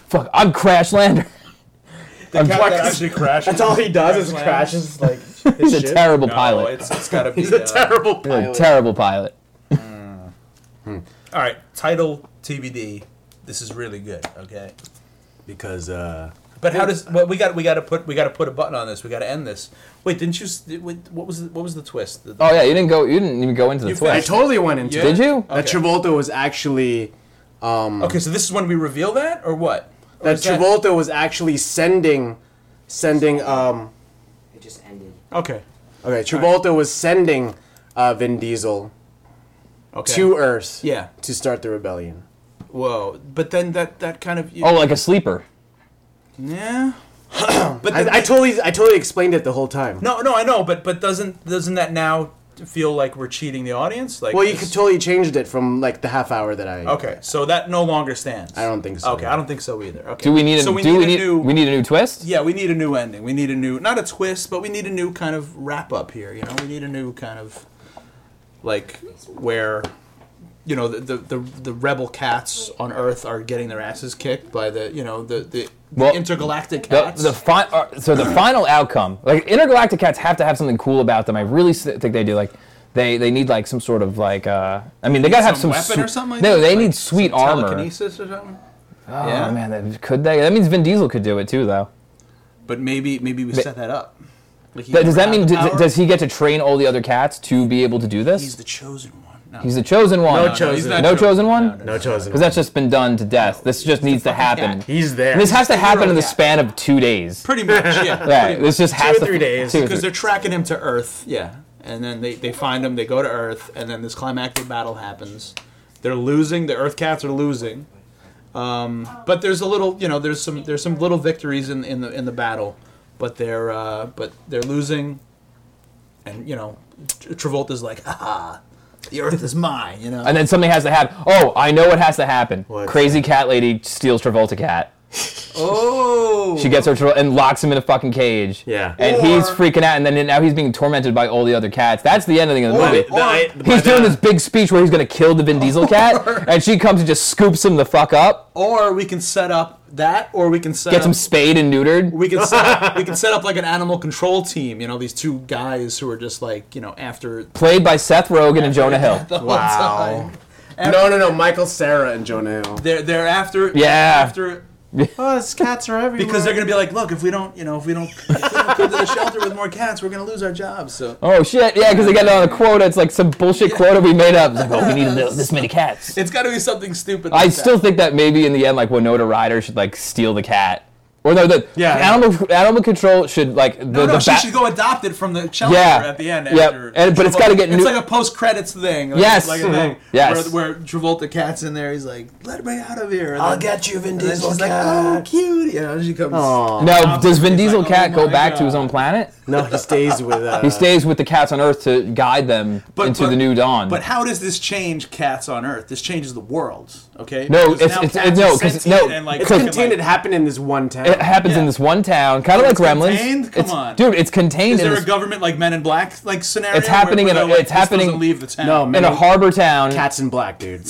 [SPEAKER 1] Fuck, I'm <laughs> Crashlander. I'm
[SPEAKER 3] Cat that actually crashes.
[SPEAKER 2] That's all he does is
[SPEAKER 3] Crashland.
[SPEAKER 2] crashes like
[SPEAKER 1] <laughs>
[SPEAKER 2] his
[SPEAKER 1] a
[SPEAKER 2] shit.
[SPEAKER 1] terrible
[SPEAKER 3] <laughs> No,
[SPEAKER 1] pilot.
[SPEAKER 3] It's, it's gotta be.
[SPEAKER 2] He's a
[SPEAKER 3] uh,
[SPEAKER 2] terrible
[SPEAKER 1] A
[SPEAKER 2] pilot.
[SPEAKER 1] terrible pilot.
[SPEAKER 3] all right, title TBD. This is really good. Okay.
[SPEAKER 2] because uh,
[SPEAKER 3] But how does? Well, we got we got to put we got to put a button on this. We got to end this. Wait, didn't you? s- wait, What was the, what was the twist? The-
[SPEAKER 1] Oh yeah, you didn't go. You didn't even go into the
[SPEAKER 3] You Uh,
[SPEAKER 2] I
[SPEAKER 1] twist.
[SPEAKER 2] totally went into
[SPEAKER 3] Yeah.
[SPEAKER 2] it.
[SPEAKER 1] Did you?
[SPEAKER 2] That
[SPEAKER 3] Okay.
[SPEAKER 2] Travolta was actually
[SPEAKER 3] Okay, so this is when we reveal that, or what? Or
[SPEAKER 2] that
[SPEAKER 3] is that-
[SPEAKER 2] Travolta was actually sending sending um
[SPEAKER 4] It just ended.
[SPEAKER 3] Okay.
[SPEAKER 2] Okay, Travolta was sending uh, Vin Diesel
[SPEAKER 3] Okay.
[SPEAKER 2] to Earth
[SPEAKER 3] Yeah.
[SPEAKER 2] to start the rebellion.
[SPEAKER 3] Whoa. But then that that kind of.
[SPEAKER 1] Oh, like a sleeper.
[SPEAKER 3] Yeah. but
[SPEAKER 2] I,
[SPEAKER 3] then-
[SPEAKER 2] I totally, I totally explained it the whole time.
[SPEAKER 3] no, no, I know. But but doesn't doesn't that now feel like we're cheating the audience? Like.
[SPEAKER 2] well, you
[SPEAKER 3] it's-
[SPEAKER 2] could totally changed it from like the half hour that I.
[SPEAKER 3] Okay, so that no longer stands.
[SPEAKER 2] I don't think so.
[SPEAKER 3] Okay, I don't think so either. Okay.
[SPEAKER 1] Do we need a?
[SPEAKER 3] So
[SPEAKER 1] do we need?
[SPEAKER 3] a new.
[SPEAKER 1] we need a new twist.
[SPEAKER 3] yeah, we need a new ending. We need a new, not a twist, but we need a new kind of wrap up here. You know, we need a new kind of, like, where, you know, the the, the, the rebel cats on Earth are getting their asses kicked by the, you know, the the,
[SPEAKER 1] Well,
[SPEAKER 3] the intergalactic
[SPEAKER 1] The,
[SPEAKER 3] cats.
[SPEAKER 1] the fi- uh, so
[SPEAKER 3] <clears throat>
[SPEAKER 1] the final outcome, like intergalactic cats have to have something cool about them. I really s- think they do. Like they, they need like some sort of like uh, I mean they gotta have some
[SPEAKER 3] some weapon
[SPEAKER 1] su-
[SPEAKER 3] or something. Like
[SPEAKER 1] no,
[SPEAKER 3] that?
[SPEAKER 1] they
[SPEAKER 3] Like
[SPEAKER 1] need sweet
[SPEAKER 3] some
[SPEAKER 1] armor.
[SPEAKER 3] telekinesis or something.
[SPEAKER 1] Oh
[SPEAKER 3] yeah,
[SPEAKER 1] man, that, could they? That means Vin Diesel could do it too, though.
[SPEAKER 3] but maybe maybe we set that up. Like he
[SPEAKER 1] Th- does
[SPEAKER 3] never
[SPEAKER 1] that
[SPEAKER 3] had
[SPEAKER 1] mean
[SPEAKER 3] the
[SPEAKER 1] d-
[SPEAKER 3] power.
[SPEAKER 1] does he get to train all the other cats to be able to do this?
[SPEAKER 3] He's the chosen one. No.
[SPEAKER 1] He's the chosen one.
[SPEAKER 2] No No, chosen. he's
[SPEAKER 3] not
[SPEAKER 1] No
[SPEAKER 3] chosen.
[SPEAKER 1] chosen one.
[SPEAKER 3] No, no,
[SPEAKER 2] no chosen.
[SPEAKER 1] Because that's just been done to death. This just needs to happen.
[SPEAKER 3] cat.
[SPEAKER 2] He's there.
[SPEAKER 1] And this has to happen in the
[SPEAKER 3] cat.
[SPEAKER 1] span of two days.
[SPEAKER 3] Pretty much, yeah.
[SPEAKER 1] Yeah, this just has
[SPEAKER 2] or
[SPEAKER 1] to
[SPEAKER 2] three days,
[SPEAKER 1] two or
[SPEAKER 3] Because
[SPEAKER 1] three-
[SPEAKER 3] they're tracking him to Earth, yeah. And then they, they find him, they go to Earth, and then this climactic battle happens. They're losing, the Earth cats are losing. Um, but there's a little, you know, there's some there's some little victories in, in the in the battle, but they're uh, but they're losing, and you know, Tr- Travolta's like, ha, the Earth is mine, you know.
[SPEAKER 1] and then something has to happen. Oh, I know what has to happen.
[SPEAKER 2] What?
[SPEAKER 1] Crazy cat lady steals Travolta cat.
[SPEAKER 3] oh,
[SPEAKER 1] She gets her Travol- and locks him in a fucking cage.
[SPEAKER 2] Yeah.
[SPEAKER 1] And
[SPEAKER 3] Or-
[SPEAKER 1] he's freaking out, and then now he's being tormented by all the other cats. That's the ending of the movie.
[SPEAKER 3] Or-
[SPEAKER 1] He's doing this big speech where he's gonna kill the Vin Diesel cat, and she comes and just scoops him the fuck up,
[SPEAKER 3] or we can set up that, or we can set
[SPEAKER 1] gets
[SPEAKER 3] up
[SPEAKER 1] him spayed and neutered.
[SPEAKER 3] we can set up, we can set up like an animal control team. You know, these two guys who are just like you know after
[SPEAKER 1] Played by Seth Rogen and Jonah Hill.
[SPEAKER 3] the whole
[SPEAKER 2] Wow.
[SPEAKER 3] time.
[SPEAKER 2] No, no, no. Michael, Sarah, and Jonah Hill.
[SPEAKER 3] They're they're after
[SPEAKER 1] Yeah.
[SPEAKER 3] after
[SPEAKER 2] Oh, these cats are everywhere.
[SPEAKER 3] because they're gonna be like, look, if we don't you know if we don't, <laughs> if we don't come to the shelter with more cats, we're gonna lose our jobs. So
[SPEAKER 1] Oh shit, yeah, because they got it on a quota. It's like some bullshit quota we made up. It's like, oh, we need this, this many cats.
[SPEAKER 3] it's got to be something stupid.
[SPEAKER 1] <laughs> I
[SPEAKER 3] like that.
[SPEAKER 1] still think that maybe in the end, like Winona Ryder should like steal the cat Or no, the
[SPEAKER 2] Yeah.
[SPEAKER 1] animal animal control should like the
[SPEAKER 3] No,
[SPEAKER 1] the
[SPEAKER 3] no, she
[SPEAKER 1] ba-
[SPEAKER 3] should go adopted from the shelter
[SPEAKER 1] Yeah.
[SPEAKER 3] at the end.
[SPEAKER 1] Yep.
[SPEAKER 3] After
[SPEAKER 1] And- but it's
[SPEAKER 3] Travolta-
[SPEAKER 1] gotta get
[SPEAKER 3] It's
[SPEAKER 1] new-
[SPEAKER 3] like a post credits thing. Like,
[SPEAKER 1] Yes.
[SPEAKER 3] like a thing
[SPEAKER 1] <laughs> Yes.
[SPEAKER 3] Where, where Travolta cat's in there. He's like, "Let me out of here." And
[SPEAKER 2] I'll
[SPEAKER 3] then-
[SPEAKER 2] get you, Vin
[SPEAKER 3] And then
[SPEAKER 2] Diesel.
[SPEAKER 3] she's like, "Oh, cute." You know, she comes.
[SPEAKER 2] Aw.
[SPEAKER 1] Now, does Vin
[SPEAKER 3] He's
[SPEAKER 1] Diesel
[SPEAKER 3] like,
[SPEAKER 1] cat
[SPEAKER 3] "Oh
[SPEAKER 1] go
[SPEAKER 3] my
[SPEAKER 1] back to
[SPEAKER 3] God."
[SPEAKER 1] his own planet?
[SPEAKER 2] No, he stays with. Uh,
[SPEAKER 1] He stays with the cats on Earth to guide them
[SPEAKER 3] But-
[SPEAKER 1] into
[SPEAKER 3] but-
[SPEAKER 1] the new dawn.
[SPEAKER 3] But how does this change cats on Earth? This changes the world. Okay.
[SPEAKER 1] No,
[SPEAKER 3] Because
[SPEAKER 1] it's-
[SPEAKER 3] now
[SPEAKER 1] it's-
[SPEAKER 3] cats
[SPEAKER 1] no,
[SPEAKER 3] are
[SPEAKER 1] 'cause-
[SPEAKER 3] sentient
[SPEAKER 1] no,
[SPEAKER 3] and, like,
[SPEAKER 2] It's
[SPEAKER 3] fucking,
[SPEAKER 2] contained.
[SPEAKER 3] like-
[SPEAKER 2] it happened in this one town.
[SPEAKER 1] it happens in
[SPEAKER 3] Yeah.
[SPEAKER 1] this one town, kind of like
[SPEAKER 3] It's
[SPEAKER 1] Gremlins.
[SPEAKER 3] contained? Come
[SPEAKER 1] It's-
[SPEAKER 3] on.
[SPEAKER 1] dude. It's contained
[SPEAKER 3] Is
[SPEAKER 1] in
[SPEAKER 3] there a
[SPEAKER 1] this-
[SPEAKER 3] government like Men in Black like scenario?
[SPEAKER 1] It's happening
[SPEAKER 3] where-
[SPEAKER 1] in a-
[SPEAKER 3] where they're like,
[SPEAKER 1] it's
[SPEAKER 3] "This doesn't
[SPEAKER 1] happening-
[SPEAKER 3] Leave the town.
[SPEAKER 2] No, man.
[SPEAKER 1] in a harbor town.
[SPEAKER 2] cats in black, dude.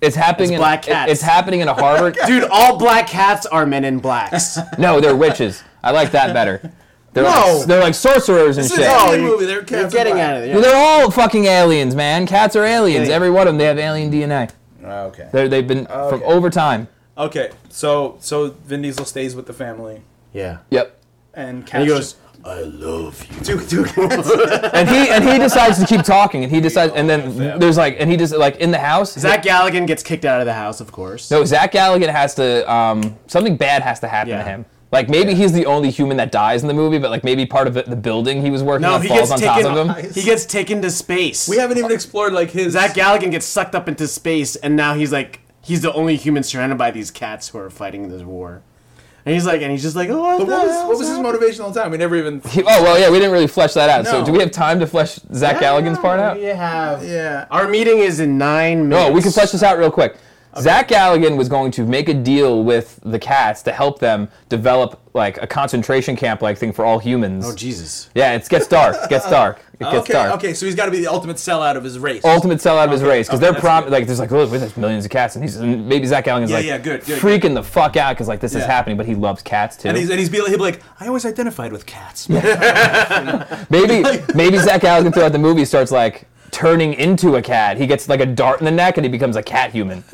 [SPEAKER 1] It's happening in
[SPEAKER 2] black
[SPEAKER 1] it-
[SPEAKER 2] cats.
[SPEAKER 1] it's happening in a
[SPEAKER 3] <laughs>
[SPEAKER 1] harbor.
[SPEAKER 2] Dude, all black cats are men in blacks.
[SPEAKER 1] no, they're witches. I like that better. They're
[SPEAKER 2] No.
[SPEAKER 1] like, they're like sorcerers and
[SPEAKER 3] This is
[SPEAKER 1] shit.
[SPEAKER 3] all-
[SPEAKER 2] No,
[SPEAKER 3] Alien
[SPEAKER 2] you-
[SPEAKER 3] movie, they're cats
[SPEAKER 2] you're
[SPEAKER 3] in
[SPEAKER 2] getting
[SPEAKER 3] black.
[SPEAKER 2] out of it.
[SPEAKER 1] Well,
[SPEAKER 2] yeah.
[SPEAKER 1] They're all fucking aliens, man. Cats are aliens.
[SPEAKER 2] Yeah.
[SPEAKER 1] Every one of them. They have alien DNA.
[SPEAKER 2] Ah,
[SPEAKER 3] Okay.
[SPEAKER 1] They're, they've been from
[SPEAKER 3] Okay.
[SPEAKER 1] over time.
[SPEAKER 3] Okay. So so Vin Diesel stays with the family
[SPEAKER 2] Yeah.
[SPEAKER 1] Yep.
[SPEAKER 3] and cats.
[SPEAKER 2] And he goes,
[SPEAKER 3] just-
[SPEAKER 2] I love you.
[SPEAKER 3] Two- two cats.
[SPEAKER 1] And he and he decides to keep talking, and he decides, and then there's like, and he just like in the house.
[SPEAKER 2] Zach Galligan gets kicked out of the house, of course.
[SPEAKER 1] No, Zach Galligan has to. Um, something bad has to happen
[SPEAKER 2] Yeah.
[SPEAKER 1] to him. Like maybe he's the only human that dies in the movie, but like maybe part of it, the building he was working
[SPEAKER 2] No,
[SPEAKER 1] on
[SPEAKER 2] he
[SPEAKER 1] falls
[SPEAKER 2] gets
[SPEAKER 1] on top
[SPEAKER 2] taken.
[SPEAKER 1] of him.
[SPEAKER 2] He gets taken to space.
[SPEAKER 3] <laughs> We haven't even explored like his
[SPEAKER 2] Zach Galligan gets sucked up into space, and now he's like, he's the only human surrounded by these cats who are fighting this war. And he's like, and he's just like, oh, what,
[SPEAKER 3] But
[SPEAKER 2] the
[SPEAKER 3] what was
[SPEAKER 2] hell's
[SPEAKER 3] what was his
[SPEAKER 2] happening?"
[SPEAKER 3] motivation all the time? We never even.
[SPEAKER 1] He- oh well, yeah, we didn't really flesh that out. So
[SPEAKER 3] No.
[SPEAKER 1] do we have time to flesh Zach Galligan's part out?
[SPEAKER 2] We have.
[SPEAKER 3] <laughs> Yeah.
[SPEAKER 2] Our meeting is in nine minutes.
[SPEAKER 1] No, Oh, we can flesh this out real quick. Zach Galligan was going to make a deal with the cats to help them develop like a concentration camp like thing for all humans.
[SPEAKER 2] Oh, Jesus.
[SPEAKER 1] Yeah, it gets dark. It gets dark. It <laughs> gets
[SPEAKER 3] Okay.
[SPEAKER 1] dark.
[SPEAKER 3] Okay. So he's got to be the ultimate sellout of his race.
[SPEAKER 1] Ultimate sellout of his race because
[SPEAKER 3] okay,
[SPEAKER 1] they're
[SPEAKER 3] that's
[SPEAKER 1] prom-
[SPEAKER 3] good.
[SPEAKER 1] like there's like look there's millions of cats and he's and maybe Zach Galligan's
[SPEAKER 3] Yeah,
[SPEAKER 1] like
[SPEAKER 3] yeah, good, good,
[SPEAKER 1] freaking the fuck out because like this is
[SPEAKER 3] Yeah.
[SPEAKER 1] happening but he loves cats too.
[SPEAKER 3] And he's and he's be like, he'll be like, I always identified with
[SPEAKER 1] <laughs>
[SPEAKER 3] cats. <laughs>
[SPEAKER 1] maybe maybe Zach Galligan throughout the movie starts like turning into a cat. He gets like a dart in the neck and he becomes a cat human.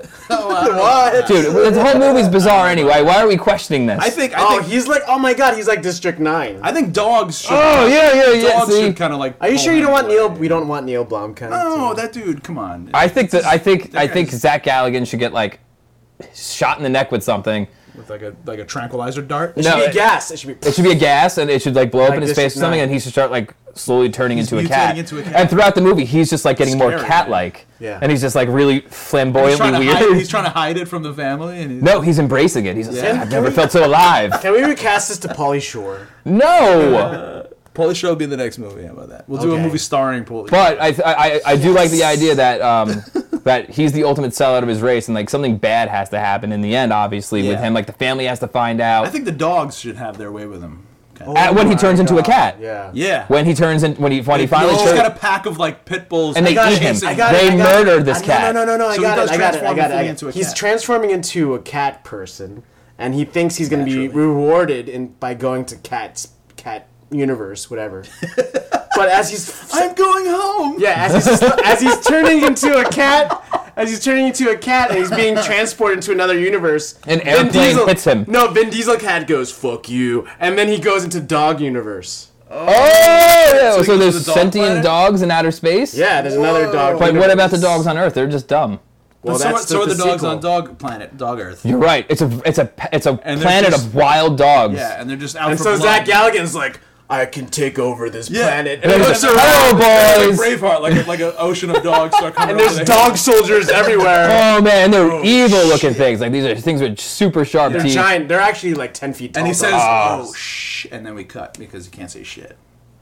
[SPEAKER 2] What?
[SPEAKER 1] Dude, the whole movie's bizarre anyway. Why are we questioning this?
[SPEAKER 3] I think I
[SPEAKER 2] Oh,
[SPEAKER 3] think
[SPEAKER 2] he's like, oh my god, he's like District 9.
[SPEAKER 3] I think dogs should.
[SPEAKER 1] Oh yeah, yeah, yeah.
[SPEAKER 3] dogs
[SPEAKER 1] See,
[SPEAKER 3] should kind of like.
[SPEAKER 1] Oh
[SPEAKER 2] Are you
[SPEAKER 3] pull
[SPEAKER 2] sure you
[SPEAKER 3] him
[SPEAKER 2] don't want
[SPEAKER 3] away.
[SPEAKER 2] Neil? We don't want Neil Blomkamp.
[SPEAKER 3] No,
[SPEAKER 2] to-
[SPEAKER 3] that dude. Come on.
[SPEAKER 1] I think that I think I
[SPEAKER 3] that
[SPEAKER 1] think
[SPEAKER 3] guy's-
[SPEAKER 1] Zach Galligan should get like shot in the neck with something.
[SPEAKER 3] with like a like a tranquilizer dart.
[SPEAKER 2] It should
[SPEAKER 1] No,
[SPEAKER 2] be a
[SPEAKER 1] it-
[SPEAKER 2] gas. It should be.
[SPEAKER 1] It should be a gas, and it should like blow up
[SPEAKER 2] Like
[SPEAKER 1] in his
[SPEAKER 2] this
[SPEAKER 1] face or
[SPEAKER 2] is not-
[SPEAKER 1] something, and he should start like slowly turning into a,
[SPEAKER 3] mutating
[SPEAKER 1] cat.
[SPEAKER 3] into a cat.
[SPEAKER 1] And throughout the movie, he's just like getting more
[SPEAKER 3] Scary,
[SPEAKER 1] cat-like,
[SPEAKER 2] man. Yeah.
[SPEAKER 1] and he's just like really
[SPEAKER 3] He's
[SPEAKER 1] flamboyantly
[SPEAKER 3] trying, to
[SPEAKER 1] weird.
[SPEAKER 3] hide, he's trying to hide it from the family, and he's,
[SPEAKER 1] no, he's embracing it. He's just
[SPEAKER 3] Yeah.
[SPEAKER 1] like, I've never felt so
[SPEAKER 3] <laughs>
[SPEAKER 1] alive.
[SPEAKER 2] Can we recast this to Polly Shore?
[SPEAKER 1] No,
[SPEAKER 3] Pauly Shore will be in the next movie. How about that? We'll do
[SPEAKER 2] Okay.
[SPEAKER 3] a movie starring Pauly.
[SPEAKER 1] but I I, I, I do like the idea that
[SPEAKER 3] <laughs>
[SPEAKER 1] um, that he's the ultimate sellout of his race, and like something bad has to happen in the end, obviously with
[SPEAKER 3] Yeah.
[SPEAKER 1] him. Like the family has to find out.
[SPEAKER 3] I think the dogs should have their way with him. Kinda.
[SPEAKER 2] Oh.
[SPEAKER 1] At when he
[SPEAKER 2] my
[SPEAKER 1] turns into a
[SPEAKER 2] God,
[SPEAKER 1] cat.
[SPEAKER 2] Yeah.
[SPEAKER 3] yeah.
[SPEAKER 1] When he turns in, when he when he finally
[SPEAKER 3] he's
[SPEAKER 1] turns,
[SPEAKER 3] got a pack of like pit bulls,
[SPEAKER 1] And they
[SPEAKER 3] like,
[SPEAKER 1] eat him.
[SPEAKER 3] chasing
[SPEAKER 1] I got
[SPEAKER 2] it,
[SPEAKER 1] They
[SPEAKER 2] got it.
[SPEAKER 1] murdered this
[SPEAKER 2] I-
[SPEAKER 1] cat.
[SPEAKER 2] No, no, no, no. I
[SPEAKER 3] So he
[SPEAKER 2] got
[SPEAKER 3] does
[SPEAKER 2] it. I got it. I
[SPEAKER 3] transform
[SPEAKER 2] got it. I
[SPEAKER 3] fully
[SPEAKER 2] got
[SPEAKER 3] into a
[SPEAKER 2] it. He's
[SPEAKER 3] cat.
[SPEAKER 2] transforming into a cat person, and he thinks he's going to be
[SPEAKER 3] Naturally.
[SPEAKER 2] rewarded in by going to cat's cat universe,
[SPEAKER 3] <laughs>
[SPEAKER 2] whatever. but as he's
[SPEAKER 3] I'm going home.
[SPEAKER 2] yeah,
[SPEAKER 1] <laughs>
[SPEAKER 2] as he's as he's turning into a cat, as he's turning into a cat, and he's being transported into another universe.
[SPEAKER 1] An
[SPEAKER 2] Vin
[SPEAKER 1] airplane hits him.
[SPEAKER 2] No, Vin Diesel cat goes fuck you, and then he goes into dog universe.
[SPEAKER 1] oh, yeah. so,
[SPEAKER 3] So he goes to
[SPEAKER 1] there's
[SPEAKER 3] the dog
[SPEAKER 1] sentient
[SPEAKER 3] planet?
[SPEAKER 1] dogs in outer space.
[SPEAKER 2] Yeah, there's another dog.
[SPEAKER 1] But what about the
[SPEAKER 2] universe.
[SPEAKER 1] dogs on Earth? They're just dumb.
[SPEAKER 2] Well,
[SPEAKER 3] so, are-
[SPEAKER 2] that's
[SPEAKER 3] so are the, dogs
[SPEAKER 2] sequel.
[SPEAKER 3] on Dog Planet, Dog Earth.
[SPEAKER 1] You're right. It's a it's a it's a
[SPEAKER 3] And they're
[SPEAKER 1] planet
[SPEAKER 3] just-
[SPEAKER 1] of wild dogs.
[SPEAKER 3] Yeah, and they're just out
[SPEAKER 2] And
[SPEAKER 3] for
[SPEAKER 2] so Zach
[SPEAKER 3] blood.
[SPEAKER 2] Galligan's like, I can take over this
[SPEAKER 3] Yeah.
[SPEAKER 2] planet.
[SPEAKER 1] And
[SPEAKER 2] And,
[SPEAKER 1] there's
[SPEAKER 2] there's,
[SPEAKER 1] a- oh
[SPEAKER 3] like
[SPEAKER 1] boys.
[SPEAKER 3] Braveheart, like like an ocean of
[SPEAKER 1] <laughs>
[SPEAKER 3] dogs start coming.
[SPEAKER 2] and there's
[SPEAKER 3] over the hill.
[SPEAKER 2] dog soldiers everywhere.
[SPEAKER 1] Oh man, they're evil looking things. Like these are things with super sharp
[SPEAKER 2] They're
[SPEAKER 1] teeth.
[SPEAKER 2] giant. They're actually like 10 feet tall.
[SPEAKER 3] And he says,
[SPEAKER 2] dogs.
[SPEAKER 3] "Oh shh," and then we cut because you can't say shit.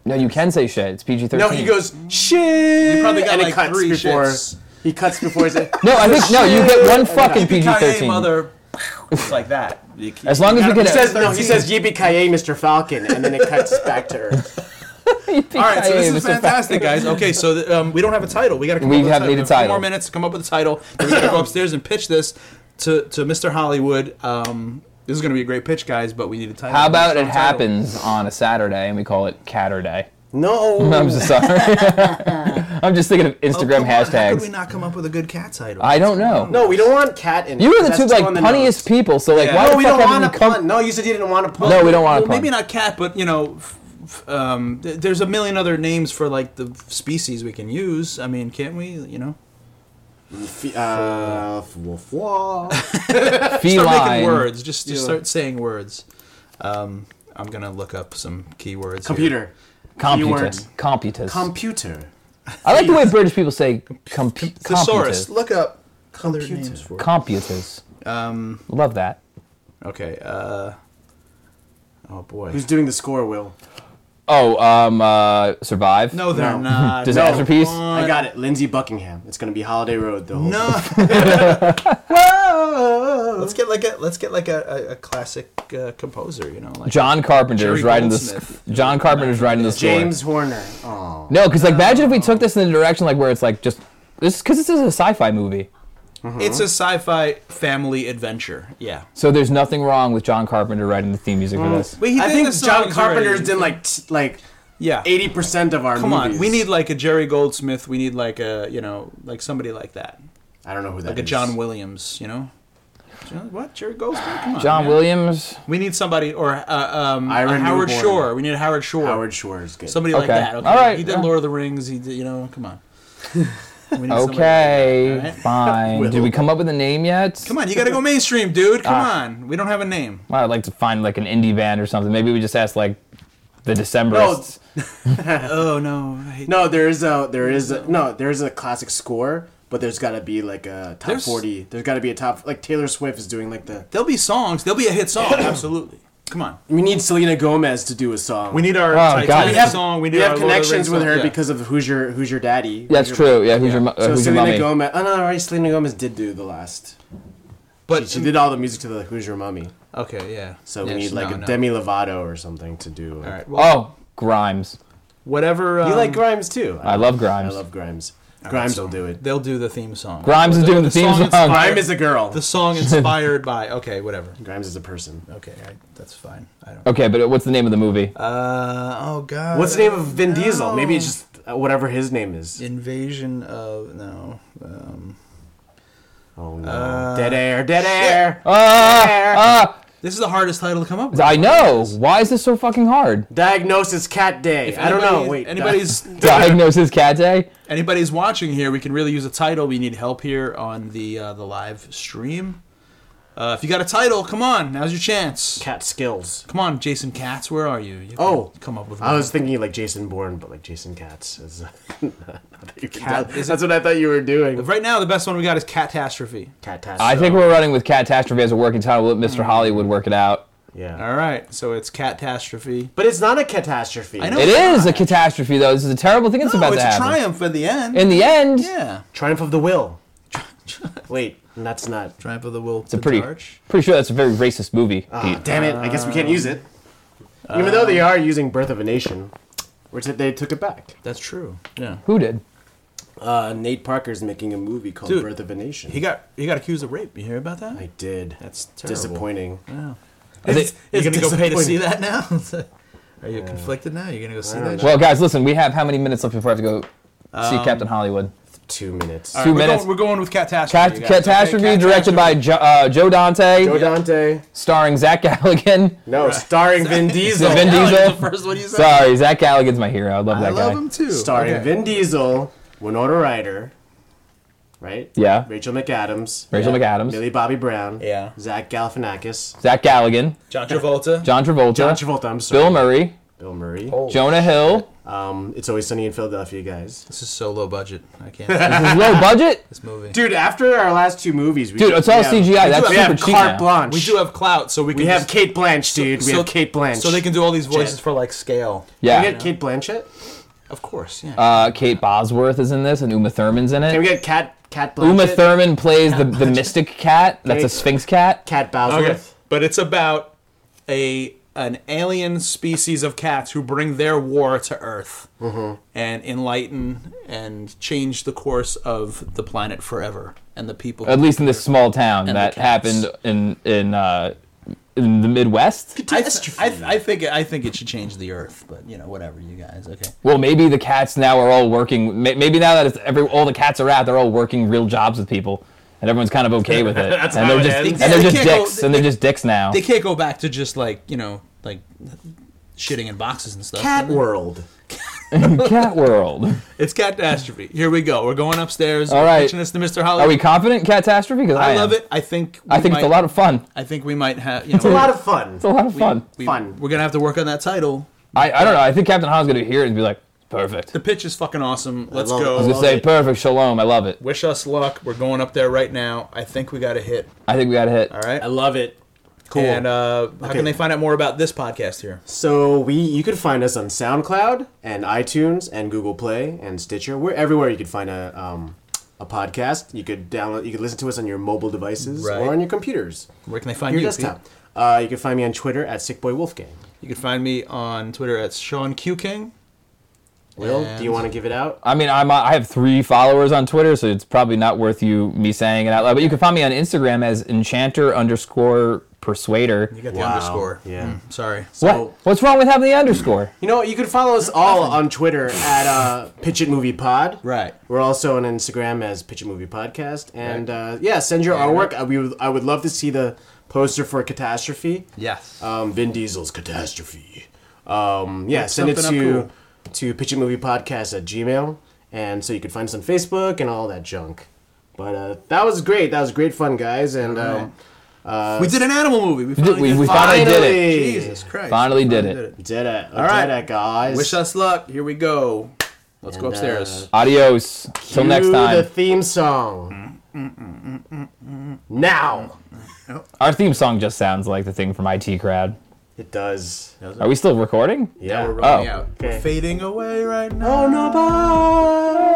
[SPEAKER 1] No, you can say shit. It's PG-13.
[SPEAKER 2] No, he goes, shit.
[SPEAKER 3] probably got,
[SPEAKER 2] and
[SPEAKER 3] like,
[SPEAKER 2] it cuts
[SPEAKER 3] three
[SPEAKER 2] before.
[SPEAKER 3] shits.
[SPEAKER 2] He cuts before
[SPEAKER 3] <laughs>
[SPEAKER 2] he says,
[SPEAKER 1] No, I think no. You get one fucking
[SPEAKER 3] Yippee-ki-yay,
[SPEAKER 1] PG-13.
[SPEAKER 3] mother. It's like that. You-
[SPEAKER 1] As long
[SPEAKER 3] you
[SPEAKER 1] as we
[SPEAKER 3] gotta
[SPEAKER 1] get
[SPEAKER 2] he
[SPEAKER 1] a-
[SPEAKER 2] says, no, he
[SPEAKER 3] 13.
[SPEAKER 2] says, yippee Mr. Falcon. And then it cuts back to Earth.
[SPEAKER 1] All
[SPEAKER 3] All right, so this is fantastic, guys. Okay, so th- um, we don't have a title. We got to come
[SPEAKER 1] We
[SPEAKER 3] up with
[SPEAKER 1] have
[SPEAKER 3] a title.
[SPEAKER 1] need a
[SPEAKER 3] We have
[SPEAKER 1] title.
[SPEAKER 3] Four more minutes to come up with a title. Then we got to
[SPEAKER 1] <laughs>
[SPEAKER 3] go upstairs and pitch this to, to Mr. Hollywood. Um, this is going to be a great pitch, guys, but we need a title.
[SPEAKER 1] How about
[SPEAKER 3] A
[SPEAKER 1] it
[SPEAKER 3] strong title.
[SPEAKER 1] happens on a Saturday and we call it Catter Day? I'm
[SPEAKER 2] No.
[SPEAKER 1] just
[SPEAKER 3] <laughs>
[SPEAKER 1] sorry. <laughs> I'm just thinking of
[SPEAKER 3] Oh, come
[SPEAKER 1] Instagram
[SPEAKER 3] on, How could we
[SPEAKER 1] hashtags.
[SPEAKER 3] not come up with a good cat title?
[SPEAKER 1] I don't know.
[SPEAKER 2] No, we don't want cat in
[SPEAKER 1] You
[SPEAKER 2] it.
[SPEAKER 1] were the
[SPEAKER 2] That's
[SPEAKER 1] two
[SPEAKER 2] too
[SPEAKER 1] like
[SPEAKER 2] on the
[SPEAKER 1] punniest
[SPEAKER 2] nose.
[SPEAKER 1] people, so like
[SPEAKER 3] Yeah.
[SPEAKER 1] why
[SPEAKER 3] No,
[SPEAKER 1] the
[SPEAKER 2] No, we
[SPEAKER 1] fuck
[SPEAKER 2] don't want
[SPEAKER 1] haven't
[SPEAKER 2] a
[SPEAKER 1] you come?
[SPEAKER 2] pun. No, you said you didn't want a pun.
[SPEAKER 1] No, we don't want
[SPEAKER 3] well,
[SPEAKER 1] a pun.
[SPEAKER 3] maybe not cat, but you know, f- f- um, th- there's a million other names for like the species we can use. I mean, can't we? You know,
[SPEAKER 2] Uh, f- woof, woof.
[SPEAKER 3] start
[SPEAKER 1] Feline.
[SPEAKER 3] making words. Just just start saying words. Um, I'm gonna look up some keywords. here.
[SPEAKER 2] Computer.
[SPEAKER 1] Computus.
[SPEAKER 2] Keywords.
[SPEAKER 1] Computus.
[SPEAKER 2] Computer.
[SPEAKER 1] I like the way British people say compu-
[SPEAKER 3] Thesaurus.
[SPEAKER 1] computus.
[SPEAKER 3] Look up color
[SPEAKER 2] Computer.
[SPEAKER 3] names for. it.
[SPEAKER 1] Computus.
[SPEAKER 3] Um.
[SPEAKER 1] Love that.
[SPEAKER 3] Okay. Uh. Oh boy.
[SPEAKER 2] Who's doing the score, Will?
[SPEAKER 1] Oh, um, uh, survive.
[SPEAKER 3] no, they're
[SPEAKER 2] No.
[SPEAKER 1] <laughs>
[SPEAKER 3] not.
[SPEAKER 1] Disaster
[SPEAKER 3] No.
[SPEAKER 1] piece?
[SPEAKER 2] I got it. Lindsay Buckingham. It's going to be Holiday Road, the whole
[SPEAKER 3] Uh, No.
[SPEAKER 2] <laughs>
[SPEAKER 3] <laughs> let's get like a let's get like a, a, a classic uh, composer. You know, like
[SPEAKER 1] John Carpenter's
[SPEAKER 3] Jerry
[SPEAKER 1] writing the
[SPEAKER 3] Goldsmith.
[SPEAKER 1] sc- John Carpenter's writing the score.
[SPEAKER 2] James Horner. Oh.
[SPEAKER 1] No, because like imagine if we took this in the direction like where it's like just this because this is a sci-fi movie,
[SPEAKER 3] it's a sci-fi family adventure. Yeah.
[SPEAKER 1] so there's nothing wrong with John Carpenter writing the theme music for this.
[SPEAKER 3] Wait, he
[SPEAKER 2] I
[SPEAKER 3] did
[SPEAKER 2] think
[SPEAKER 3] the
[SPEAKER 2] John
[SPEAKER 3] songs
[SPEAKER 2] Carpenter's
[SPEAKER 3] already.
[SPEAKER 2] did like t- like
[SPEAKER 3] Yeah.
[SPEAKER 2] eighty percent of our
[SPEAKER 3] Come
[SPEAKER 2] movies.
[SPEAKER 3] on, we need like a Jerry Goldsmith. We need like a you know like somebody like that,
[SPEAKER 2] I don't know who that
[SPEAKER 3] like a
[SPEAKER 2] is.
[SPEAKER 3] John Williams. You know, John, what Jerry Goldsmith? Come on,
[SPEAKER 1] John
[SPEAKER 3] man.
[SPEAKER 1] Williams.
[SPEAKER 3] We need somebody or uh, um, a
[SPEAKER 2] Ira
[SPEAKER 3] Howard
[SPEAKER 2] Newborn.
[SPEAKER 3] Shore. We need a Howard Shore.
[SPEAKER 2] Howard Shore is good.
[SPEAKER 3] Somebody like
[SPEAKER 1] Okay.
[SPEAKER 3] that. Okay.
[SPEAKER 1] All right,
[SPEAKER 3] He did
[SPEAKER 1] yeah.
[SPEAKER 3] Lord of the Rings. He did you know.
[SPEAKER 1] <laughs>
[SPEAKER 3] Come on. We need somebody-
[SPEAKER 1] Okay,
[SPEAKER 3] All right. <laughs>
[SPEAKER 1] fine. Did we come up with a name yet?
[SPEAKER 3] Come on, you gotta go mainstream, dude. Come
[SPEAKER 1] Ah.
[SPEAKER 3] on, we don't have a name.
[SPEAKER 1] Well, I'd like to find like an indie band or something. Maybe we just ask like the Decemberists.
[SPEAKER 3] Oh no, I hate
[SPEAKER 2] No, there is a there is a, no there is a classic score, but there's got to be like a top
[SPEAKER 3] There's-
[SPEAKER 2] forty. There's got to be a top like Taylor Swift is doing like the.
[SPEAKER 3] There'll be songs. There'll be a hit
[SPEAKER 1] <coughs>
[SPEAKER 3] song. Absolutely. Come on.
[SPEAKER 2] We need Selena Gomez to do a song.
[SPEAKER 3] We need our
[SPEAKER 1] Oh, God.
[SPEAKER 3] Titanic
[SPEAKER 1] We
[SPEAKER 2] have,
[SPEAKER 3] song. We need
[SPEAKER 2] we
[SPEAKER 3] our
[SPEAKER 2] have
[SPEAKER 3] Lord of the
[SPEAKER 2] connections
[SPEAKER 3] Rings
[SPEAKER 2] with
[SPEAKER 3] song.
[SPEAKER 2] her
[SPEAKER 3] Yeah.
[SPEAKER 2] because of who's your who's your daddy.
[SPEAKER 1] That's
[SPEAKER 2] Who's your-
[SPEAKER 1] true. Yeah, who's your mo- uh,
[SPEAKER 2] So
[SPEAKER 1] who's your
[SPEAKER 2] Selena
[SPEAKER 1] mummy?
[SPEAKER 2] Gomez. Oh no, already Selena Gomez did do the last.
[SPEAKER 3] But
[SPEAKER 2] She did all the music to the Who's Your Mummy.
[SPEAKER 3] okay, yeah.
[SPEAKER 2] So we
[SPEAKER 3] Yeah,
[SPEAKER 2] need
[SPEAKER 3] she-
[SPEAKER 2] like
[SPEAKER 3] no,
[SPEAKER 2] a
[SPEAKER 3] no.
[SPEAKER 2] Demi Lovato or something to do.
[SPEAKER 3] All right. Well,
[SPEAKER 1] Oh, Grimes.
[SPEAKER 3] whatever. Um,
[SPEAKER 2] Uh, You like Grimes too.
[SPEAKER 1] I love Grimes.
[SPEAKER 2] I love Grimes. Grimes will do it.
[SPEAKER 3] They'll do the theme song.
[SPEAKER 1] Grimes is doing the theme
[SPEAKER 3] song
[SPEAKER 1] song.
[SPEAKER 3] inspired-
[SPEAKER 2] Grimes is a girl.
[SPEAKER 3] The song inspired
[SPEAKER 2] <laughs>
[SPEAKER 3] by. Okay, whatever.
[SPEAKER 2] Grimes is a person.
[SPEAKER 3] Okay, I, that's fine. I don't.
[SPEAKER 1] Okay, but what's the name of the movie?
[SPEAKER 3] Uh oh god.
[SPEAKER 2] What's the name of Vin
[SPEAKER 3] No.
[SPEAKER 2] Diesel? Maybe it's just uh, whatever his name is.
[SPEAKER 3] Invasion of no. Um,
[SPEAKER 2] Oh no.
[SPEAKER 3] Uh,
[SPEAKER 2] dead air, dead air.
[SPEAKER 1] Ah,
[SPEAKER 2] air.
[SPEAKER 1] ah,
[SPEAKER 3] this is the hardest title to come up with.
[SPEAKER 1] I know. Why is this so fucking
[SPEAKER 3] <laughs>
[SPEAKER 1] hard?
[SPEAKER 2] Diagnosis Cat Day. I don't know.
[SPEAKER 3] Anybody-
[SPEAKER 2] Wait.
[SPEAKER 3] Anybody's
[SPEAKER 1] Diagnosis Cat Day.
[SPEAKER 3] anybody's watching here, we can really use a title. We need help here on the uh, the live stream. Uh, if you got a title, come on, now's your chance.
[SPEAKER 2] <laughs> cat skills.
[SPEAKER 3] Come on, Jason Katz, where are you? You can
[SPEAKER 2] Oh,
[SPEAKER 3] come up with one.
[SPEAKER 2] I was thinking like Jason Bourne, but like Jason Katz. Is, <laughs>
[SPEAKER 3] Cat-
[SPEAKER 2] cat,
[SPEAKER 3] is
[SPEAKER 2] that's what I thought you were doing.
[SPEAKER 3] right now. The best one we got is Catastrophe.
[SPEAKER 2] Cat
[SPEAKER 1] I think we're running with Catastrophe as a working title. We'll let Mr.
[SPEAKER 3] Hmm.
[SPEAKER 1] Hollywood work it out.
[SPEAKER 2] Yeah.
[SPEAKER 3] All right, so it's Catastrophe.
[SPEAKER 2] But it's not a catastrophe.
[SPEAKER 3] I know.
[SPEAKER 1] It is a catastrophe, though. This is a terrible thing that's
[SPEAKER 3] No,
[SPEAKER 1] about
[SPEAKER 3] Oh, it's
[SPEAKER 1] to
[SPEAKER 3] a
[SPEAKER 1] happen.
[SPEAKER 3] triumph at the end.
[SPEAKER 1] In the end,
[SPEAKER 3] yeah,
[SPEAKER 2] Triumph of the
[SPEAKER 3] <laughs>
[SPEAKER 2] will. Wait, that's not.
[SPEAKER 3] triumph of the will. It's
[SPEAKER 1] a pretty, pretty sure that's a very racist movie.
[SPEAKER 2] Ah,
[SPEAKER 1] Pete.
[SPEAKER 2] damn it! I guess we can't use it. Even though
[SPEAKER 3] Uh,
[SPEAKER 2] they are using "Birth of a Nation," which they took it back.
[SPEAKER 3] That's true. Yeah,
[SPEAKER 1] Who did?
[SPEAKER 2] Uh, Nate Parker's making a movie called
[SPEAKER 3] Dude,
[SPEAKER 2] "Birth of a Nation."
[SPEAKER 3] he got he got accused of rape. You hear about that?
[SPEAKER 2] I did.
[SPEAKER 3] That's terrible.
[SPEAKER 2] disappointing.
[SPEAKER 3] Yeah.
[SPEAKER 1] Are they-
[SPEAKER 3] You're gonna go pay to see
[SPEAKER 2] disappointing.
[SPEAKER 3] that now? <laughs> Are you conflicted now? You're gonna go see that?
[SPEAKER 1] Well, guys, listen. We have how many minutes left before I have to go
[SPEAKER 2] Um,
[SPEAKER 1] see Captain Hollywood?
[SPEAKER 2] Two minutes.
[SPEAKER 1] Two
[SPEAKER 3] we're
[SPEAKER 1] minutes.
[SPEAKER 3] Going, we're going with
[SPEAKER 1] Cat-
[SPEAKER 3] Catastrophe. you guys,
[SPEAKER 1] catastrophe,
[SPEAKER 3] okay?
[SPEAKER 1] directed by jo- uh, Joe Dante,
[SPEAKER 2] Joe Dante.
[SPEAKER 1] starring Zach
[SPEAKER 2] <laughs>
[SPEAKER 1] Galligan.
[SPEAKER 2] No, starring
[SPEAKER 3] <laughs>
[SPEAKER 2] Vin Diesel.
[SPEAKER 1] Vin
[SPEAKER 3] <laughs> That was
[SPEAKER 1] Diesel.
[SPEAKER 3] the first one you said.
[SPEAKER 1] Sorry, Zach Galligan's my hero. I love
[SPEAKER 3] I
[SPEAKER 1] that
[SPEAKER 3] love
[SPEAKER 1] guy.
[SPEAKER 3] him too.
[SPEAKER 2] starring
[SPEAKER 3] Okay.
[SPEAKER 2] Vin Diesel, Winona Ryder, right?
[SPEAKER 1] Yeah.
[SPEAKER 2] Rachel McAdams.
[SPEAKER 1] Rachel McAdams.
[SPEAKER 2] Millie Bobby Brown.
[SPEAKER 3] Yeah.
[SPEAKER 2] Zach Galifianakis.
[SPEAKER 1] Zach Galligan,
[SPEAKER 3] John Travolta.
[SPEAKER 1] John Travolta,
[SPEAKER 2] John Travolta. I'm sorry.
[SPEAKER 1] Bill Murray,
[SPEAKER 2] Bill Murray.
[SPEAKER 1] Jonah Hill.
[SPEAKER 2] Um, it's always sunny in Philadelphia, guys.
[SPEAKER 3] This is so low budget. I can't see
[SPEAKER 1] This is low
[SPEAKER 2] <laughs>
[SPEAKER 1] budget,
[SPEAKER 3] this movie.
[SPEAKER 2] Dude, after our last two movies, we
[SPEAKER 1] dude. It's all
[SPEAKER 2] we have-
[SPEAKER 1] CGI. That's
[SPEAKER 2] we
[SPEAKER 1] super
[SPEAKER 2] have
[SPEAKER 1] cheap
[SPEAKER 2] carte
[SPEAKER 1] now.
[SPEAKER 2] blanche.
[SPEAKER 3] we do have clout, so we can.
[SPEAKER 2] We have
[SPEAKER 3] just-
[SPEAKER 2] Kate Blanch, dude. we
[SPEAKER 3] so-
[SPEAKER 2] have Kate Blanch.
[SPEAKER 3] so they can do all these voices
[SPEAKER 2] Jet.
[SPEAKER 3] for like scale.
[SPEAKER 2] Can we
[SPEAKER 1] Yeah.
[SPEAKER 2] get Kate Blanchett?
[SPEAKER 3] Of course. Yeah.
[SPEAKER 1] Uh, Kate Bosworth is in this, and Uma Thurman's in
[SPEAKER 2] Can
[SPEAKER 1] it.
[SPEAKER 2] we get Cat Cat Blanchett?
[SPEAKER 1] Uma Thurman plays the,
[SPEAKER 2] <laughs>
[SPEAKER 1] the mystic cat. That's a
[SPEAKER 2] Okay.
[SPEAKER 1] sphinx cat.
[SPEAKER 2] Cat Bowsworth.
[SPEAKER 3] okay. But it's about a an alien species of cats who bring their war to Earth
[SPEAKER 2] Mm-hmm.
[SPEAKER 3] and enlighten and change the course of the planet forever and the people.
[SPEAKER 1] At least in this small town
[SPEAKER 3] the
[SPEAKER 1] that
[SPEAKER 3] cats.
[SPEAKER 1] happened in in uh, in the Midwest.
[SPEAKER 3] I, th- I, th- I think I think it should change the Earth, but you know whatever you guys. Okay.
[SPEAKER 1] Well, maybe the cats now are all working. may- Maybe now that it's every all the cats are out, they're all working real jobs with people, and everyone's kind of okay with it.
[SPEAKER 2] <laughs> That's
[SPEAKER 1] and
[SPEAKER 2] how
[SPEAKER 1] they're
[SPEAKER 2] it
[SPEAKER 1] just
[SPEAKER 2] ends.
[SPEAKER 1] and
[SPEAKER 3] They
[SPEAKER 1] they're just
[SPEAKER 3] can't go-
[SPEAKER 1] dicks, and they're just dicks now.
[SPEAKER 3] They can't go back to just like you know like shitting in boxes and stuff.
[SPEAKER 2] Cat
[SPEAKER 1] <laughs>
[SPEAKER 2] World.
[SPEAKER 1] Cat
[SPEAKER 3] <laughs>
[SPEAKER 1] World.
[SPEAKER 3] It's catastrophe. Here we go. We're going upstairs.
[SPEAKER 1] All
[SPEAKER 3] We're
[SPEAKER 1] right.
[SPEAKER 3] Pitching this to Mr. Holly.
[SPEAKER 1] Are we confident in catastrophe? Because I,
[SPEAKER 3] I
[SPEAKER 1] am.
[SPEAKER 3] love it. I think.
[SPEAKER 1] I think it's a lot of fun.
[SPEAKER 3] I think we might have. You know,
[SPEAKER 2] It's a lot of fun.
[SPEAKER 1] It's a lot of fun.
[SPEAKER 3] we,
[SPEAKER 2] fun.
[SPEAKER 3] We're gonna have to work on that title.
[SPEAKER 1] I, I don't know. I think Captain Han's gonna hear it and be like, perfect.
[SPEAKER 3] The pitch is fucking awesome. Let's
[SPEAKER 2] love it.
[SPEAKER 3] go.
[SPEAKER 2] I
[SPEAKER 1] Just
[SPEAKER 2] love
[SPEAKER 1] say
[SPEAKER 2] it.
[SPEAKER 1] perfect shalom. I love it.
[SPEAKER 3] Wish us luck. We're going up there right now. I think we got a hit.
[SPEAKER 1] I think we got a hit.
[SPEAKER 3] All right.
[SPEAKER 2] I love it. Cool.
[SPEAKER 3] And uh, how
[SPEAKER 2] Okay.
[SPEAKER 3] can they find out more about this podcast here?
[SPEAKER 2] so we you can find us on SoundCloud and iTunes and Google Play and Stitcher. We're everywhere you could find a um, a podcast. You could download. You could listen to us on your mobile devices
[SPEAKER 3] Right.
[SPEAKER 2] or on your computers,
[SPEAKER 3] Where can they find
[SPEAKER 2] your
[SPEAKER 3] you?
[SPEAKER 2] desktop. Uh, you can find me on Twitter at SickBoyWolfgang.
[SPEAKER 3] Pete? You can find me on Twitter at Sean Q King.
[SPEAKER 2] Will,
[SPEAKER 3] And-
[SPEAKER 2] do you want to give it out?
[SPEAKER 1] I mean, I'm, I have three followers on Twitter, so it's probably not worth you me saying it out loud. But you can find me on Instagram as enchanter underscore persuader.
[SPEAKER 3] You got the
[SPEAKER 2] Wow.
[SPEAKER 3] underscore.
[SPEAKER 2] Yeah.
[SPEAKER 3] Mm, sorry.
[SPEAKER 1] what? What's wrong with having the underscore?
[SPEAKER 2] You know, you can follow us all on Twitter at uh, Pitch It Movie Pod.
[SPEAKER 3] Right.
[SPEAKER 2] We're also on Instagram as Pitch It Movie Podcast. And
[SPEAKER 3] Right.
[SPEAKER 2] uh, yeah, send your
[SPEAKER 3] Yeah.
[SPEAKER 2] artwork. I, we would, I would love to see the poster for Catastrophe.
[SPEAKER 3] Yes.
[SPEAKER 2] Um, Vin Diesel's Catastrophe. Um, yeah,
[SPEAKER 3] Look
[SPEAKER 2] send it
[SPEAKER 3] something up
[SPEAKER 2] to
[SPEAKER 3] cool.
[SPEAKER 2] to Pitch It Movie Podcast at Gmail. And so you can find us on Facebook and all that junk. But uh, that was great. That was great fun, guys. And um,
[SPEAKER 3] we did an animal movie. We finally
[SPEAKER 1] we-
[SPEAKER 3] did
[SPEAKER 1] we
[SPEAKER 3] five.
[SPEAKER 1] finally did it.
[SPEAKER 2] finally-
[SPEAKER 3] Jesus Christ.
[SPEAKER 1] Finally did it.
[SPEAKER 2] Did it. All
[SPEAKER 3] right.
[SPEAKER 2] right, did it, guys.
[SPEAKER 3] Wish us luck. Here we go. Let's go
[SPEAKER 2] And,
[SPEAKER 3] upstairs.
[SPEAKER 2] uh,
[SPEAKER 1] Adios. Till next
[SPEAKER 2] Cue the
[SPEAKER 1] time.
[SPEAKER 2] theme song. Now
[SPEAKER 1] Our theme song just sounds like the thing from IT Crowd.
[SPEAKER 2] it does.
[SPEAKER 1] Are we still recording?
[SPEAKER 2] Yeah.
[SPEAKER 3] We're running
[SPEAKER 1] Oh.
[SPEAKER 3] out.
[SPEAKER 2] Okay.
[SPEAKER 3] We're fading away right now.
[SPEAKER 2] Oh no, bye.
[SPEAKER 1] Uh,